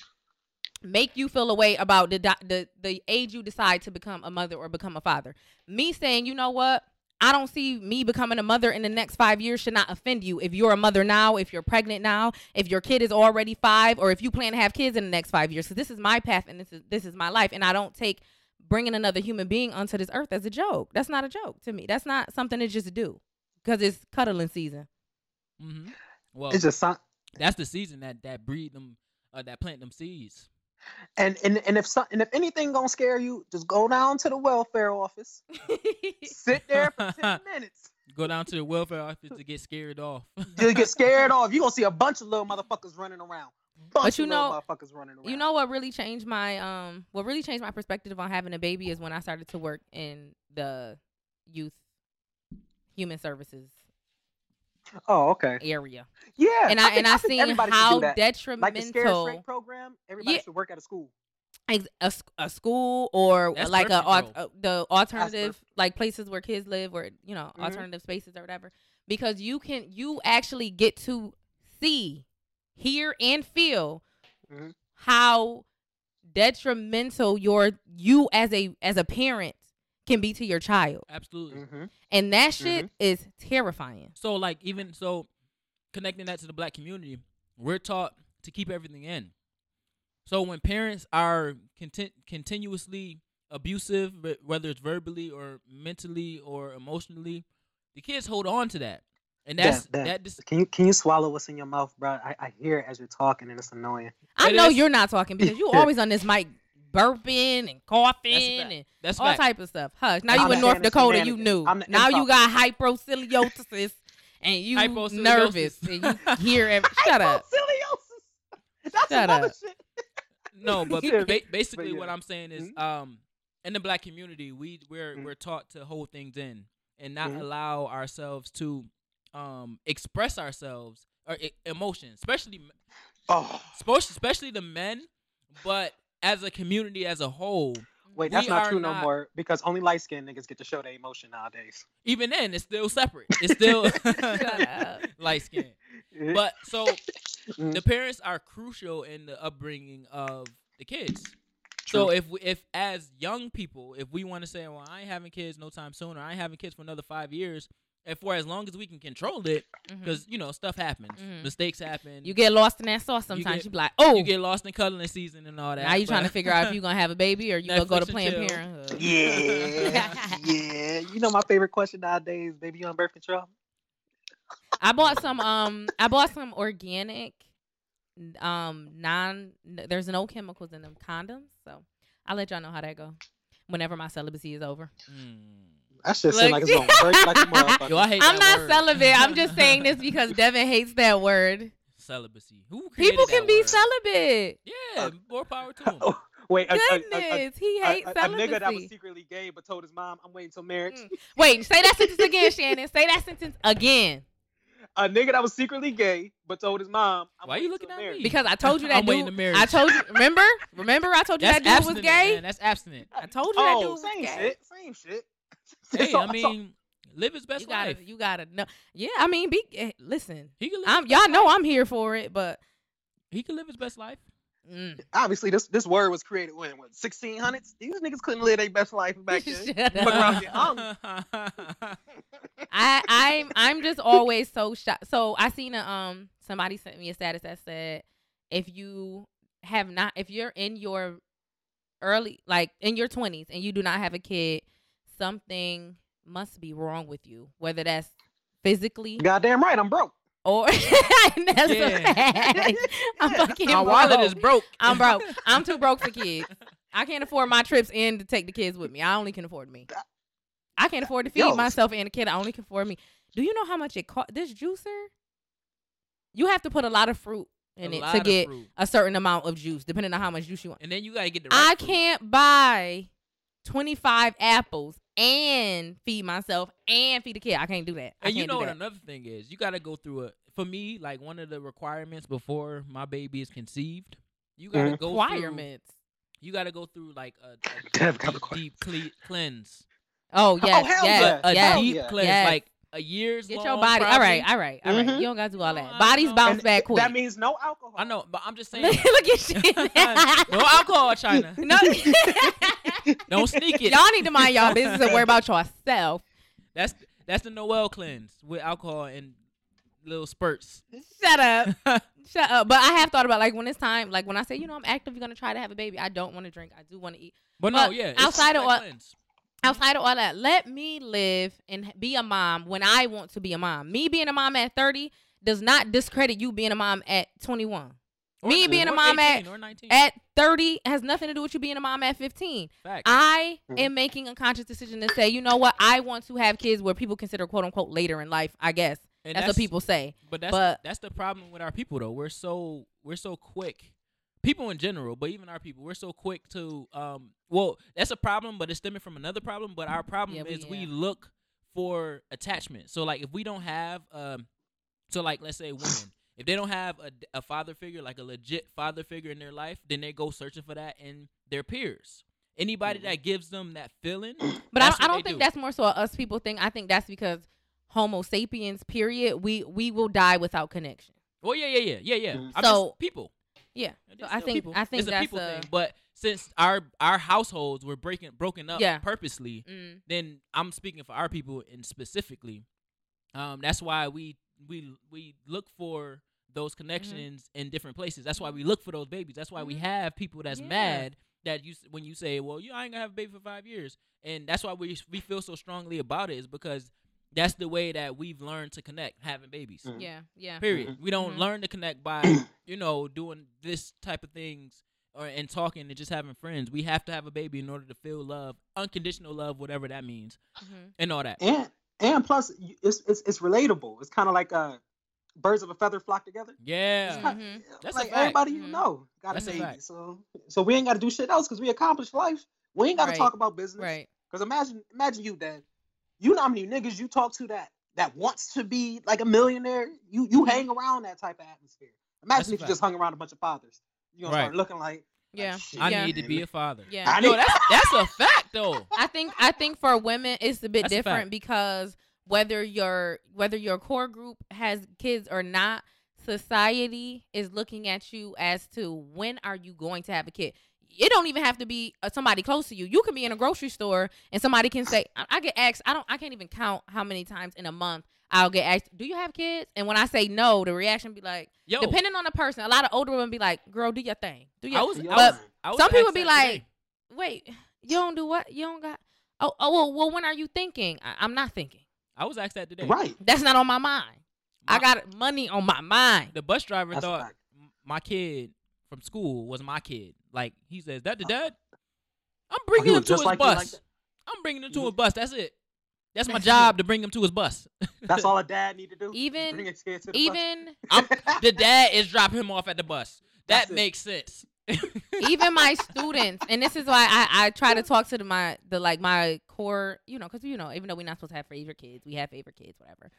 Speaker 2: make you feel a way about the di- the the age you decide to become a mother or become a father. Me saying, you know what? I don't see me becoming a mother in the next five years should not offend you. If you're a mother now, if you're pregnant now, if your kid is already five, or if you plan to have kids in the next five years, because this is my path and this is this is my life, and I don't take bringing another human being onto this earth as a joke. That's not a joke to me. That's not something to just do because it's cuddling season. *laughs*
Speaker 1: Mm-hmm. Well,
Speaker 3: It's just some-
Speaker 1: that's the season that that breed them, uh, that plant them seeds.
Speaker 3: and and and if some, and if anything gonna scare you, just go down to the
Speaker 2: *laughs*
Speaker 3: welfare office, sit there for ten minutes.
Speaker 1: Go down to the welfare office to get scared off. *laughs*
Speaker 3: You'll get scared off. You gonna see a bunch of little motherfuckers running around. Bunch
Speaker 2: But you
Speaker 3: of little
Speaker 2: know-
Speaker 3: motherfuckers running around.
Speaker 2: you know what really changed my um what really changed my perspective on having a baby is when I started to work in the youth human services
Speaker 3: Oh, okay.
Speaker 2: area.
Speaker 3: Yeah.
Speaker 2: And I,
Speaker 3: think-
Speaker 2: and I,
Speaker 3: think
Speaker 2: seen
Speaker 3: everybody should do
Speaker 2: how
Speaker 3: that. like the Scared
Speaker 2: detrimental
Speaker 3: Straight program. Everybody
Speaker 2: Yeah.
Speaker 3: should work at a school.
Speaker 2: ex- a, s- a school or
Speaker 1: That's
Speaker 2: like a,
Speaker 1: perfect, Mm-hmm.
Speaker 2: al-
Speaker 1: though.
Speaker 2: uh, the alternative
Speaker 3: perfect.
Speaker 2: like places where kids live or you know
Speaker 3: Mhm.
Speaker 2: alternative spaces or whatever because you can you actually get to see hear and feel
Speaker 1: Mm-hmm.
Speaker 3: Mhm.
Speaker 2: how detrimental your you as a as a parent can be to your child
Speaker 1: Absolutely.
Speaker 3: Mm-hmm.
Speaker 2: and that shit
Speaker 1: Mm-hmm.
Speaker 2: is terrifying
Speaker 1: So, like, even so, connecting that to the black community, we're taught to keep everything in. So when parents are content, continuously abusive, wh- whether it's verbally or mentally or emotionally, the kids hold on to that, and
Speaker 3: Yeah,
Speaker 1: that's
Speaker 3: yeah.
Speaker 1: that. Dis-
Speaker 3: Can you can you swallow what's in your mouth, bro? I, I hear it as you're talking, and it's annoying.
Speaker 2: i
Speaker 1: It
Speaker 2: know
Speaker 1: is.
Speaker 2: you're not talking because
Speaker 1: *laughs*
Speaker 2: you always on this mic burping and coughing
Speaker 1: fact.
Speaker 2: and
Speaker 1: that's
Speaker 2: all
Speaker 1: fact.
Speaker 2: type of stuff. Hush. Now
Speaker 3: I'm
Speaker 2: you in
Speaker 3: the
Speaker 2: North
Speaker 3: Spanish
Speaker 2: Dakota, you
Speaker 3: shenanigans.
Speaker 2: knew.
Speaker 3: I'm the
Speaker 2: Now you
Speaker 3: improper.
Speaker 2: got hyperciliosis and you
Speaker 1: Hyposiliosis.
Speaker 2: nervous and you
Speaker 1: *laughs*
Speaker 2: hear every shut up.
Speaker 3: Hyposiliosis. That's
Speaker 2: Shut
Speaker 3: another
Speaker 2: up.
Speaker 3: shit. *laughs*
Speaker 1: No, but
Speaker 3: Yeah.
Speaker 1: ba- basically
Speaker 3: But
Speaker 1: what
Speaker 3: yeah. Mm-hmm.
Speaker 1: I'm saying is, um, in the black community, we we're
Speaker 3: Mhm.
Speaker 1: we're taught to hold things in and not
Speaker 3: Mhm.
Speaker 1: allow ourselves to, um, express ourselves or e- emotions, especially m-
Speaker 3: Oh,
Speaker 1: spo- especially the men, but as a community as a whole,
Speaker 3: wait,
Speaker 1: We
Speaker 3: that's not
Speaker 1: are
Speaker 3: true no
Speaker 1: not-
Speaker 3: more because only light skinned niggas get to show their emotion nowadays.
Speaker 1: even then it's still separate. It's
Speaker 3: *laughs*
Speaker 1: still
Speaker 2: Shut
Speaker 1: *laughs*
Speaker 2: up.
Speaker 1: light skin.
Speaker 3: Eh,
Speaker 1: But so
Speaker 3: Mm.
Speaker 1: the parents are crucial in the upbringing of the kids. So
Speaker 3: True.
Speaker 1: if we, if as young people, if we want to say, well, I ain't having kids no time soon, or I ain't having kids for another five years, and for as long as we can control it, because you know stuff happens,
Speaker 2: Mhm.
Speaker 1: mistakes happen,
Speaker 2: Mm-hmm. You get lost in that sauce sometimes. You,
Speaker 1: get-
Speaker 2: be like, oh,
Speaker 1: you get lost in cuddling season and all that.
Speaker 2: now you
Speaker 1: but-
Speaker 2: trying to figure out if you gonna have a baby or you gonna go
Speaker 1: Netflix
Speaker 2: to
Speaker 1: and
Speaker 2: Planned
Speaker 1: chill. *laughs*
Speaker 2: Parenthood.
Speaker 3: Yeah, yeah. You know my favorite question nowadays, baby, you on birth control?
Speaker 2: I bought some. Um, I bought some organic. Um, non. There's no chemicals in them condoms, so I'll let y'all know how that go. whenever my celibacy is over.
Speaker 1: Mm.
Speaker 3: That shit seem
Speaker 2: Look.
Speaker 3: like it's gonna break like a
Speaker 1: *laughs*
Speaker 3: motherfucker.
Speaker 1: Yo, I hate
Speaker 2: I'm
Speaker 1: that
Speaker 2: not
Speaker 1: word.
Speaker 2: celibate. I'm just saying
Speaker 1: *laughs*
Speaker 2: this because Devin hates that word.
Speaker 1: Celibacy. Who created
Speaker 2: People can
Speaker 1: that
Speaker 2: be
Speaker 1: word?
Speaker 2: celibate.
Speaker 1: Yeah, more power to him.
Speaker 3: Oh, Wait, a, a, a, a,
Speaker 2: Goodness, he
Speaker 3: a,
Speaker 2: hates
Speaker 3: a- a nigga that
Speaker 1: Mm.
Speaker 3: was
Speaker 2: celibacy.
Speaker 3: secretly gay but told his mom, "I'm waiting till marriage."
Speaker 2: Mm. Wait, say that sentence again, Shannon. Say that sentence again.
Speaker 3: A nigga that was secretly gay but told his mom, I'm
Speaker 1: Why you
Speaker 3: waiting
Speaker 1: looking
Speaker 3: till
Speaker 1: at
Speaker 3: marriage.
Speaker 1: me?
Speaker 2: Because I told you that
Speaker 1: I'm waiting
Speaker 2: dude.
Speaker 1: to marry.
Speaker 2: I told you. Remember? Remember? I told you
Speaker 1: That's
Speaker 2: that dude was
Speaker 1: abstinent,
Speaker 2: gay.
Speaker 1: man. That's abstinent.
Speaker 2: *laughs* I told you that dude
Speaker 3: Oh,
Speaker 2: was
Speaker 3: same
Speaker 2: gay.
Speaker 3: shit, same shit. *laughs*
Speaker 1: Hey,
Speaker 3: So-
Speaker 1: I
Speaker 3: so-
Speaker 1: mean, live his best
Speaker 2: you gotta,
Speaker 1: life.
Speaker 2: you gotta know. Yeah, I mean, be eh, listen.
Speaker 1: he can live.
Speaker 2: I'm y'all know I'm here for it, but
Speaker 1: he can live his best life.
Speaker 2: mm.
Speaker 3: obviously this this word was created when what 1600s. These niggas couldn't live their best life
Speaker 1: *laughs*
Speaker 3: back
Speaker 2: *laughs*
Speaker 3: then.
Speaker 2: Shut up.
Speaker 3: Fuck around, get hung.
Speaker 2: I I'm I'm just always so shocked. So I seen a um somebody sent me a status that said if you have not if you're in your early like in your 20s and you do not have a kid, something must be wrong with you, whether that's physically
Speaker 3: Goddamn right, I'm
Speaker 1: *laughs*
Speaker 3: broke.
Speaker 2: or *laughs* that's
Speaker 1: Yeah.
Speaker 2: a
Speaker 3: *laughs*
Speaker 2: fact. I'm fucking
Speaker 1: My
Speaker 2: broke.
Speaker 1: wallet is broke. *laughs*
Speaker 2: I'm broke. I'm too broke for kids. I can't afford my trips in to take the kids with me. I only can afford me. I can't afford to feed
Speaker 3: Yo.
Speaker 2: myself and the kid. I only can afford me. Do you know how much it cost? This juicer, you have to put a lot of fruit in
Speaker 1: A
Speaker 2: it
Speaker 1: lot
Speaker 2: to
Speaker 1: of
Speaker 2: get
Speaker 1: fruit.
Speaker 2: a certain amount of juice, depending on how much juice you want.
Speaker 1: And then you gotta get the. Right
Speaker 2: I
Speaker 1: fruit.
Speaker 2: can't buy 25 apples and feed myself and feed the kid. I can't do that. I
Speaker 1: And you
Speaker 2: can't
Speaker 1: know
Speaker 2: do
Speaker 1: what
Speaker 2: that.
Speaker 1: another thing is? You gotta go through a. For me, like one of the requirements before my baby is conceived, you gotta
Speaker 3: Mhm.
Speaker 1: go through-
Speaker 2: requirements. Oh,
Speaker 1: you gotta go throughle like a, a
Speaker 3: Dev got
Speaker 1: deep,
Speaker 3: requirements.
Speaker 1: deep cle- cleanse.
Speaker 2: Oh yes,
Speaker 3: hell
Speaker 2: yes,
Speaker 1: a
Speaker 2: yes.
Speaker 3: Hell
Speaker 1: deep
Speaker 3: yeah.
Speaker 1: cleanse,
Speaker 2: Yes.
Speaker 1: like a year's
Speaker 2: Get
Speaker 1: long.
Speaker 2: your body. All
Speaker 1: probably.
Speaker 2: right, all right, all right.
Speaker 3: Mhm.
Speaker 2: You don't got to do all
Speaker 1: No,
Speaker 2: that.
Speaker 1: I
Speaker 2: Bodies
Speaker 1: know.
Speaker 2: bounce
Speaker 1: And
Speaker 2: back quick.
Speaker 3: That means no alcohol.
Speaker 1: I know, but
Speaker 2: *laughs*
Speaker 1: I'm just saying.
Speaker 2: Look at shit.
Speaker 1: *laughs* no alcohol, China.
Speaker 2: *laughs* no.
Speaker 1: Don't sneak it.
Speaker 2: y'all need to mind y'all business and
Speaker 1: *laughs*
Speaker 2: worry about yourself.
Speaker 1: That's that's the Noel cleanse with alcohol and little spurts. *laughs*
Speaker 2: Shut up. Shut up. But I have thought about like when it's time, like when I say, you know, I'm actively gonna try to have a baby. I don't want to drink. I do want to eat.
Speaker 1: But no,
Speaker 2: But
Speaker 1: yeah. it's
Speaker 2: outside
Speaker 1: just like
Speaker 2: of what-
Speaker 1: cleanse.
Speaker 2: Outside of all that, let me live and be a mom when I want to be a mom. Me being a mom at 30 does not discredit you being a mom at 21.
Speaker 1: Or-
Speaker 2: me being a
Speaker 1: or
Speaker 2: mom at-
Speaker 1: 18 or 19.
Speaker 2: At 30 has nothing to do with you being a mom at 15.
Speaker 1: Facts.
Speaker 2: I
Speaker 3: Mhm.
Speaker 2: am making a conscious decision to say, you know what, I want to have kids where people consider quote unquote later in life, I guess.
Speaker 1: And
Speaker 2: That's, what people say.
Speaker 1: But that's
Speaker 2: but-
Speaker 1: that's the problem with our people though. We're so we're so quick. People in general, but even our people, we're so quick to um well, that's a problem, but it's stemming from another problem, but our problem
Speaker 2: Yeah, we-
Speaker 1: is we
Speaker 2: yeah.
Speaker 1: look for attachment. So like if we don't have um so like let's say
Speaker 2: *sighs*
Speaker 1: women, if they don't have a, a father figure, like a legit father figure in their life, then they go searching for that in their peers. Anybody
Speaker 3: Mhm.
Speaker 1: that gives them that feeling,
Speaker 2: But I
Speaker 1: That's
Speaker 2: don't, I
Speaker 1: what
Speaker 2: don't
Speaker 1: they
Speaker 2: think
Speaker 1: do.
Speaker 2: that's more so a us people thing. I think that's because Homo sapiens, period, we we will die without connection.
Speaker 1: Well, oh, yeah, yeah, yeah, yeah, yeah.
Speaker 3: Mhm.
Speaker 1: I'm
Speaker 2: Mm. So-
Speaker 1: just people.
Speaker 2: Yeah.
Speaker 1: It
Speaker 2: So
Speaker 1: is
Speaker 2: I
Speaker 1: still
Speaker 2: think- I think
Speaker 1: it's a
Speaker 2: that's
Speaker 1: people
Speaker 2: a-
Speaker 1: thing. But since our our households were breaking broken up
Speaker 2: Yeah.
Speaker 1: purposely,
Speaker 2: Mm.
Speaker 1: then I'm speaking for our people and specifically. Um, that's why we we we look for
Speaker 2: Mm-hmm.
Speaker 1: those connections in different places. That's why we look for those babies. That's why we
Speaker 2: Mhm.
Speaker 1: have people that's
Speaker 2: Yeah.
Speaker 1: mad that you s- when you say, "Well, you I ain't gonna have a baby for five years," and that's why we we feel so strongly about it is because that's the way that we've learned to connect having babies.
Speaker 3: Mhm.
Speaker 2: Yeah. Yeah.
Speaker 1: Period. We don't
Speaker 2: Mhm.
Speaker 1: learn to connect
Speaker 3: Mm-hmm.
Speaker 1: by, you know, doing this type of things or and talking and just having friends. We have to have a baby in order to feel love, unconditional love, whatever that means,
Speaker 2: Mhm.
Speaker 1: and all that.
Speaker 3: And and plus, you- it's it's, it's relatable. It's kind of like uh, birds of a feather flock together. It's
Speaker 1: Yeah.
Speaker 3: not-
Speaker 2: Mm-hmm.
Speaker 1: Mm-hmm. That's a fact.
Speaker 3: like
Speaker 1: Mm-hmm.
Speaker 3: everybody you
Speaker 2: Mhm.
Speaker 3: know got
Speaker 1: That's
Speaker 3: a
Speaker 1: a
Speaker 3: baby.
Speaker 1: fact.
Speaker 3: So so we ain't got to do shit else because we accomplished life. We ain't got to
Speaker 2: Right.
Speaker 3: talk about business.
Speaker 2: Right.
Speaker 3: Because imagine imagine you, Dad. You know how many niggas you talk to that that wants to be like a millionaire. You you hang around that type of atmosphere. Imagine
Speaker 1: That's a
Speaker 3: if you just hung around a bunch of fathers. You gonna start
Speaker 1: Right.
Speaker 3: looking like
Speaker 2: Yeah.
Speaker 3: shit,
Speaker 1: I
Speaker 2: Yeah.
Speaker 1: need to be a father.
Speaker 2: Yeah.
Speaker 3: I
Speaker 1: No,
Speaker 3: need-
Speaker 1: that's that's a fact though.
Speaker 2: I think I think for women it's a bit
Speaker 1: That's a
Speaker 2: different
Speaker 1: fact.
Speaker 2: because whether your whether your core group has kids or not, society is looking at you as to when are you going to have a kid. It don't even have to be uh, somebody close to you. You can be in a grocery store and somebody can say, I, I get asked. I don't. I can't even count how many times in a month I'll get asked, "Do you have kids?" And when I say no, the reaction be like,
Speaker 1: Yo,
Speaker 2: depending on the person. A lot of older women be like, "Girl, do your thing. Do your
Speaker 1: I was, I
Speaker 3: Yo.
Speaker 1: was, I was
Speaker 2: Some people
Speaker 1: asked
Speaker 2: be
Speaker 1: that
Speaker 2: like-
Speaker 1: today.
Speaker 2: wait, you don't do what? You don't got? Oh, oh well, well when are you thinking? I, I'm not thinking.
Speaker 1: I was asked that today.
Speaker 3: right.
Speaker 2: That's not on my mind. I
Speaker 1: My-
Speaker 2: got money on my mind.
Speaker 1: The bus driver
Speaker 3: That's a
Speaker 1: thought
Speaker 3: fact.
Speaker 1: m- my kid from school was my kid. Like he says, "That the dad." I'm bringing
Speaker 3: he
Speaker 1: him
Speaker 3: was
Speaker 1: to
Speaker 3: just
Speaker 1: his
Speaker 3: like you like
Speaker 1: bus.
Speaker 3: that.
Speaker 1: I'm bringing him
Speaker 3: He
Speaker 1: to
Speaker 3: was-
Speaker 1: his bus. That's it. That's my job to bring him to his bus.
Speaker 3: That's all a dad need to do.
Speaker 2: Even-
Speaker 3: bring his kid to the Oh
Speaker 2: Even
Speaker 1: I'm,
Speaker 3: *laughs*
Speaker 1: the dad is dropping him off at the bus. That
Speaker 3: That's it.
Speaker 1: makes sense.
Speaker 2: even my students and this is why I, I try to talk to the, my the like my core you know because you know even though we're not supposed to have favorite kids we have favorite kids whatever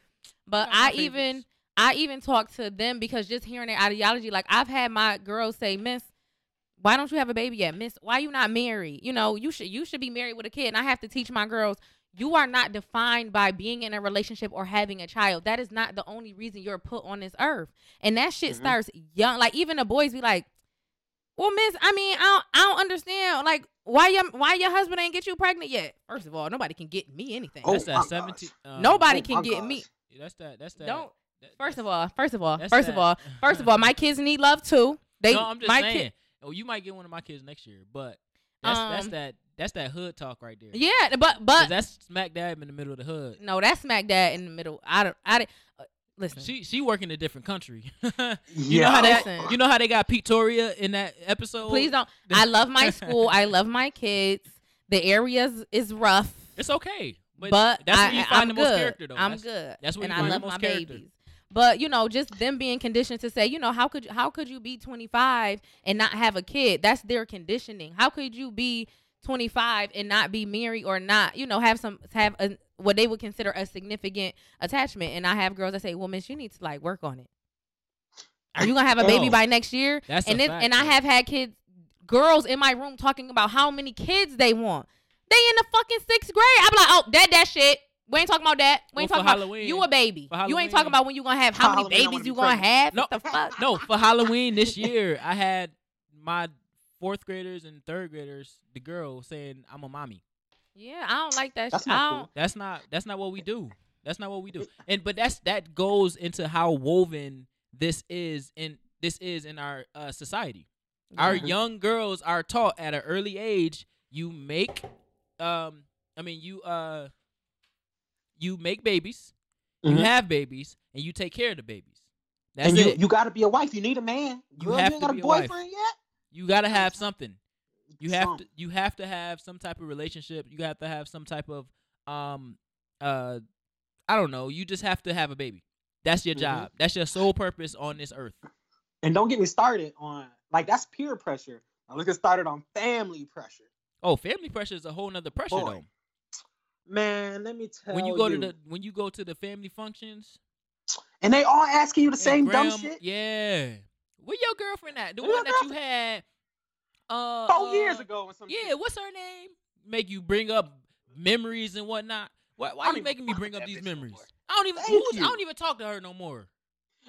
Speaker 2: but
Speaker 1: got my
Speaker 2: Uh, i even
Speaker 1: favorites.
Speaker 2: i even talk to them because just hearing their ideology like i've had my girls say miss why don't you have a baby yet miss why you not married you know you should you should be married with a kid and i have to teach my girls you are not defined by being in a relationship or having a child that is not the only reason you're put on this earth and that shit
Speaker 1: Mm-hmm.
Speaker 3: Mhm.
Speaker 2: starts young like even the boys be like well, miss, I mean, I don't, I don't understand. Like, why your why your husband ain't get you pregnant yet? First of all, nobody can get me anything.
Speaker 3: Oh
Speaker 1: that's
Speaker 3: my
Speaker 1: that
Speaker 3: gosh.
Speaker 1: seventeen. uh,
Speaker 2: nobody
Speaker 3: Oh
Speaker 2: can
Speaker 3: my
Speaker 2: get
Speaker 3: gosh.
Speaker 2: me.
Speaker 1: That's that. That's that.
Speaker 2: Don't.
Speaker 1: that-
Speaker 2: First
Speaker 1: that's-
Speaker 2: of all, first of all,
Speaker 1: that's
Speaker 2: first of
Speaker 1: that.
Speaker 2: all,
Speaker 1: *laughs*
Speaker 2: first of all, my kids need love too. They,
Speaker 1: no, I'm just
Speaker 2: my
Speaker 1: saying.
Speaker 2: kid-
Speaker 1: oh, you might get one of my kids next year, but that's that's
Speaker 2: Um,
Speaker 1: that that's that hood talk right there.
Speaker 2: yeah, uh, but
Speaker 1: 'Cause
Speaker 2: but
Speaker 1: that's smack dab in the middle of the hood.
Speaker 2: no, that's smack dab in the middle. I don't, I don't. Uh, listen,
Speaker 1: She she work in a different country. *laughs* you
Speaker 3: bus.
Speaker 1: know how
Speaker 2: that-
Speaker 1: they you know how they got Victoria in that episode.
Speaker 2: please don't. I love my school. I love my kids. The areas is rough,
Speaker 1: It's okay, but,
Speaker 2: but,
Speaker 1: that's
Speaker 2: I,
Speaker 1: where you
Speaker 2: I-
Speaker 1: find
Speaker 2: I'm
Speaker 1: the
Speaker 2: good.
Speaker 1: most character, though.
Speaker 2: I'm
Speaker 1: that's,
Speaker 2: good.
Speaker 1: That's where
Speaker 2: and
Speaker 1: you
Speaker 2: I
Speaker 1: find
Speaker 2: love
Speaker 1: the most
Speaker 2: my
Speaker 1: character.
Speaker 2: babies. But you know, just them being conditioned to say, you know, how could you, how could you be 25 and not have a kid? That's their conditioning. How could you be 25 and not be married or not, you know, have some have a, what they would consider a significant attachment? And I have girls that say, well, miss, you need to like work on it. Are you gonna have a baby
Speaker 1: No.
Speaker 2: by next year?
Speaker 1: That's
Speaker 2: and
Speaker 1: a
Speaker 2: if,
Speaker 1: fact,
Speaker 2: and I
Speaker 1: though.
Speaker 2: have had kids, girls in my room talking about how many kids they want. They in the fucking sixth grade. I'm like, oh, that that shit. We ain't talking about that. We ain't
Speaker 1: Well, for
Speaker 2: talking about
Speaker 1: Halloween-
Speaker 2: you a baby.
Speaker 1: for
Speaker 2: You ain't
Speaker 1: Halloween-
Speaker 2: talking about when you gonna have how many
Speaker 3: Halloween, I wanna
Speaker 2: babies
Speaker 3: be
Speaker 2: you gonna
Speaker 3: pregnant.
Speaker 2: have.
Speaker 1: No.
Speaker 2: What the fuck?
Speaker 1: No, for Halloween this year, I had my fourth graders and third graders, the girl saying, "I'm a mommy."
Speaker 2: Yeah, I don't like that.
Speaker 3: That's
Speaker 2: shit.
Speaker 3: not
Speaker 2: I
Speaker 3: cool.
Speaker 2: don't.
Speaker 1: That's not that's not what we do. That's not what we do. And but that's that goes into how woven this is in this is in our uh, society. Our
Speaker 3: Yeah.
Speaker 1: young girls are taught at an early age you make um I mean you uh you make babies, you
Speaker 3: Mhm.
Speaker 1: have babies, and you take care of the babies. That's
Speaker 3: and you,
Speaker 1: it. You,
Speaker 3: you gotta be a wife. You need a man.
Speaker 1: You
Speaker 3: Girl, you,
Speaker 1: have
Speaker 3: ain't
Speaker 1: to
Speaker 3: got
Speaker 1: be
Speaker 3: a
Speaker 1: a wife.
Speaker 3: boyfriend yet.
Speaker 1: gotta have something. You have
Speaker 3: Some.
Speaker 1: to you have to have some type of relationship. You have to have some type of um uh I don't know. You just have to have a baby. That's your
Speaker 3: Mhm.
Speaker 1: job. That's your sole purpose on this earth.
Speaker 3: And don't get me started on like that's peer pressure. Now let's get started on family pressure.
Speaker 1: Oh, family pressure is a whole nother pressure
Speaker 3: Boy, Man, let me
Speaker 1: though.
Speaker 3: tell
Speaker 1: When you go to the when you go to the family functions,
Speaker 3: and they all asking you the
Speaker 1: and
Speaker 3: same dumb
Speaker 1: grandma-
Speaker 3: shit.
Speaker 1: Yeah. Where your girlfriend at? The
Speaker 3: Where your
Speaker 1: one that you had uh
Speaker 3: Four years
Speaker 1: uh,
Speaker 3: ago or something.
Speaker 1: Yeah, what's her name? Make you bring up memories and whatnot. Why, why
Speaker 3: I don't
Speaker 1: you
Speaker 3: even
Speaker 1: making me
Speaker 3: fuck
Speaker 1: bring
Speaker 3: with
Speaker 1: up
Speaker 3: that
Speaker 1: these
Speaker 3: bitch no
Speaker 1: memories?
Speaker 3: more.
Speaker 1: I don't even
Speaker 3: Thank
Speaker 1: who's- I
Speaker 3: you.
Speaker 1: don't even talk to her no more.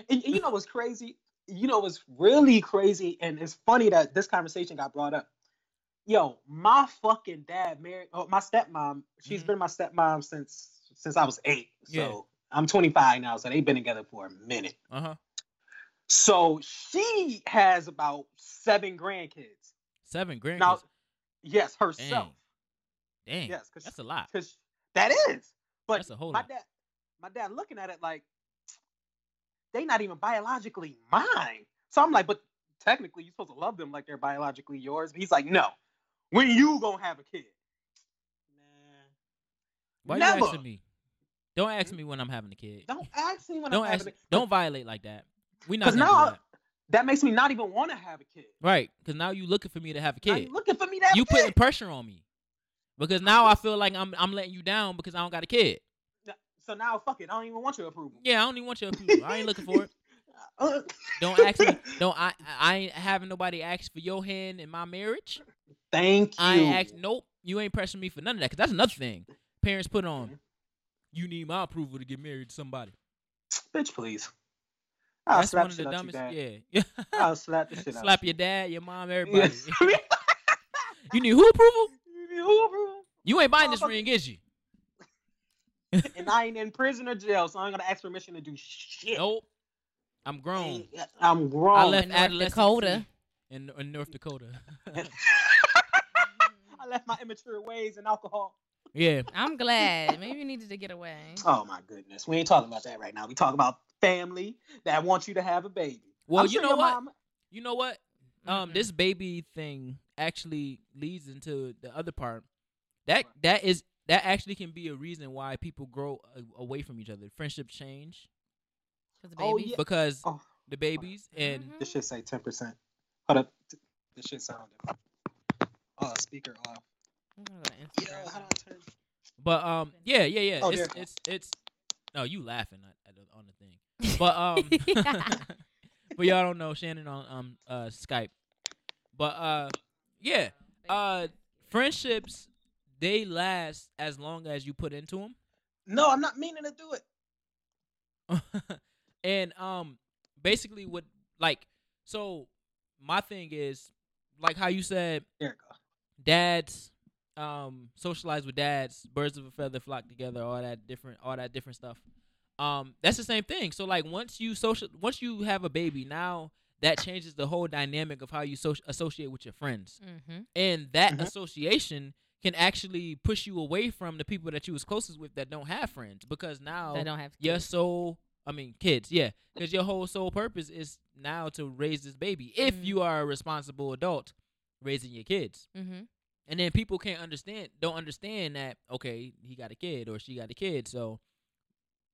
Speaker 3: And, and you know what's crazy? You know what's really crazy, and it's funny that this conversation got brought up. Yo, my fucking dad married. Oh, my stepmom. She's
Speaker 1: Mhm.
Speaker 3: been my stepmom since since I was eight. So
Speaker 1: Yeah.
Speaker 3: I'm 25 now, so they've been together for a minute.
Speaker 1: Uh-huh.
Speaker 3: So she has about seven grandkids.
Speaker 1: Seven grandkids.
Speaker 3: Now, yes, herself.
Speaker 1: Dang.
Speaker 3: Yes, because
Speaker 1: That's a lot.
Speaker 3: that is. But
Speaker 1: That's a whole
Speaker 3: my
Speaker 1: lot.
Speaker 3: dad, my dad, looking at it like they not even biologically mine. So I'm like, but technically you're supposed to love them like they're biologically yours. But he's like, no. When you gonna have a kid? Nah.
Speaker 1: Why
Speaker 3: Never.
Speaker 1: you asking me? Don't ask me when I'm having a kid.
Speaker 3: Don't ask me when
Speaker 1: Don't
Speaker 3: I'm
Speaker 1: ask.
Speaker 3: having a
Speaker 1: Don't violate like that. We not
Speaker 3: Because
Speaker 1: gonna do
Speaker 3: now
Speaker 1: that.
Speaker 3: that makes me not even want to have a kid.
Speaker 1: right. Because now you looking for me to have a
Speaker 3: Now
Speaker 1: kid.
Speaker 3: you looking for me to have
Speaker 1: You
Speaker 3: a kid.
Speaker 1: putting pressure on me because now I feel like I'm I'm letting you down because I don't got a kid.
Speaker 3: So now fuck it. I don't even want your approval.
Speaker 1: Yeah, I don't even want your approval. I ain't looking for it.
Speaker 3: Uh,
Speaker 1: Don't ask
Speaker 3: *laughs*
Speaker 1: me. Don't I? I ain't having nobody ask for your hand in my marriage.
Speaker 3: Thank you.
Speaker 1: I ain't ask. Nope. You ain't pressuring me for none of that. Because that's another thing parents put
Speaker 3: Mm-hmm.
Speaker 1: on. You need my approval to get married to somebody.
Speaker 3: Bitch, please. I'll
Speaker 1: that's
Speaker 3: slap
Speaker 1: one of the
Speaker 3: shit out you,
Speaker 1: dumbest.
Speaker 3: dad.
Speaker 1: Yeah. *laughs*
Speaker 3: I'll slap the shit out
Speaker 1: Slap
Speaker 3: you.
Speaker 1: your dad, your mom, everybody. *laughs*
Speaker 3: Yes.
Speaker 1: you need who approval?
Speaker 3: You approval?
Speaker 1: You ain't buying this
Speaker 3: Motherfucker.
Speaker 1: ring, is you?
Speaker 3: and I ain't in prison or jail, so I ain't gonna ask permission to do shit.
Speaker 1: Nope. I'm grown.
Speaker 3: Ain't- I'm grown.
Speaker 1: I
Speaker 3: I,
Speaker 1: left
Speaker 2: In North
Speaker 1: adolescence
Speaker 2: Dakota.
Speaker 1: free In, in North Dakota.
Speaker 3: *laughs*
Speaker 1: *laughs*
Speaker 3: left my immature ways and alcohol.
Speaker 1: yeah.
Speaker 2: *laughs* I'm glad. Maybe you needed to get away.
Speaker 3: Oh my goodness, we ain't talking about that right now. We talking about family that want you to have a baby.
Speaker 1: Well,
Speaker 3: I'm
Speaker 1: you
Speaker 3: sure
Speaker 1: know
Speaker 3: your
Speaker 1: what?
Speaker 3: mama- Mm-hmm.
Speaker 1: You know what? Um,
Speaker 2: Mhm.
Speaker 1: this baby thing actually leads into the other part. That that is that actually can be a reason why people grow a- away from each other. Friendship change
Speaker 2: Cause
Speaker 3: Oh,
Speaker 2: babies.
Speaker 3: yeah.
Speaker 1: because
Speaker 3: Oh.
Speaker 1: the babies and
Speaker 2: Mhm.
Speaker 3: This should say ten percent. Hold up. This should sound different. Oh, speaker off.
Speaker 2: I'm gonna go to
Speaker 3: Yo,
Speaker 2: Instagram.
Speaker 3: how do I turn?
Speaker 1: but um yeah yeah yeah
Speaker 3: Mm-hmm. Oh, there
Speaker 1: it's,
Speaker 3: it
Speaker 1: it's it's no you laughing at, at the, on the thing but
Speaker 3: *laughs*
Speaker 1: um *laughs* but y'all don't know Shannon on um uh Skype but uh yeah uh friendships they last as long as you put into them
Speaker 3: No, I'm not meaning to do it.
Speaker 1: *laughs* and um basically what like so my thing is like how you said
Speaker 3: There it go.
Speaker 1: dads um socialize with dads birds of a feather flock together all that different all that different stuff um that's the same thing so like once you social once you have a baby now that changes the whole dynamic of how you so- associate with your friends
Speaker 2: mm-hmm.
Speaker 1: and that
Speaker 3: Mhm.
Speaker 1: association can actually push you away from the people that you was closest with that don't have friends because now
Speaker 2: They don't have kids.
Speaker 1: your soul i mean kids yeah because your whole sole purpose is now to raise this baby if
Speaker 2: Mhm.
Speaker 1: you are a responsible adult raising your kids
Speaker 2: Mm-hmm.
Speaker 1: and then people can't understand don't understand that okay he got a kid or she got a kid so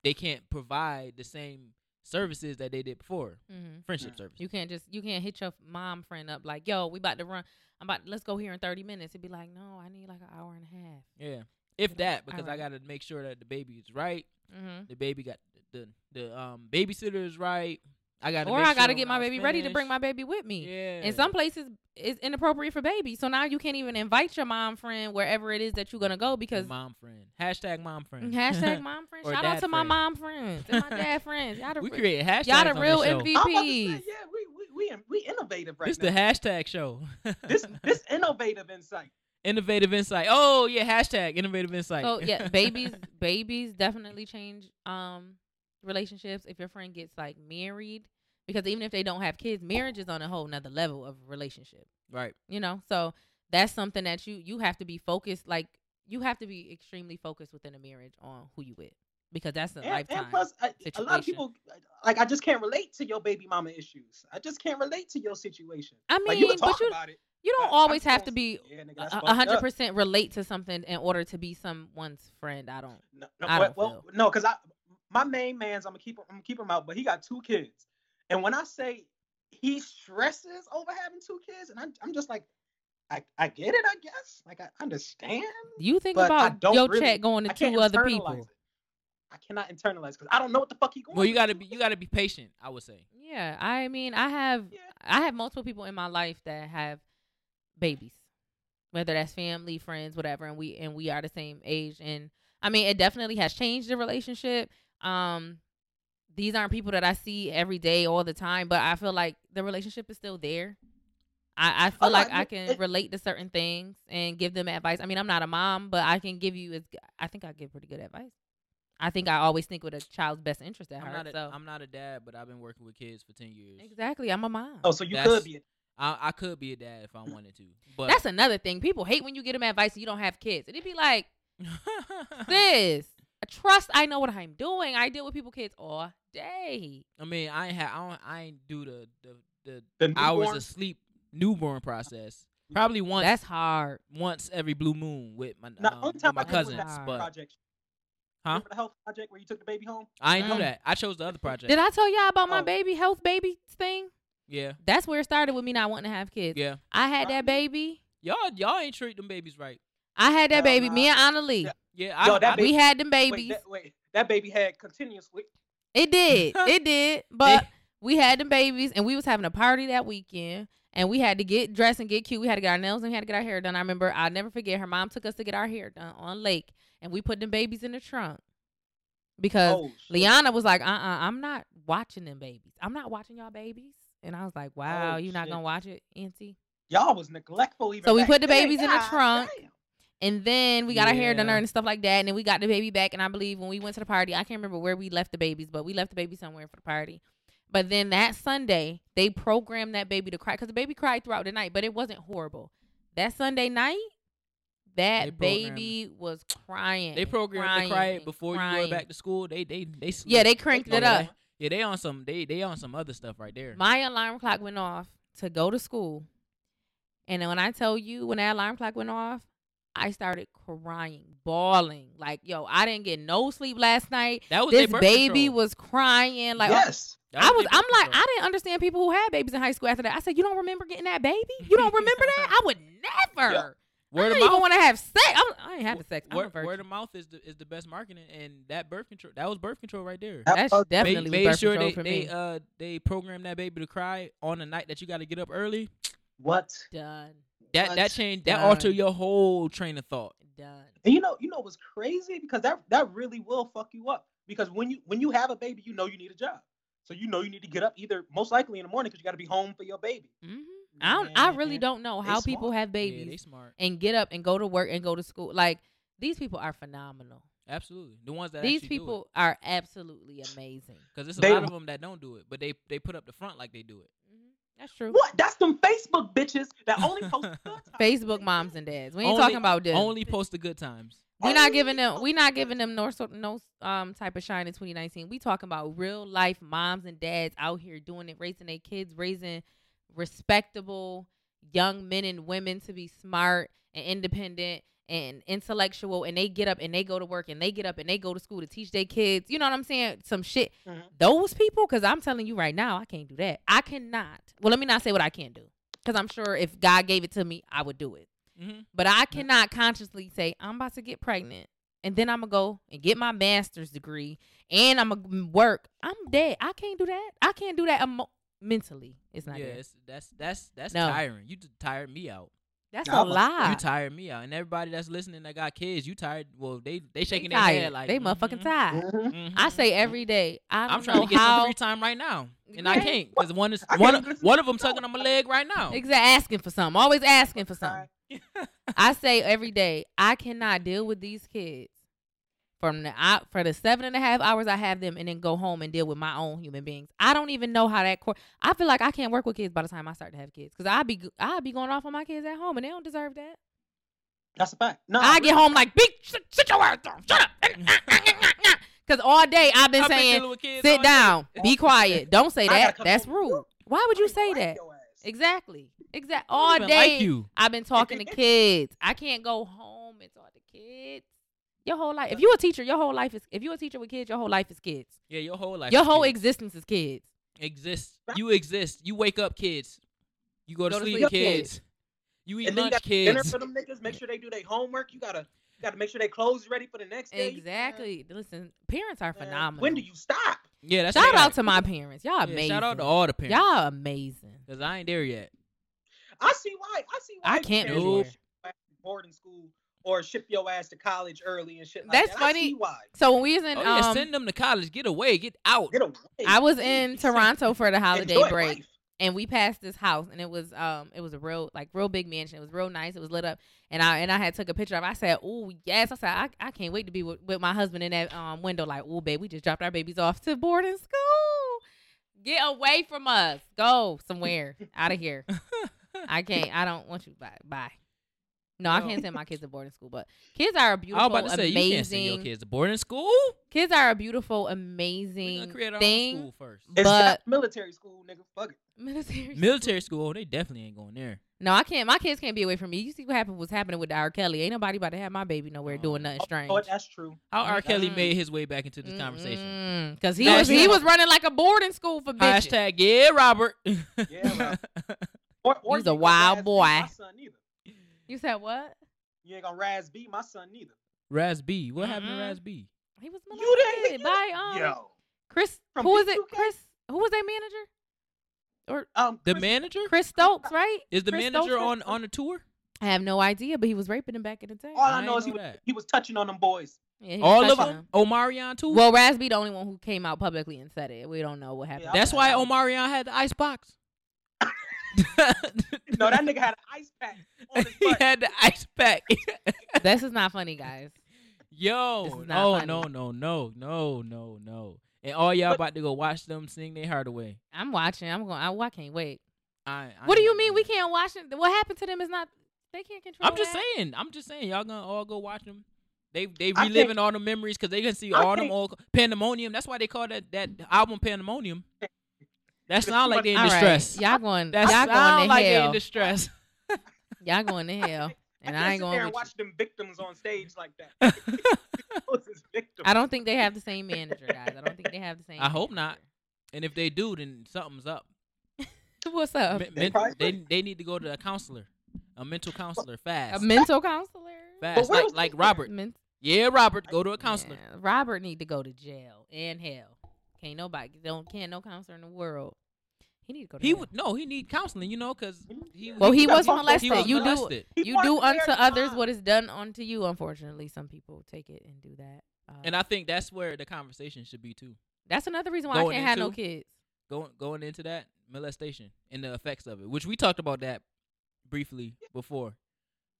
Speaker 1: they can't provide the same services that they did before
Speaker 2: Mm-hmm.
Speaker 1: friendship
Speaker 3: Yeah.
Speaker 1: services
Speaker 2: You can't just you can't hit your f- mom friend up like, yo, we about to run. I'm about let's go here in 30 minutes. It'd be like, no, I need like an hour and a
Speaker 1: yeah if
Speaker 2: Like,
Speaker 1: that because i
Speaker 2: alright.
Speaker 1: gotta make sure that the baby is right
Speaker 2: half. Mm-hmm.
Speaker 1: the baby got the the um babysitter is right i gotta
Speaker 2: or
Speaker 1: make
Speaker 2: I got to
Speaker 1: sure
Speaker 2: get
Speaker 1: when
Speaker 2: my
Speaker 1: was
Speaker 2: baby ready to
Speaker 1: finished.
Speaker 2: bring my baby with me.
Speaker 1: yeah
Speaker 2: In some places, it's inappropriate for babies. So now you can't even invite your mom friend wherever it is that you're gonna go
Speaker 1: Your
Speaker 2: because
Speaker 1: mom friend hashtag mom friend
Speaker 2: *laughs* hashtag
Speaker 1: *laughs*
Speaker 2: mom friend.
Speaker 1: Or
Speaker 2: Shout out
Speaker 1: dad
Speaker 2: to my
Speaker 1: friend.
Speaker 2: mom friends and my dad
Speaker 1: *laughs*
Speaker 2: friends. Y'all the,
Speaker 1: we
Speaker 2: re-
Speaker 1: create hashtags
Speaker 2: y'all the
Speaker 1: on
Speaker 2: real
Speaker 1: this show.
Speaker 3: I'm about to say, yeah,
Speaker 2: MVPs.
Speaker 3: we we we, in- we innovative right
Speaker 1: E. this
Speaker 3: now.
Speaker 1: the hashtag show *laughs*
Speaker 3: this this innovative insight.
Speaker 1: innovative insight oh yeah hashtag innovative insight
Speaker 2: So Oh,
Speaker 1: *laughs*
Speaker 2: yeah, babies babies definitely change um relationships if your friend gets like married. Because even if they don't have kids, marriage is on a whole nother level of relationship.
Speaker 1: right
Speaker 2: You know? So that's something that you you have to be focused like you have to be extremely focused within a marriage on who you with. Because that's a
Speaker 3: And,
Speaker 2: lifetime.
Speaker 3: and plus, I, a lot
Speaker 2: situation.
Speaker 3: of people like I just can't relate to your baby mama issues. I just can't relate to your situation.
Speaker 2: I
Speaker 3: like you
Speaker 2: mean,
Speaker 3: can talk
Speaker 2: but you
Speaker 3: about it.
Speaker 2: you
Speaker 3: but
Speaker 2: don't
Speaker 3: I'm
Speaker 2: always
Speaker 3: just
Speaker 2: have
Speaker 3: gonna
Speaker 2: to
Speaker 3: say,
Speaker 2: be
Speaker 3: yeah, nigga,
Speaker 2: a
Speaker 3: that's
Speaker 2: a
Speaker 3: fucked
Speaker 2: hundred
Speaker 3: up."
Speaker 2: percent relate to something in order to be someone's friend. I don't.
Speaker 3: No, no,
Speaker 2: I
Speaker 3: well,
Speaker 2: don't
Speaker 3: well, no, because I my main man's I'm gonna keep him, I'm gonna keep him out, but he got two kids, and when I say he stresses over having two kids, and I'm, I'm just like, I, I get it, I guess, like I understand.
Speaker 2: You think
Speaker 3: But I
Speaker 2: about
Speaker 3: don't
Speaker 2: your
Speaker 3: really-
Speaker 2: check going
Speaker 3: I
Speaker 2: to
Speaker 3: can't
Speaker 2: two other
Speaker 3: internalize
Speaker 2: people.
Speaker 3: It. I cannot internalize because I don't know what the fuck he going.
Speaker 1: well you
Speaker 3: through.
Speaker 1: gotta be you gotta be patient i would say
Speaker 2: Yeah, I mean, I have
Speaker 3: Yeah.
Speaker 2: I have multiple people in my life that have babies, whether that's family, friends, whatever, and we and we are the same age. And I mean, it definitely has changed the relationship. Um, these aren't people that I see every day, all the time, but I feel like the relationship is still there. I, I feel
Speaker 3: Oh, no,
Speaker 2: like
Speaker 3: I
Speaker 2: I
Speaker 3: mean,
Speaker 2: can
Speaker 3: it-
Speaker 2: relate to certain things and give them advice. I mean, I'm not a mom, but I can give you. As, I think I give pretty good advice. I think I always think with a child's best interest at
Speaker 1: I'm
Speaker 2: heart.
Speaker 1: not, a,
Speaker 2: so
Speaker 1: I'm not a dad, but I've been working with kids for ten years.
Speaker 2: exactly, I'm a mom.
Speaker 3: Oh, so you
Speaker 1: That's-
Speaker 3: could be.
Speaker 1: I, I could be a dad if I wanted to, but *laughs*
Speaker 2: That's another thing. People hate when you get them advice and you don't have kids. And it'd be
Speaker 3: *laughs*
Speaker 2: like, sis, trust I know what I'm doing. I deal with people kids all day.
Speaker 1: I mean, I ain't ha- I don't, I ain't do the the, the
Speaker 3: The newborn,
Speaker 1: hours of sleep newborn process. Probably once
Speaker 2: That's hard.
Speaker 1: once every blue moon with my
Speaker 3: Now,
Speaker 1: um,
Speaker 3: only
Speaker 1: with
Speaker 3: time
Speaker 1: my
Speaker 3: I did was
Speaker 1: cousins,
Speaker 2: that
Speaker 1: but
Speaker 3: project.
Speaker 1: Huh?
Speaker 3: Remember the health project where you took the baby home?
Speaker 1: I ain't do
Speaker 2: Mm.
Speaker 1: that. I chose the other project.
Speaker 2: Did I tell y'all about my
Speaker 3: Oh.
Speaker 2: baby health baby thing?
Speaker 1: Yeah,
Speaker 2: That's where it started with me not wanting to have kids.
Speaker 1: yeah.
Speaker 2: I had
Speaker 3: Right.
Speaker 2: that baby.
Speaker 1: Y'all y'all ain't treat them babies right.
Speaker 2: I had that
Speaker 3: Hell
Speaker 2: baby.
Speaker 3: nah.
Speaker 2: Me and Anna Lee.
Speaker 3: Yeah,
Speaker 1: Yeah, I,
Speaker 3: Yo, that
Speaker 1: I-
Speaker 3: baby-
Speaker 2: We had them
Speaker 3: Wait,
Speaker 2: babies.
Speaker 3: that, wait, that baby had continuous. Wait,
Speaker 2: It
Speaker 3: *laughs*
Speaker 2: did. it did.
Speaker 1: they-
Speaker 2: But we had them babies and we was having a party that weekend and we had to get dressed and get cute. We had to get our nails and we had to get our hair done. I remember I'll never forget her mom took us to get our hair done on Lake and we put them babies in the trunk. Because
Speaker 3: oh, shit.
Speaker 2: Liana was like, uh uh-uh, uh, i am not watching them babies. I'm not watching y'all babies. And I was like, wow,
Speaker 3: Oh,
Speaker 2: you're not
Speaker 3: shit.
Speaker 2: gonna watch it, Auntie.
Speaker 3: Y'all was neglectful even.
Speaker 2: So we
Speaker 3: back
Speaker 2: put the
Speaker 3: then.
Speaker 2: babies in the
Speaker 3: God
Speaker 2: trunk.
Speaker 3: damn.
Speaker 2: And then we got our hair done
Speaker 1: Yeah.
Speaker 2: and stuff like that. And then we got the baby back. And I believe when we went to the party, I can't remember where we left the babies, but we left the baby somewhere for the party. But then that Sunday, they programmed that baby to cry because the baby cried throughout the night, but it wasn't horrible. That Sunday night,
Speaker 1: They
Speaker 2: that
Speaker 1: programmed-
Speaker 2: baby was crying.
Speaker 1: they
Speaker 2: and
Speaker 1: programmed to cry
Speaker 2: crying
Speaker 1: it
Speaker 2: and
Speaker 1: before you
Speaker 2: crying.
Speaker 1: go back to school. They they they sleep.
Speaker 2: Yeah, they cranked
Speaker 1: Oh,
Speaker 2: it
Speaker 1: yeah,
Speaker 2: up.
Speaker 1: they- Yeah, they on some they they on some other stuff right there.
Speaker 2: My alarm clock went off to go to school, And then when I tell you, when that alarm clock went off, I started crying, bawling. Like, yo, I didn't get no sleep last night.
Speaker 1: That was their
Speaker 2: This
Speaker 1: birth
Speaker 2: baby
Speaker 1: control.
Speaker 2: was crying. Like, uh,
Speaker 3: yes.
Speaker 1: That
Speaker 2: I was.
Speaker 1: their
Speaker 2: I'm
Speaker 1: birth
Speaker 2: like,
Speaker 1: control.
Speaker 2: I didn't understand people who had babies in high school. After that, I said, you don't remember getting that baby? You don't remember that? I would never. I
Speaker 1: word
Speaker 2: don't
Speaker 1: of
Speaker 2: even
Speaker 1: mouth.
Speaker 2: want to have sex. I'm, I ain't having sex. I'm a
Speaker 1: Word,
Speaker 2: virgin.
Speaker 1: word of mouth is the is the best marketing, and that birth control that was birth control right there.
Speaker 3: That
Speaker 2: That's
Speaker 3: was-
Speaker 1: Made-
Speaker 2: definitely
Speaker 1: made,
Speaker 2: birth
Speaker 1: sure
Speaker 2: control
Speaker 1: they
Speaker 2: for
Speaker 1: they
Speaker 2: me.
Speaker 1: uh they programmed that baby to cry on the night that you got to get up early.
Speaker 3: What?
Speaker 2: done,
Speaker 1: That
Speaker 3: What?
Speaker 1: that changed that
Speaker 2: Done.
Speaker 1: altered your whole train of thought.
Speaker 2: done.
Speaker 3: And you know, you know what's crazy because that that really will fuck you up because when you when you have a baby, you know you need a job, so you know you need to get up either most likely in the morning because you got to be home for your baby.
Speaker 2: hmm I don't. I really
Speaker 3: Man,
Speaker 2: don't know
Speaker 3: they
Speaker 2: how people
Speaker 3: smart.
Speaker 2: have
Speaker 1: Yeah, they
Speaker 2: babies
Speaker 1: smart.
Speaker 2: and get up and go to work and go to school. Like these people are phenomenal.
Speaker 1: Absolutely, the ones that
Speaker 2: These people are absolutely amazing.
Speaker 1: because it's a
Speaker 3: They-
Speaker 1: lot of them that don't do it, but they they put up the front like they do it.
Speaker 2: Mm-hmm. That's true.
Speaker 3: What? That's them Facebook bitches
Speaker 2: *laughs*
Speaker 3: that only post good times.
Speaker 2: Facebook moms and dads. We ain't
Speaker 1: Only-
Speaker 2: talking about this.
Speaker 1: Only post the good times.
Speaker 2: We're not
Speaker 3: Only
Speaker 2: giving them.
Speaker 3: post-
Speaker 2: We're not giving them no sort, no um type of shine in 2019. We talking about real life moms and dads out here doing it, raising their kids, raising respectable young men and women to be smart and independent and intellectual, and they get up and they go to work and they get up and they go to school to teach their kids. You know what I'm saying? Some shit.
Speaker 3: Mhm.
Speaker 2: Those people, because I'm telling you right now, I can't do that. I cannot. Well, let me not say what I can't do, because I'm sure if God gave it to me, I would do it.
Speaker 1: hmm
Speaker 2: But I cannot consciously say I'm about to get pregnant and then I'm gonna go and get my master's degree and I'm gonna work. I'm dead. I can't do that. I can't do that emo- mentally. It's not
Speaker 1: Yeah,
Speaker 2: there.
Speaker 1: it's, that's that's that's
Speaker 2: No.
Speaker 1: tiring. You just tired me out.
Speaker 2: That's
Speaker 3: Nah,
Speaker 2: a
Speaker 3: I'm a-
Speaker 2: lie.
Speaker 1: You tired me out, and everybody that's listening that got kids, you tired. Well, they they shaking
Speaker 2: they
Speaker 1: their
Speaker 2: tired.
Speaker 1: head like
Speaker 2: they motherfucking
Speaker 1: mhm,
Speaker 2: tired.
Speaker 3: Mhm.
Speaker 1: mhm.
Speaker 2: I say every day. I don't
Speaker 1: I'm trying
Speaker 2: know
Speaker 1: to get
Speaker 2: how.
Speaker 1: some free time right now, and I
Speaker 2: Right.
Speaker 1: can't because one is
Speaker 3: I
Speaker 1: one
Speaker 3: can't
Speaker 1: of-
Speaker 3: listen
Speaker 1: one
Speaker 3: to
Speaker 1: of them
Speaker 3: you.
Speaker 1: tucking on my leg right now.
Speaker 2: Exactly, asking for something. Always asking for
Speaker 3: Cry.
Speaker 2: something. I say every day, I cannot deal with these kids from the I, for the seven and a half hours I have them, and then go home and deal with my own human beings. I don't even know how that. Cor- I feel like I can't work with kids by the time I start to have kids because I be g- I be going off on my kids at home, and they don't deserve that.
Speaker 3: That's a fact. No,
Speaker 1: Oh,
Speaker 2: I get home like, bitch, sit, sit your ass down,
Speaker 1: *laughs*
Speaker 2: *laughs* shut up, because all day I've been
Speaker 1: I've been
Speaker 2: saying,
Speaker 1: dealing with kids all
Speaker 2: sit
Speaker 1: day.
Speaker 2: down,
Speaker 1: *laughs*
Speaker 2: be quiet, don't say
Speaker 3: I gotta
Speaker 2: that.
Speaker 3: come
Speaker 2: That's
Speaker 3: home.
Speaker 2: rude. Why would you
Speaker 3: I
Speaker 2: say
Speaker 3: like
Speaker 2: that?
Speaker 3: your ass.
Speaker 2: Exactly, exact.
Speaker 1: I don't
Speaker 2: All
Speaker 1: even
Speaker 2: day.
Speaker 1: like you.
Speaker 2: I've been talking to
Speaker 3: *laughs*
Speaker 2: kids. I can't go home and talk to kids. Your whole life. If you're a teacher, your whole life is. If you're a teacher with kids, your whole life is kids.
Speaker 1: Yeah, your whole life.
Speaker 2: your
Speaker 1: is
Speaker 2: whole
Speaker 1: kids.
Speaker 2: existence is kids.
Speaker 1: exists. You exist. You wake up, kids. You go to, sleep, kids. You eat
Speaker 3: And then you
Speaker 1: lunch,
Speaker 3: got dinner
Speaker 1: kids.
Speaker 3: for them niggas. Make sure they do their homework. You gotta you gotta make sure they clothes ready for the next day. You-
Speaker 2: Exactly. Listen, parents are
Speaker 3: Man,
Speaker 2: phenomenal.
Speaker 3: When do you stop?
Speaker 1: Yeah, that's
Speaker 2: shout
Speaker 1: what I
Speaker 2: out
Speaker 1: got.
Speaker 2: to my parents. Y'all
Speaker 1: Yeah,
Speaker 2: amazing.
Speaker 1: Shout out to all the parents.
Speaker 2: Y'all amazing.
Speaker 1: Cause I ain't there yet.
Speaker 3: I see why. I see why.
Speaker 2: I can't
Speaker 3: parents
Speaker 1: do
Speaker 3: will
Speaker 1: it.
Speaker 3: ship your ass to boarding school or ship your ass to college early and shit. Like
Speaker 2: That's
Speaker 3: that. I
Speaker 2: funny.
Speaker 3: see why.
Speaker 2: So when we was in,
Speaker 1: Oh yeah,
Speaker 2: um,
Speaker 1: send them to college. Get away. Get out.
Speaker 3: Get away.
Speaker 2: I was in
Speaker 3: *laughs*
Speaker 2: Toronto for the holiday
Speaker 3: Enjoy
Speaker 2: break.
Speaker 3: life.
Speaker 2: and we passed this house and it was um it was a real like real big mansion it was real nice it was lit up and i and i had took a picture of it. i said oh yes i said I, I can't wait to be with, with my husband in that um window like oh babe we just dropped our babies off to boarding school get away from us go somewhere out
Speaker 1: *laughs*
Speaker 2: of here i can't i don't want you bye bye no, I
Speaker 1: No.
Speaker 2: can't send my kids to boarding school, but kids are a
Speaker 1: I was
Speaker 2: beautiful,
Speaker 1: about to say
Speaker 2: amazing.
Speaker 1: you can't send your kids to boarding school.
Speaker 2: Kids are a beautiful,
Speaker 1: We
Speaker 2: amazing
Speaker 1: gonna create our
Speaker 2: thing.
Speaker 1: own
Speaker 2: *laughs*
Speaker 1: school first.
Speaker 3: It's
Speaker 2: but-
Speaker 3: not military school, nigga. Fuck it.
Speaker 2: Military,
Speaker 1: Military school, they definitely ain't going there.
Speaker 2: No, I can't. My kids can't be away from me. You see what happened was happening with the R. Kelly. Ain't nobody about to have my baby nowhere doing nothing
Speaker 3: Oh,
Speaker 2: strange.
Speaker 3: Oh, that's true.
Speaker 1: How R. Kelly
Speaker 2: Mm, Mm-mm.
Speaker 1: made his way back into this conversation.
Speaker 2: because he
Speaker 1: Now
Speaker 2: was
Speaker 1: she-
Speaker 2: he was running like a boarding school for bitches.
Speaker 1: Hashtag yeah, Robert. *laughs*
Speaker 3: Yeah, Or, or
Speaker 2: He's a
Speaker 3: you ain't gonna
Speaker 2: wild
Speaker 3: razz beat
Speaker 2: boy.
Speaker 3: My son neither.
Speaker 2: You said what?
Speaker 3: You ain't gonna razz be my son neither.
Speaker 1: Raz B. What happened to
Speaker 2: Mm-mm.
Speaker 1: Raz B?
Speaker 2: He was
Speaker 3: You didn't.
Speaker 2: molested by um
Speaker 3: Yo.
Speaker 2: Chris.
Speaker 3: From
Speaker 2: who was it?
Speaker 3: B2K?
Speaker 2: Chris. Who was their manager?
Speaker 3: Um,
Speaker 1: The
Speaker 3: Chris-
Speaker 1: manager
Speaker 2: Chris Stokes, right?
Speaker 1: is the
Speaker 2: Chris
Speaker 1: manager
Speaker 2: Stokes?
Speaker 1: on on the tour.
Speaker 2: I have no idea, but he was raping him back in the day.
Speaker 3: All
Speaker 1: I
Speaker 3: I, know
Speaker 1: ain't
Speaker 3: is he
Speaker 1: know
Speaker 3: was,
Speaker 1: that.
Speaker 3: he was touching on them boys.
Speaker 2: Yeah, he was
Speaker 1: All of
Speaker 2: touching
Speaker 1: them. Omarion too.
Speaker 2: Well, Rasby the only one who came out publicly and said it. We don't know what happened.
Speaker 3: Yeah,
Speaker 1: That's
Speaker 3: I'm-
Speaker 1: why Omarion had the ice
Speaker 3: *laughs*
Speaker 1: box.
Speaker 3: No, that nigga had an ice pack on his
Speaker 1: *laughs* he
Speaker 3: butt.
Speaker 1: had the ice pack. *laughs*
Speaker 2: this is not funny, guys. This
Speaker 1: Yo,
Speaker 2: is
Speaker 1: no,
Speaker 2: not
Speaker 1: no, no, no, no, no, no. And all y'all about to go watch them sing their heart away.
Speaker 2: I'm watching. I'm going. I, I can't wait.
Speaker 1: I, I
Speaker 2: What do
Speaker 1: ain't
Speaker 2: you
Speaker 1: gonna
Speaker 2: mean we
Speaker 1: that.
Speaker 2: can't watch it? What happened to them is not. They can't control.
Speaker 1: I'm just
Speaker 2: that.
Speaker 1: saying. I'm just saying. Y'all gonna all go watch them. They they
Speaker 3: I can't-
Speaker 1: reliving all the memories because they gonna see
Speaker 3: I
Speaker 1: all them
Speaker 3: can't-
Speaker 1: old pandemonium. That's why they call that that album pandemonium. That sound like they in
Speaker 2: All right,
Speaker 1: distress.
Speaker 2: Y'all going.
Speaker 1: That
Speaker 2: y'all going
Speaker 1: sound
Speaker 2: to
Speaker 1: like they
Speaker 2: hell.
Speaker 1: in distress.
Speaker 2: Y'all going to hell,
Speaker 1: *laughs*
Speaker 2: and
Speaker 3: can't
Speaker 2: I ain't going.
Speaker 3: sit there
Speaker 2: With
Speaker 3: and
Speaker 2: you.
Speaker 3: watch them victims on stage like that. *laughs* Those is victims.
Speaker 2: I don't think they have the same manager, guys. I don't think they have the
Speaker 1: *laughs*
Speaker 2: same.
Speaker 1: I hope not. And if they do, then something's up.
Speaker 2: manager. What's up?
Speaker 1: Men- men-
Speaker 3: probably-
Speaker 1: they they need to go to a counselor, a mental counselor,
Speaker 2: A
Speaker 1: fast,
Speaker 2: mental counselor.
Speaker 1: fast,
Speaker 3: where
Speaker 1: like
Speaker 3: was
Speaker 1: like
Speaker 3: this at?
Speaker 1: Robert.
Speaker 2: Men-
Speaker 1: Yeah, Robert, go to a counselor.
Speaker 2: Yeah, Robert need to go to jail and hell. Can't nobody don't can't no counselor in the world. He need to go. To
Speaker 1: He
Speaker 2: jail.
Speaker 1: would no, he need counseling, you know, because he
Speaker 2: Well, he
Speaker 3: got
Speaker 2: was
Speaker 3: bumped up.
Speaker 1: he
Speaker 2: molested.
Speaker 1: was
Speaker 2: you do
Speaker 1: molested.
Speaker 3: He
Speaker 2: you
Speaker 3: wasn't
Speaker 2: do
Speaker 3: there
Speaker 2: unto
Speaker 3: at the
Speaker 2: others
Speaker 3: time.
Speaker 2: what is done unto you. Unfortunately, some people take it and do that. Uh,
Speaker 1: And I think that's where the conversation should be too.
Speaker 2: that's another reason why I
Speaker 1: going
Speaker 2: can't have no
Speaker 1: into-
Speaker 2: kids.
Speaker 1: Going going into that molestation and the effects of it, which we talked about that briefly before,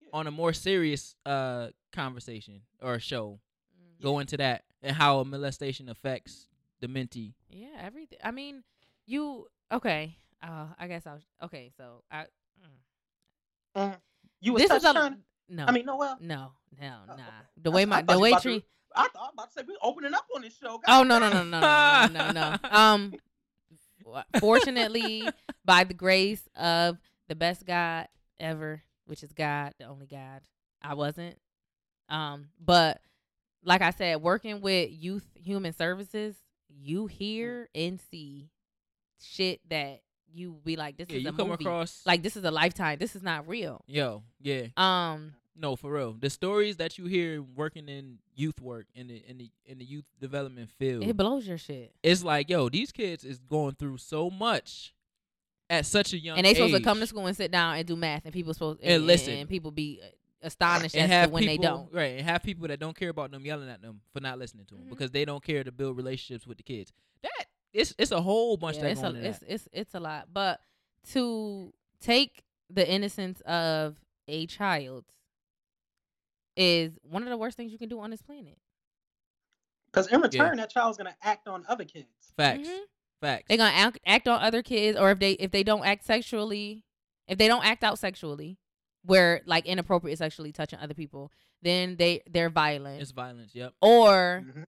Speaker 3: Yeah.
Speaker 1: on a more serious uh conversation or show.
Speaker 2: Mm.
Speaker 1: Go into that and how a molestation affects the mentee.
Speaker 2: Yeah, everything. I mean, you okay? Uh, I guess I'll okay. So I mm.
Speaker 3: You was
Speaker 2: this is
Speaker 3: touched
Speaker 2: a
Speaker 3: on.
Speaker 2: no.
Speaker 3: I mean, Noel.
Speaker 2: no, no,
Speaker 3: Oh,
Speaker 2: nah.
Speaker 3: okay.
Speaker 2: The way
Speaker 3: I
Speaker 2: my
Speaker 3: thought
Speaker 2: the
Speaker 3: you
Speaker 2: way
Speaker 3: about to-
Speaker 2: tree.
Speaker 3: I thought I'm about to say we opening up on this show. God
Speaker 2: Oh no no
Speaker 3: damn.
Speaker 2: no no no no no.
Speaker 1: *laughs*
Speaker 2: no. Um, wa- fortunately, by the grace of the best God ever, which is God, the only God, I wasn't. Um, but like I said, working with youth human services, you hear and see shit that you be like, this
Speaker 1: Yeah,
Speaker 2: is
Speaker 1: you
Speaker 2: a
Speaker 1: come
Speaker 2: movie.
Speaker 1: across
Speaker 2: like this is a lifetime. This is not real.
Speaker 1: yo, yeah.
Speaker 2: Um,
Speaker 1: No, for real. The stories that you hear working in youth work in the in the in the youth development field,
Speaker 2: it blows your shit.
Speaker 1: it's like yo, these kids is going through so much at such a young
Speaker 2: and they supposed to come to
Speaker 1: age
Speaker 2: school and sit down and do math, and people supposed
Speaker 1: And listen.
Speaker 2: and people be astonished
Speaker 1: and
Speaker 2: as
Speaker 1: have
Speaker 2: to when they
Speaker 1: people-
Speaker 2: don't.
Speaker 1: right and have people that don't care about them yelling at them for not listening to them
Speaker 2: Mhm.
Speaker 1: because they don't care to build relationships with the kids. That it's it's a whole bunch
Speaker 2: Yeah,
Speaker 1: that
Speaker 2: it's,
Speaker 1: going
Speaker 2: a,
Speaker 1: into
Speaker 2: it's,
Speaker 1: that.
Speaker 2: it's it's a lot, but to take the innocence of a child is one of the worst things you can do on this planet.
Speaker 3: Because in return, that child's gonna act on other kids.
Speaker 1: Facts,
Speaker 2: Mhm.
Speaker 1: facts.
Speaker 2: They're gonna act, act on other kids, or if they if they don't act sexually, if they don't act out sexually, where like inappropriate sexually touching other people, then they they're violent.
Speaker 1: it's violence. Yep.
Speaker 2: or
Speaker 3: Mhm.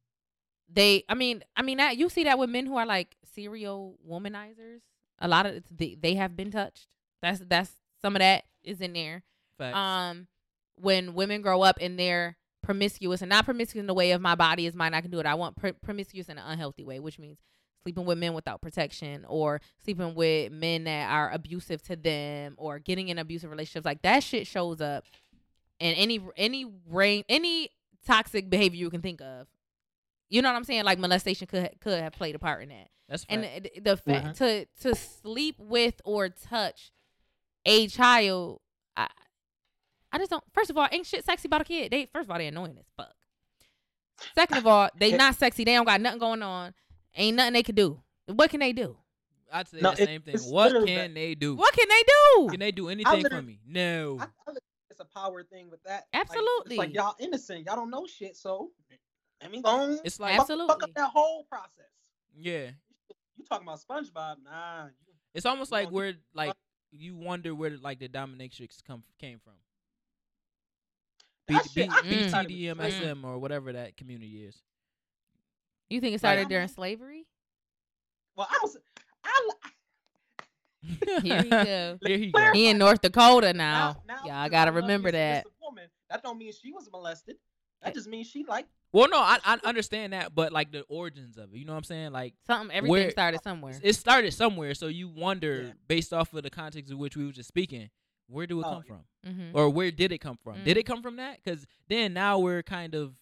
Speaker 2: they i mean i mean that you see that with men who are like serial womanizers a lot of it's they, they have been touched that's that's some of that is in there
Speaker 1: Facts.
Speaker 2: um when women grow up and they're promiscuous and not promiscuous in the way of my body is mine i can do it i want pr- promiscuous in an unhealthy way which means sleeping with men without protection or sleeping with men that are abusive to them or getting in abusive relationships like that shit shows up and any any rain any toxic behavior you can think of you know what i'm saying like molestation could could have played a part in that
Speaker 1: That's fact.
Speaker 2: and the, the fact to to sleep with or touch a child, I, I just don't. First of all, ain't shit sexy about a kid. They first of all they annoying as fuck. Second of all, they not sexy. They don't got nothing going on. Ain't nothing they could do. What can they do?
Speaker 1: I'd say
Speaker 3: No,
Speaker 1: the
Speaker 3: it-
Speaker 1: same thing.
Speaker 3: it's
Speaker 1: What
Speaker 3: literally
Speaker 1: can
Speaker 3: that-
Speaker 1: they do?
Speaker 2: What can they
Speaker 1: Can
Speaker 2: do?
Speaker 1: they do anything for
Speaker 3: literally-
Speaker 1: me? No.
Speaker 3: I, I think it's a power thing with that. Like, it's
Speaker 2: Absolutely.
Speaker 3: like y'all innocent. Y'all don't know shit. So let me go. on,
Speaker 1: It's like
Speaker 3: fuck- Fuck
Speaker 2: Absolutely.
Speaker 3: up that whole process.
Speaker 1: yeah.
Speaker 3: You talking about SpongeBob? Nah. you-
Speaker 1: It's almost
Speaker 3: You
Speaker 1: like
Speaker 3: know,
Speaker 1: where like you wonder where like the dominatrix come came from. B-
Speaker 3: That shit,
Speaker 1: B-
Speaker 3: I
Speaker 2: think it
Speaker 3: started with
Speaker 1: BTMSM or whatever that community is.
Speaker 2: You think it started
Speaker 3: Like-
Speaker 2: during slavery?
Speaker 3: Well, I was. I, li-
Speaker 2: Here
Speaker 1: *laughs*
Speaker 2: you go.
Speaker 1: Here he go.
Speaker 3: Claire-
Speaker 2: He in North Dakota
Speaker 3: now,
Speaker 2: now.
Speaker 3: now
Speaker 2: Y'all
Speaker 3: since
Speaker 2: gotta
Speaker 3: I'm up
Speaker 2: remember that.
Speaker 3: against this Woman, that don't mean she was molested. That just means she like.
Speaker 1: Well, no, I, I understand that, but like the origins of it, you know what I'm saying? Like
Speaker 2: Something everything
Speaker 1: Where-
Speaker 2: started somewhere.
Speaker 1: it started somewhere, so you wonder
Speaker 3: Yeah.
Speaker 1: based off of the context in which we were just speaking, where do it
Speaker 3: Oh,
Speaker 1: come
Speaker 3: yeah.
Speaker 1: from,
Speaker 2: hmm
Speaker 1: or where did it come from? Did
Speaker 2: Mhm.
Speaker 1: it come from that? Because then now we're kind of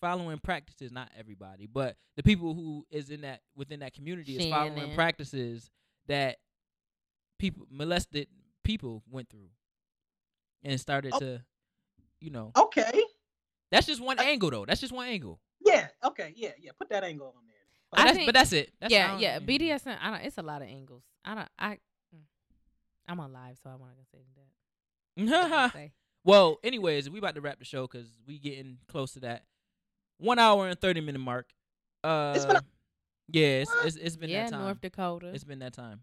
Speaker 1: following practices. Not everybody, but the people who is in that within that community is following
Speaker 2: Shannon.
Speaker 1: practices that people molested people went through and started
Speaker 3: Oh.
Speaker 1: to, you know,
Speaker 2: Oh.
Speaker 3: Okay.
Speaker 1: that's just one angle though. That's just one angle.
Speaker 3: Yeah. Okay. Yeah. Yeah. Put that angle on there.
Speaker 1: But,
Speaker 2: I
Speaker 1: that's,
Speaker 2: think-
Speaker 1: but that's it. That's
Speaker 2: yeah,
Speaker 1: how-
Speaker 2: yeah.
Speaker 1: *laughs*
Speaker 2: BDSM. I don't. It's a lot of angles. I don't. I. mm. I'm on live, so I want to say
Speaker 1: *laughs*
Speaker 2: that. I'm gonna say.
Speaker 1: Well, anyways, we about to wrap the show because we getting close to that one hour and thirty minute mark. Uh,
Speaker 3: It's been a-
Speaker 1: yeah, it's, it's, it's been
Speaker 2: yeah,
Speaker 1: that time.
Speaker 2: North Dakota.
Speaker 1: It's been that time.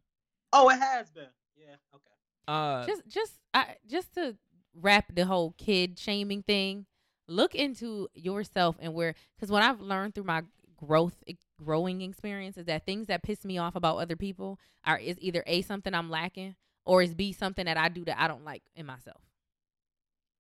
Speaker 3: Oh, it has been. Yeah. Okay.
Speaker 1: Uh,
Speaker 2: just, just, I, just to wrap the whole kid shaming thing. Look into yourself and where, because what I've learned through my growth, e, growing experience is that things that piss me off about other people are is either a something I'm lacking or is b something that I do that I don't like in myself.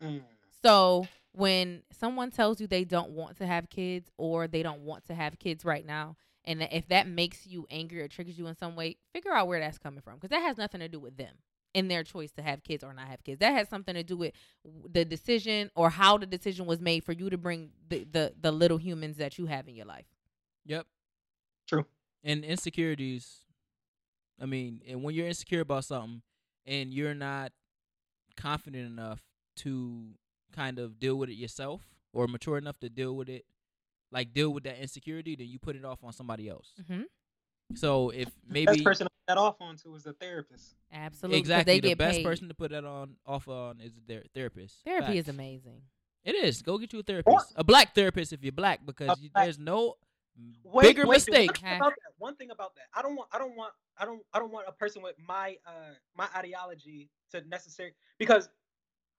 Speaker 3: Mm.
Speaker 2: So when someone tells you they don't want to have kids or they don't want to have kids right now, and that- if that makes you angry or triggers you in some way, figure out where that's coming from because that has nothing to do with them and their choice to have kids or not have kids. That has something to do with w- the decision or how the decision was made for you to bring the the, the little humans that you have in your life.
Speaker 1: Yep.
Speaker 3: True.
Speaker 1: And insecurities. I mean, and when you're insecure about something and you're not confident enough to kind of deal with it yourself or mature enough to deal with it, like deal with that insecurity, then you put it off on somebody else.
Speaker 2: Mm-hmm.
Speaker 1: So if maybe
Speaker 3: Best person to put that off onto is the therapist.
Speaker 2: Absolutely, 'cause
Speaker 1: exactly
Speaker 2: They
Speaker 1: the
Speaker 2: get
Speaker 1: best
Speaker 2: paid.
Speaker 1: person to put that on off on is their therapist.
Speaker 2: Therapy
Speaker 1: Facts.
Speaker 2: is amazing.
Speaker 1: It is. Go get you a therapist, a black therapist if you're black, because
Speaker 3: A
Speaker 1: you,
Speaker 3: black-
Speaker 1: there's no
Speaker 3: Wait,
Speaker 1: bigger
Speaker 3: wait, dude,
Speaker 1: mistake.
Speaker 3: One thing, about that, one thing about that, I don't want, I don't want, I don't, I don't want a person with my, uh, my ideology to necessarily because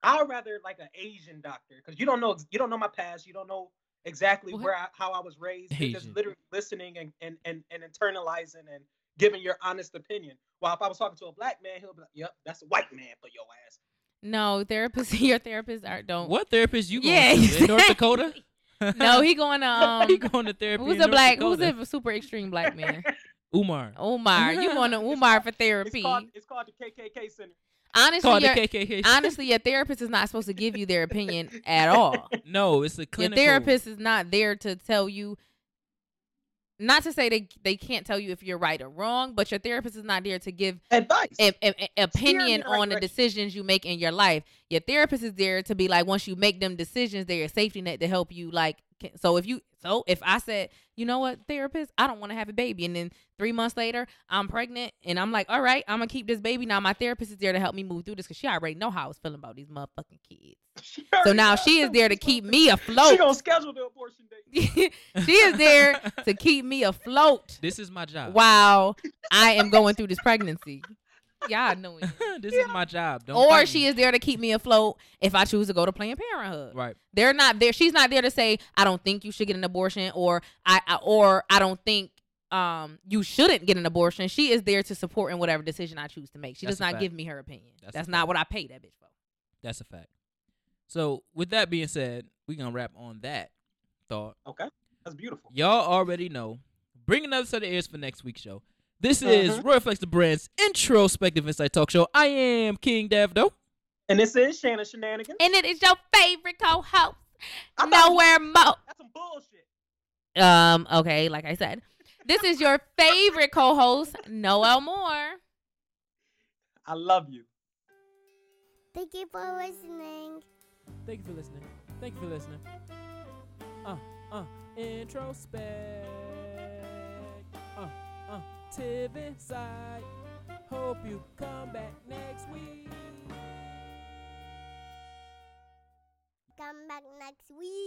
Speaker 3: I'd rather like an Asian doctor because you don't know, you don't know my past, you don't know exactly
Speaker 2: What?
Speaker 3: where I, how I was raised. You're just
Speaker 1: Asian.
Speaker 3: literally listening and and and and internalizing and giving your honest opinion. While if I was talking to a black man, he'll be like, "Yep, that's a white man for your ass."
Speaker 2: No, therapists, *laughs* your therapists are *laughs* don't.
Speaker 1: What therapist you going to
Speaker 2: Yeah,
Speaker 1: in
Speaker 2: *laughs*
Speaker 1: North
Speaker 2: exactly.
Speaker 1: Dakota?
Speaker 2: No,
Speaker 1: *laughs*
Speaker 2: he going to um.
Speaker 1: he going to therapy.
Speaker 2: Who's
Speaker 1: in
Speaker 2: a
Speaker 1: North
Speaker 2: black?
Speaker 1: Dakota.
Speaker 2: Who's Oh, a super extreme black man?
Speaker 1: Umar?
Speaker 2: Umar,
Speaker 3: *laughs*
Speaker 2: you going to Umar for
Speaker 3: It's
Speaker 2: therapy?
Speaker 3: called, it's called the KKK Center.
Speaker 2: Honestly,
Speaker 1: Called the
Speaker 2: your,
Speaker 1: KKK.
Speaker 2: honestly, your therapist is not supposed to give you their
Speaker 3: *laughs*
Speaker 2: opinion at all.
Speaker 1: no, it's a clinical. *laughs*
Speaker 2: Your therapist is not there to tell you. Not to say they they can't tell you if you're right or wrong, but your therapist is not there to give
Speaker 3: Advice. *laughs*
Speaker 2: a, a- a-
Speaker 3: Steer in
Speaker 2: opinion
Speaker 3: the right
Speaker 2: on the
Speaker 3: direction.
Speaker 2: decisions you make in your life. Your therapist is there to be like, once you make them decisions, they're a safety net to help you. Like, can- so if you, so if I said, you know what, therapist, I don't want to have a baby, and then three months later I'm pregnant, and I'm like, all right, I'm gonna keep this baby. Now my therapist is there to help me move through this because she already know how I was feeling about these motherfucking kids. So now she is there to keep me
Speaker 3: She
Speaker 2: afloat. *laughs*
Speaker 3: gonna schedule the abortion date.
Speaker 2: she is there to keep me afloat
Speaker 1: *laughs* This is my job.
Speaker 2: while I am going through this pregnancy. Y'all know
Speaker 1: *laughs*
Speaker 2: it
Speaker 1: this is my job. Don't
Speaker 2: or
Speaker 1: fight
Speaker 2: she
Speaker 1: me.
Speaker 2: is there to keep me afloat if I choose to go to Planned Parenthood.
Speaker 1: right.
Speaker 2: They're not there. She's not there to say I don't think you should get an abortion, or I, I or I don't think um you shouldn't get an abortion. She is there to support in whatever decision I choose to make. She
Speaker 1: That's
Speaker 2: does
Speaker 1: a
Speaker 2: not
Speaker 1: fact.
Speaker 2: give me her opinion.
Speaker 1: That's
Speaker 2: That's,
Speaker 1: a
Speaker 2: not
Speaker 1: fact.
Speaker 2: what I pay that bitch for.
Speaker 1: That's a fact. So with that being said, we gonna wrap on that thought.
Speaker 3: Okay, that's beautiful.
Speaker 1: Y'all already know. Bring another set of ears for next week's show. This is
Speaker 3: Mhm.
Speaker 1: Royal Flex the Brand's introspective insight talk show. I am King Davdo.
Speaker 3: And this is Shannon Shenanigans.
Speaker 2: And it is your favorite co-host,
Speaker 3: I thought-
Speaker 2: nowhere mo.
Speaker 3: That's some bullshit.
Speaker 2: Um, okay, like I said, this is your favorite co-host, Noel Moore.
Speaker 3: I love you.
Speaker 4: Thank you for listening.
Speaker 1: Thank you for listening. Thank you for listening. Uh, uh, introspect. Uh, uh, Tiv inside. Hope you come back next week.
Speaker 4: Come back next week.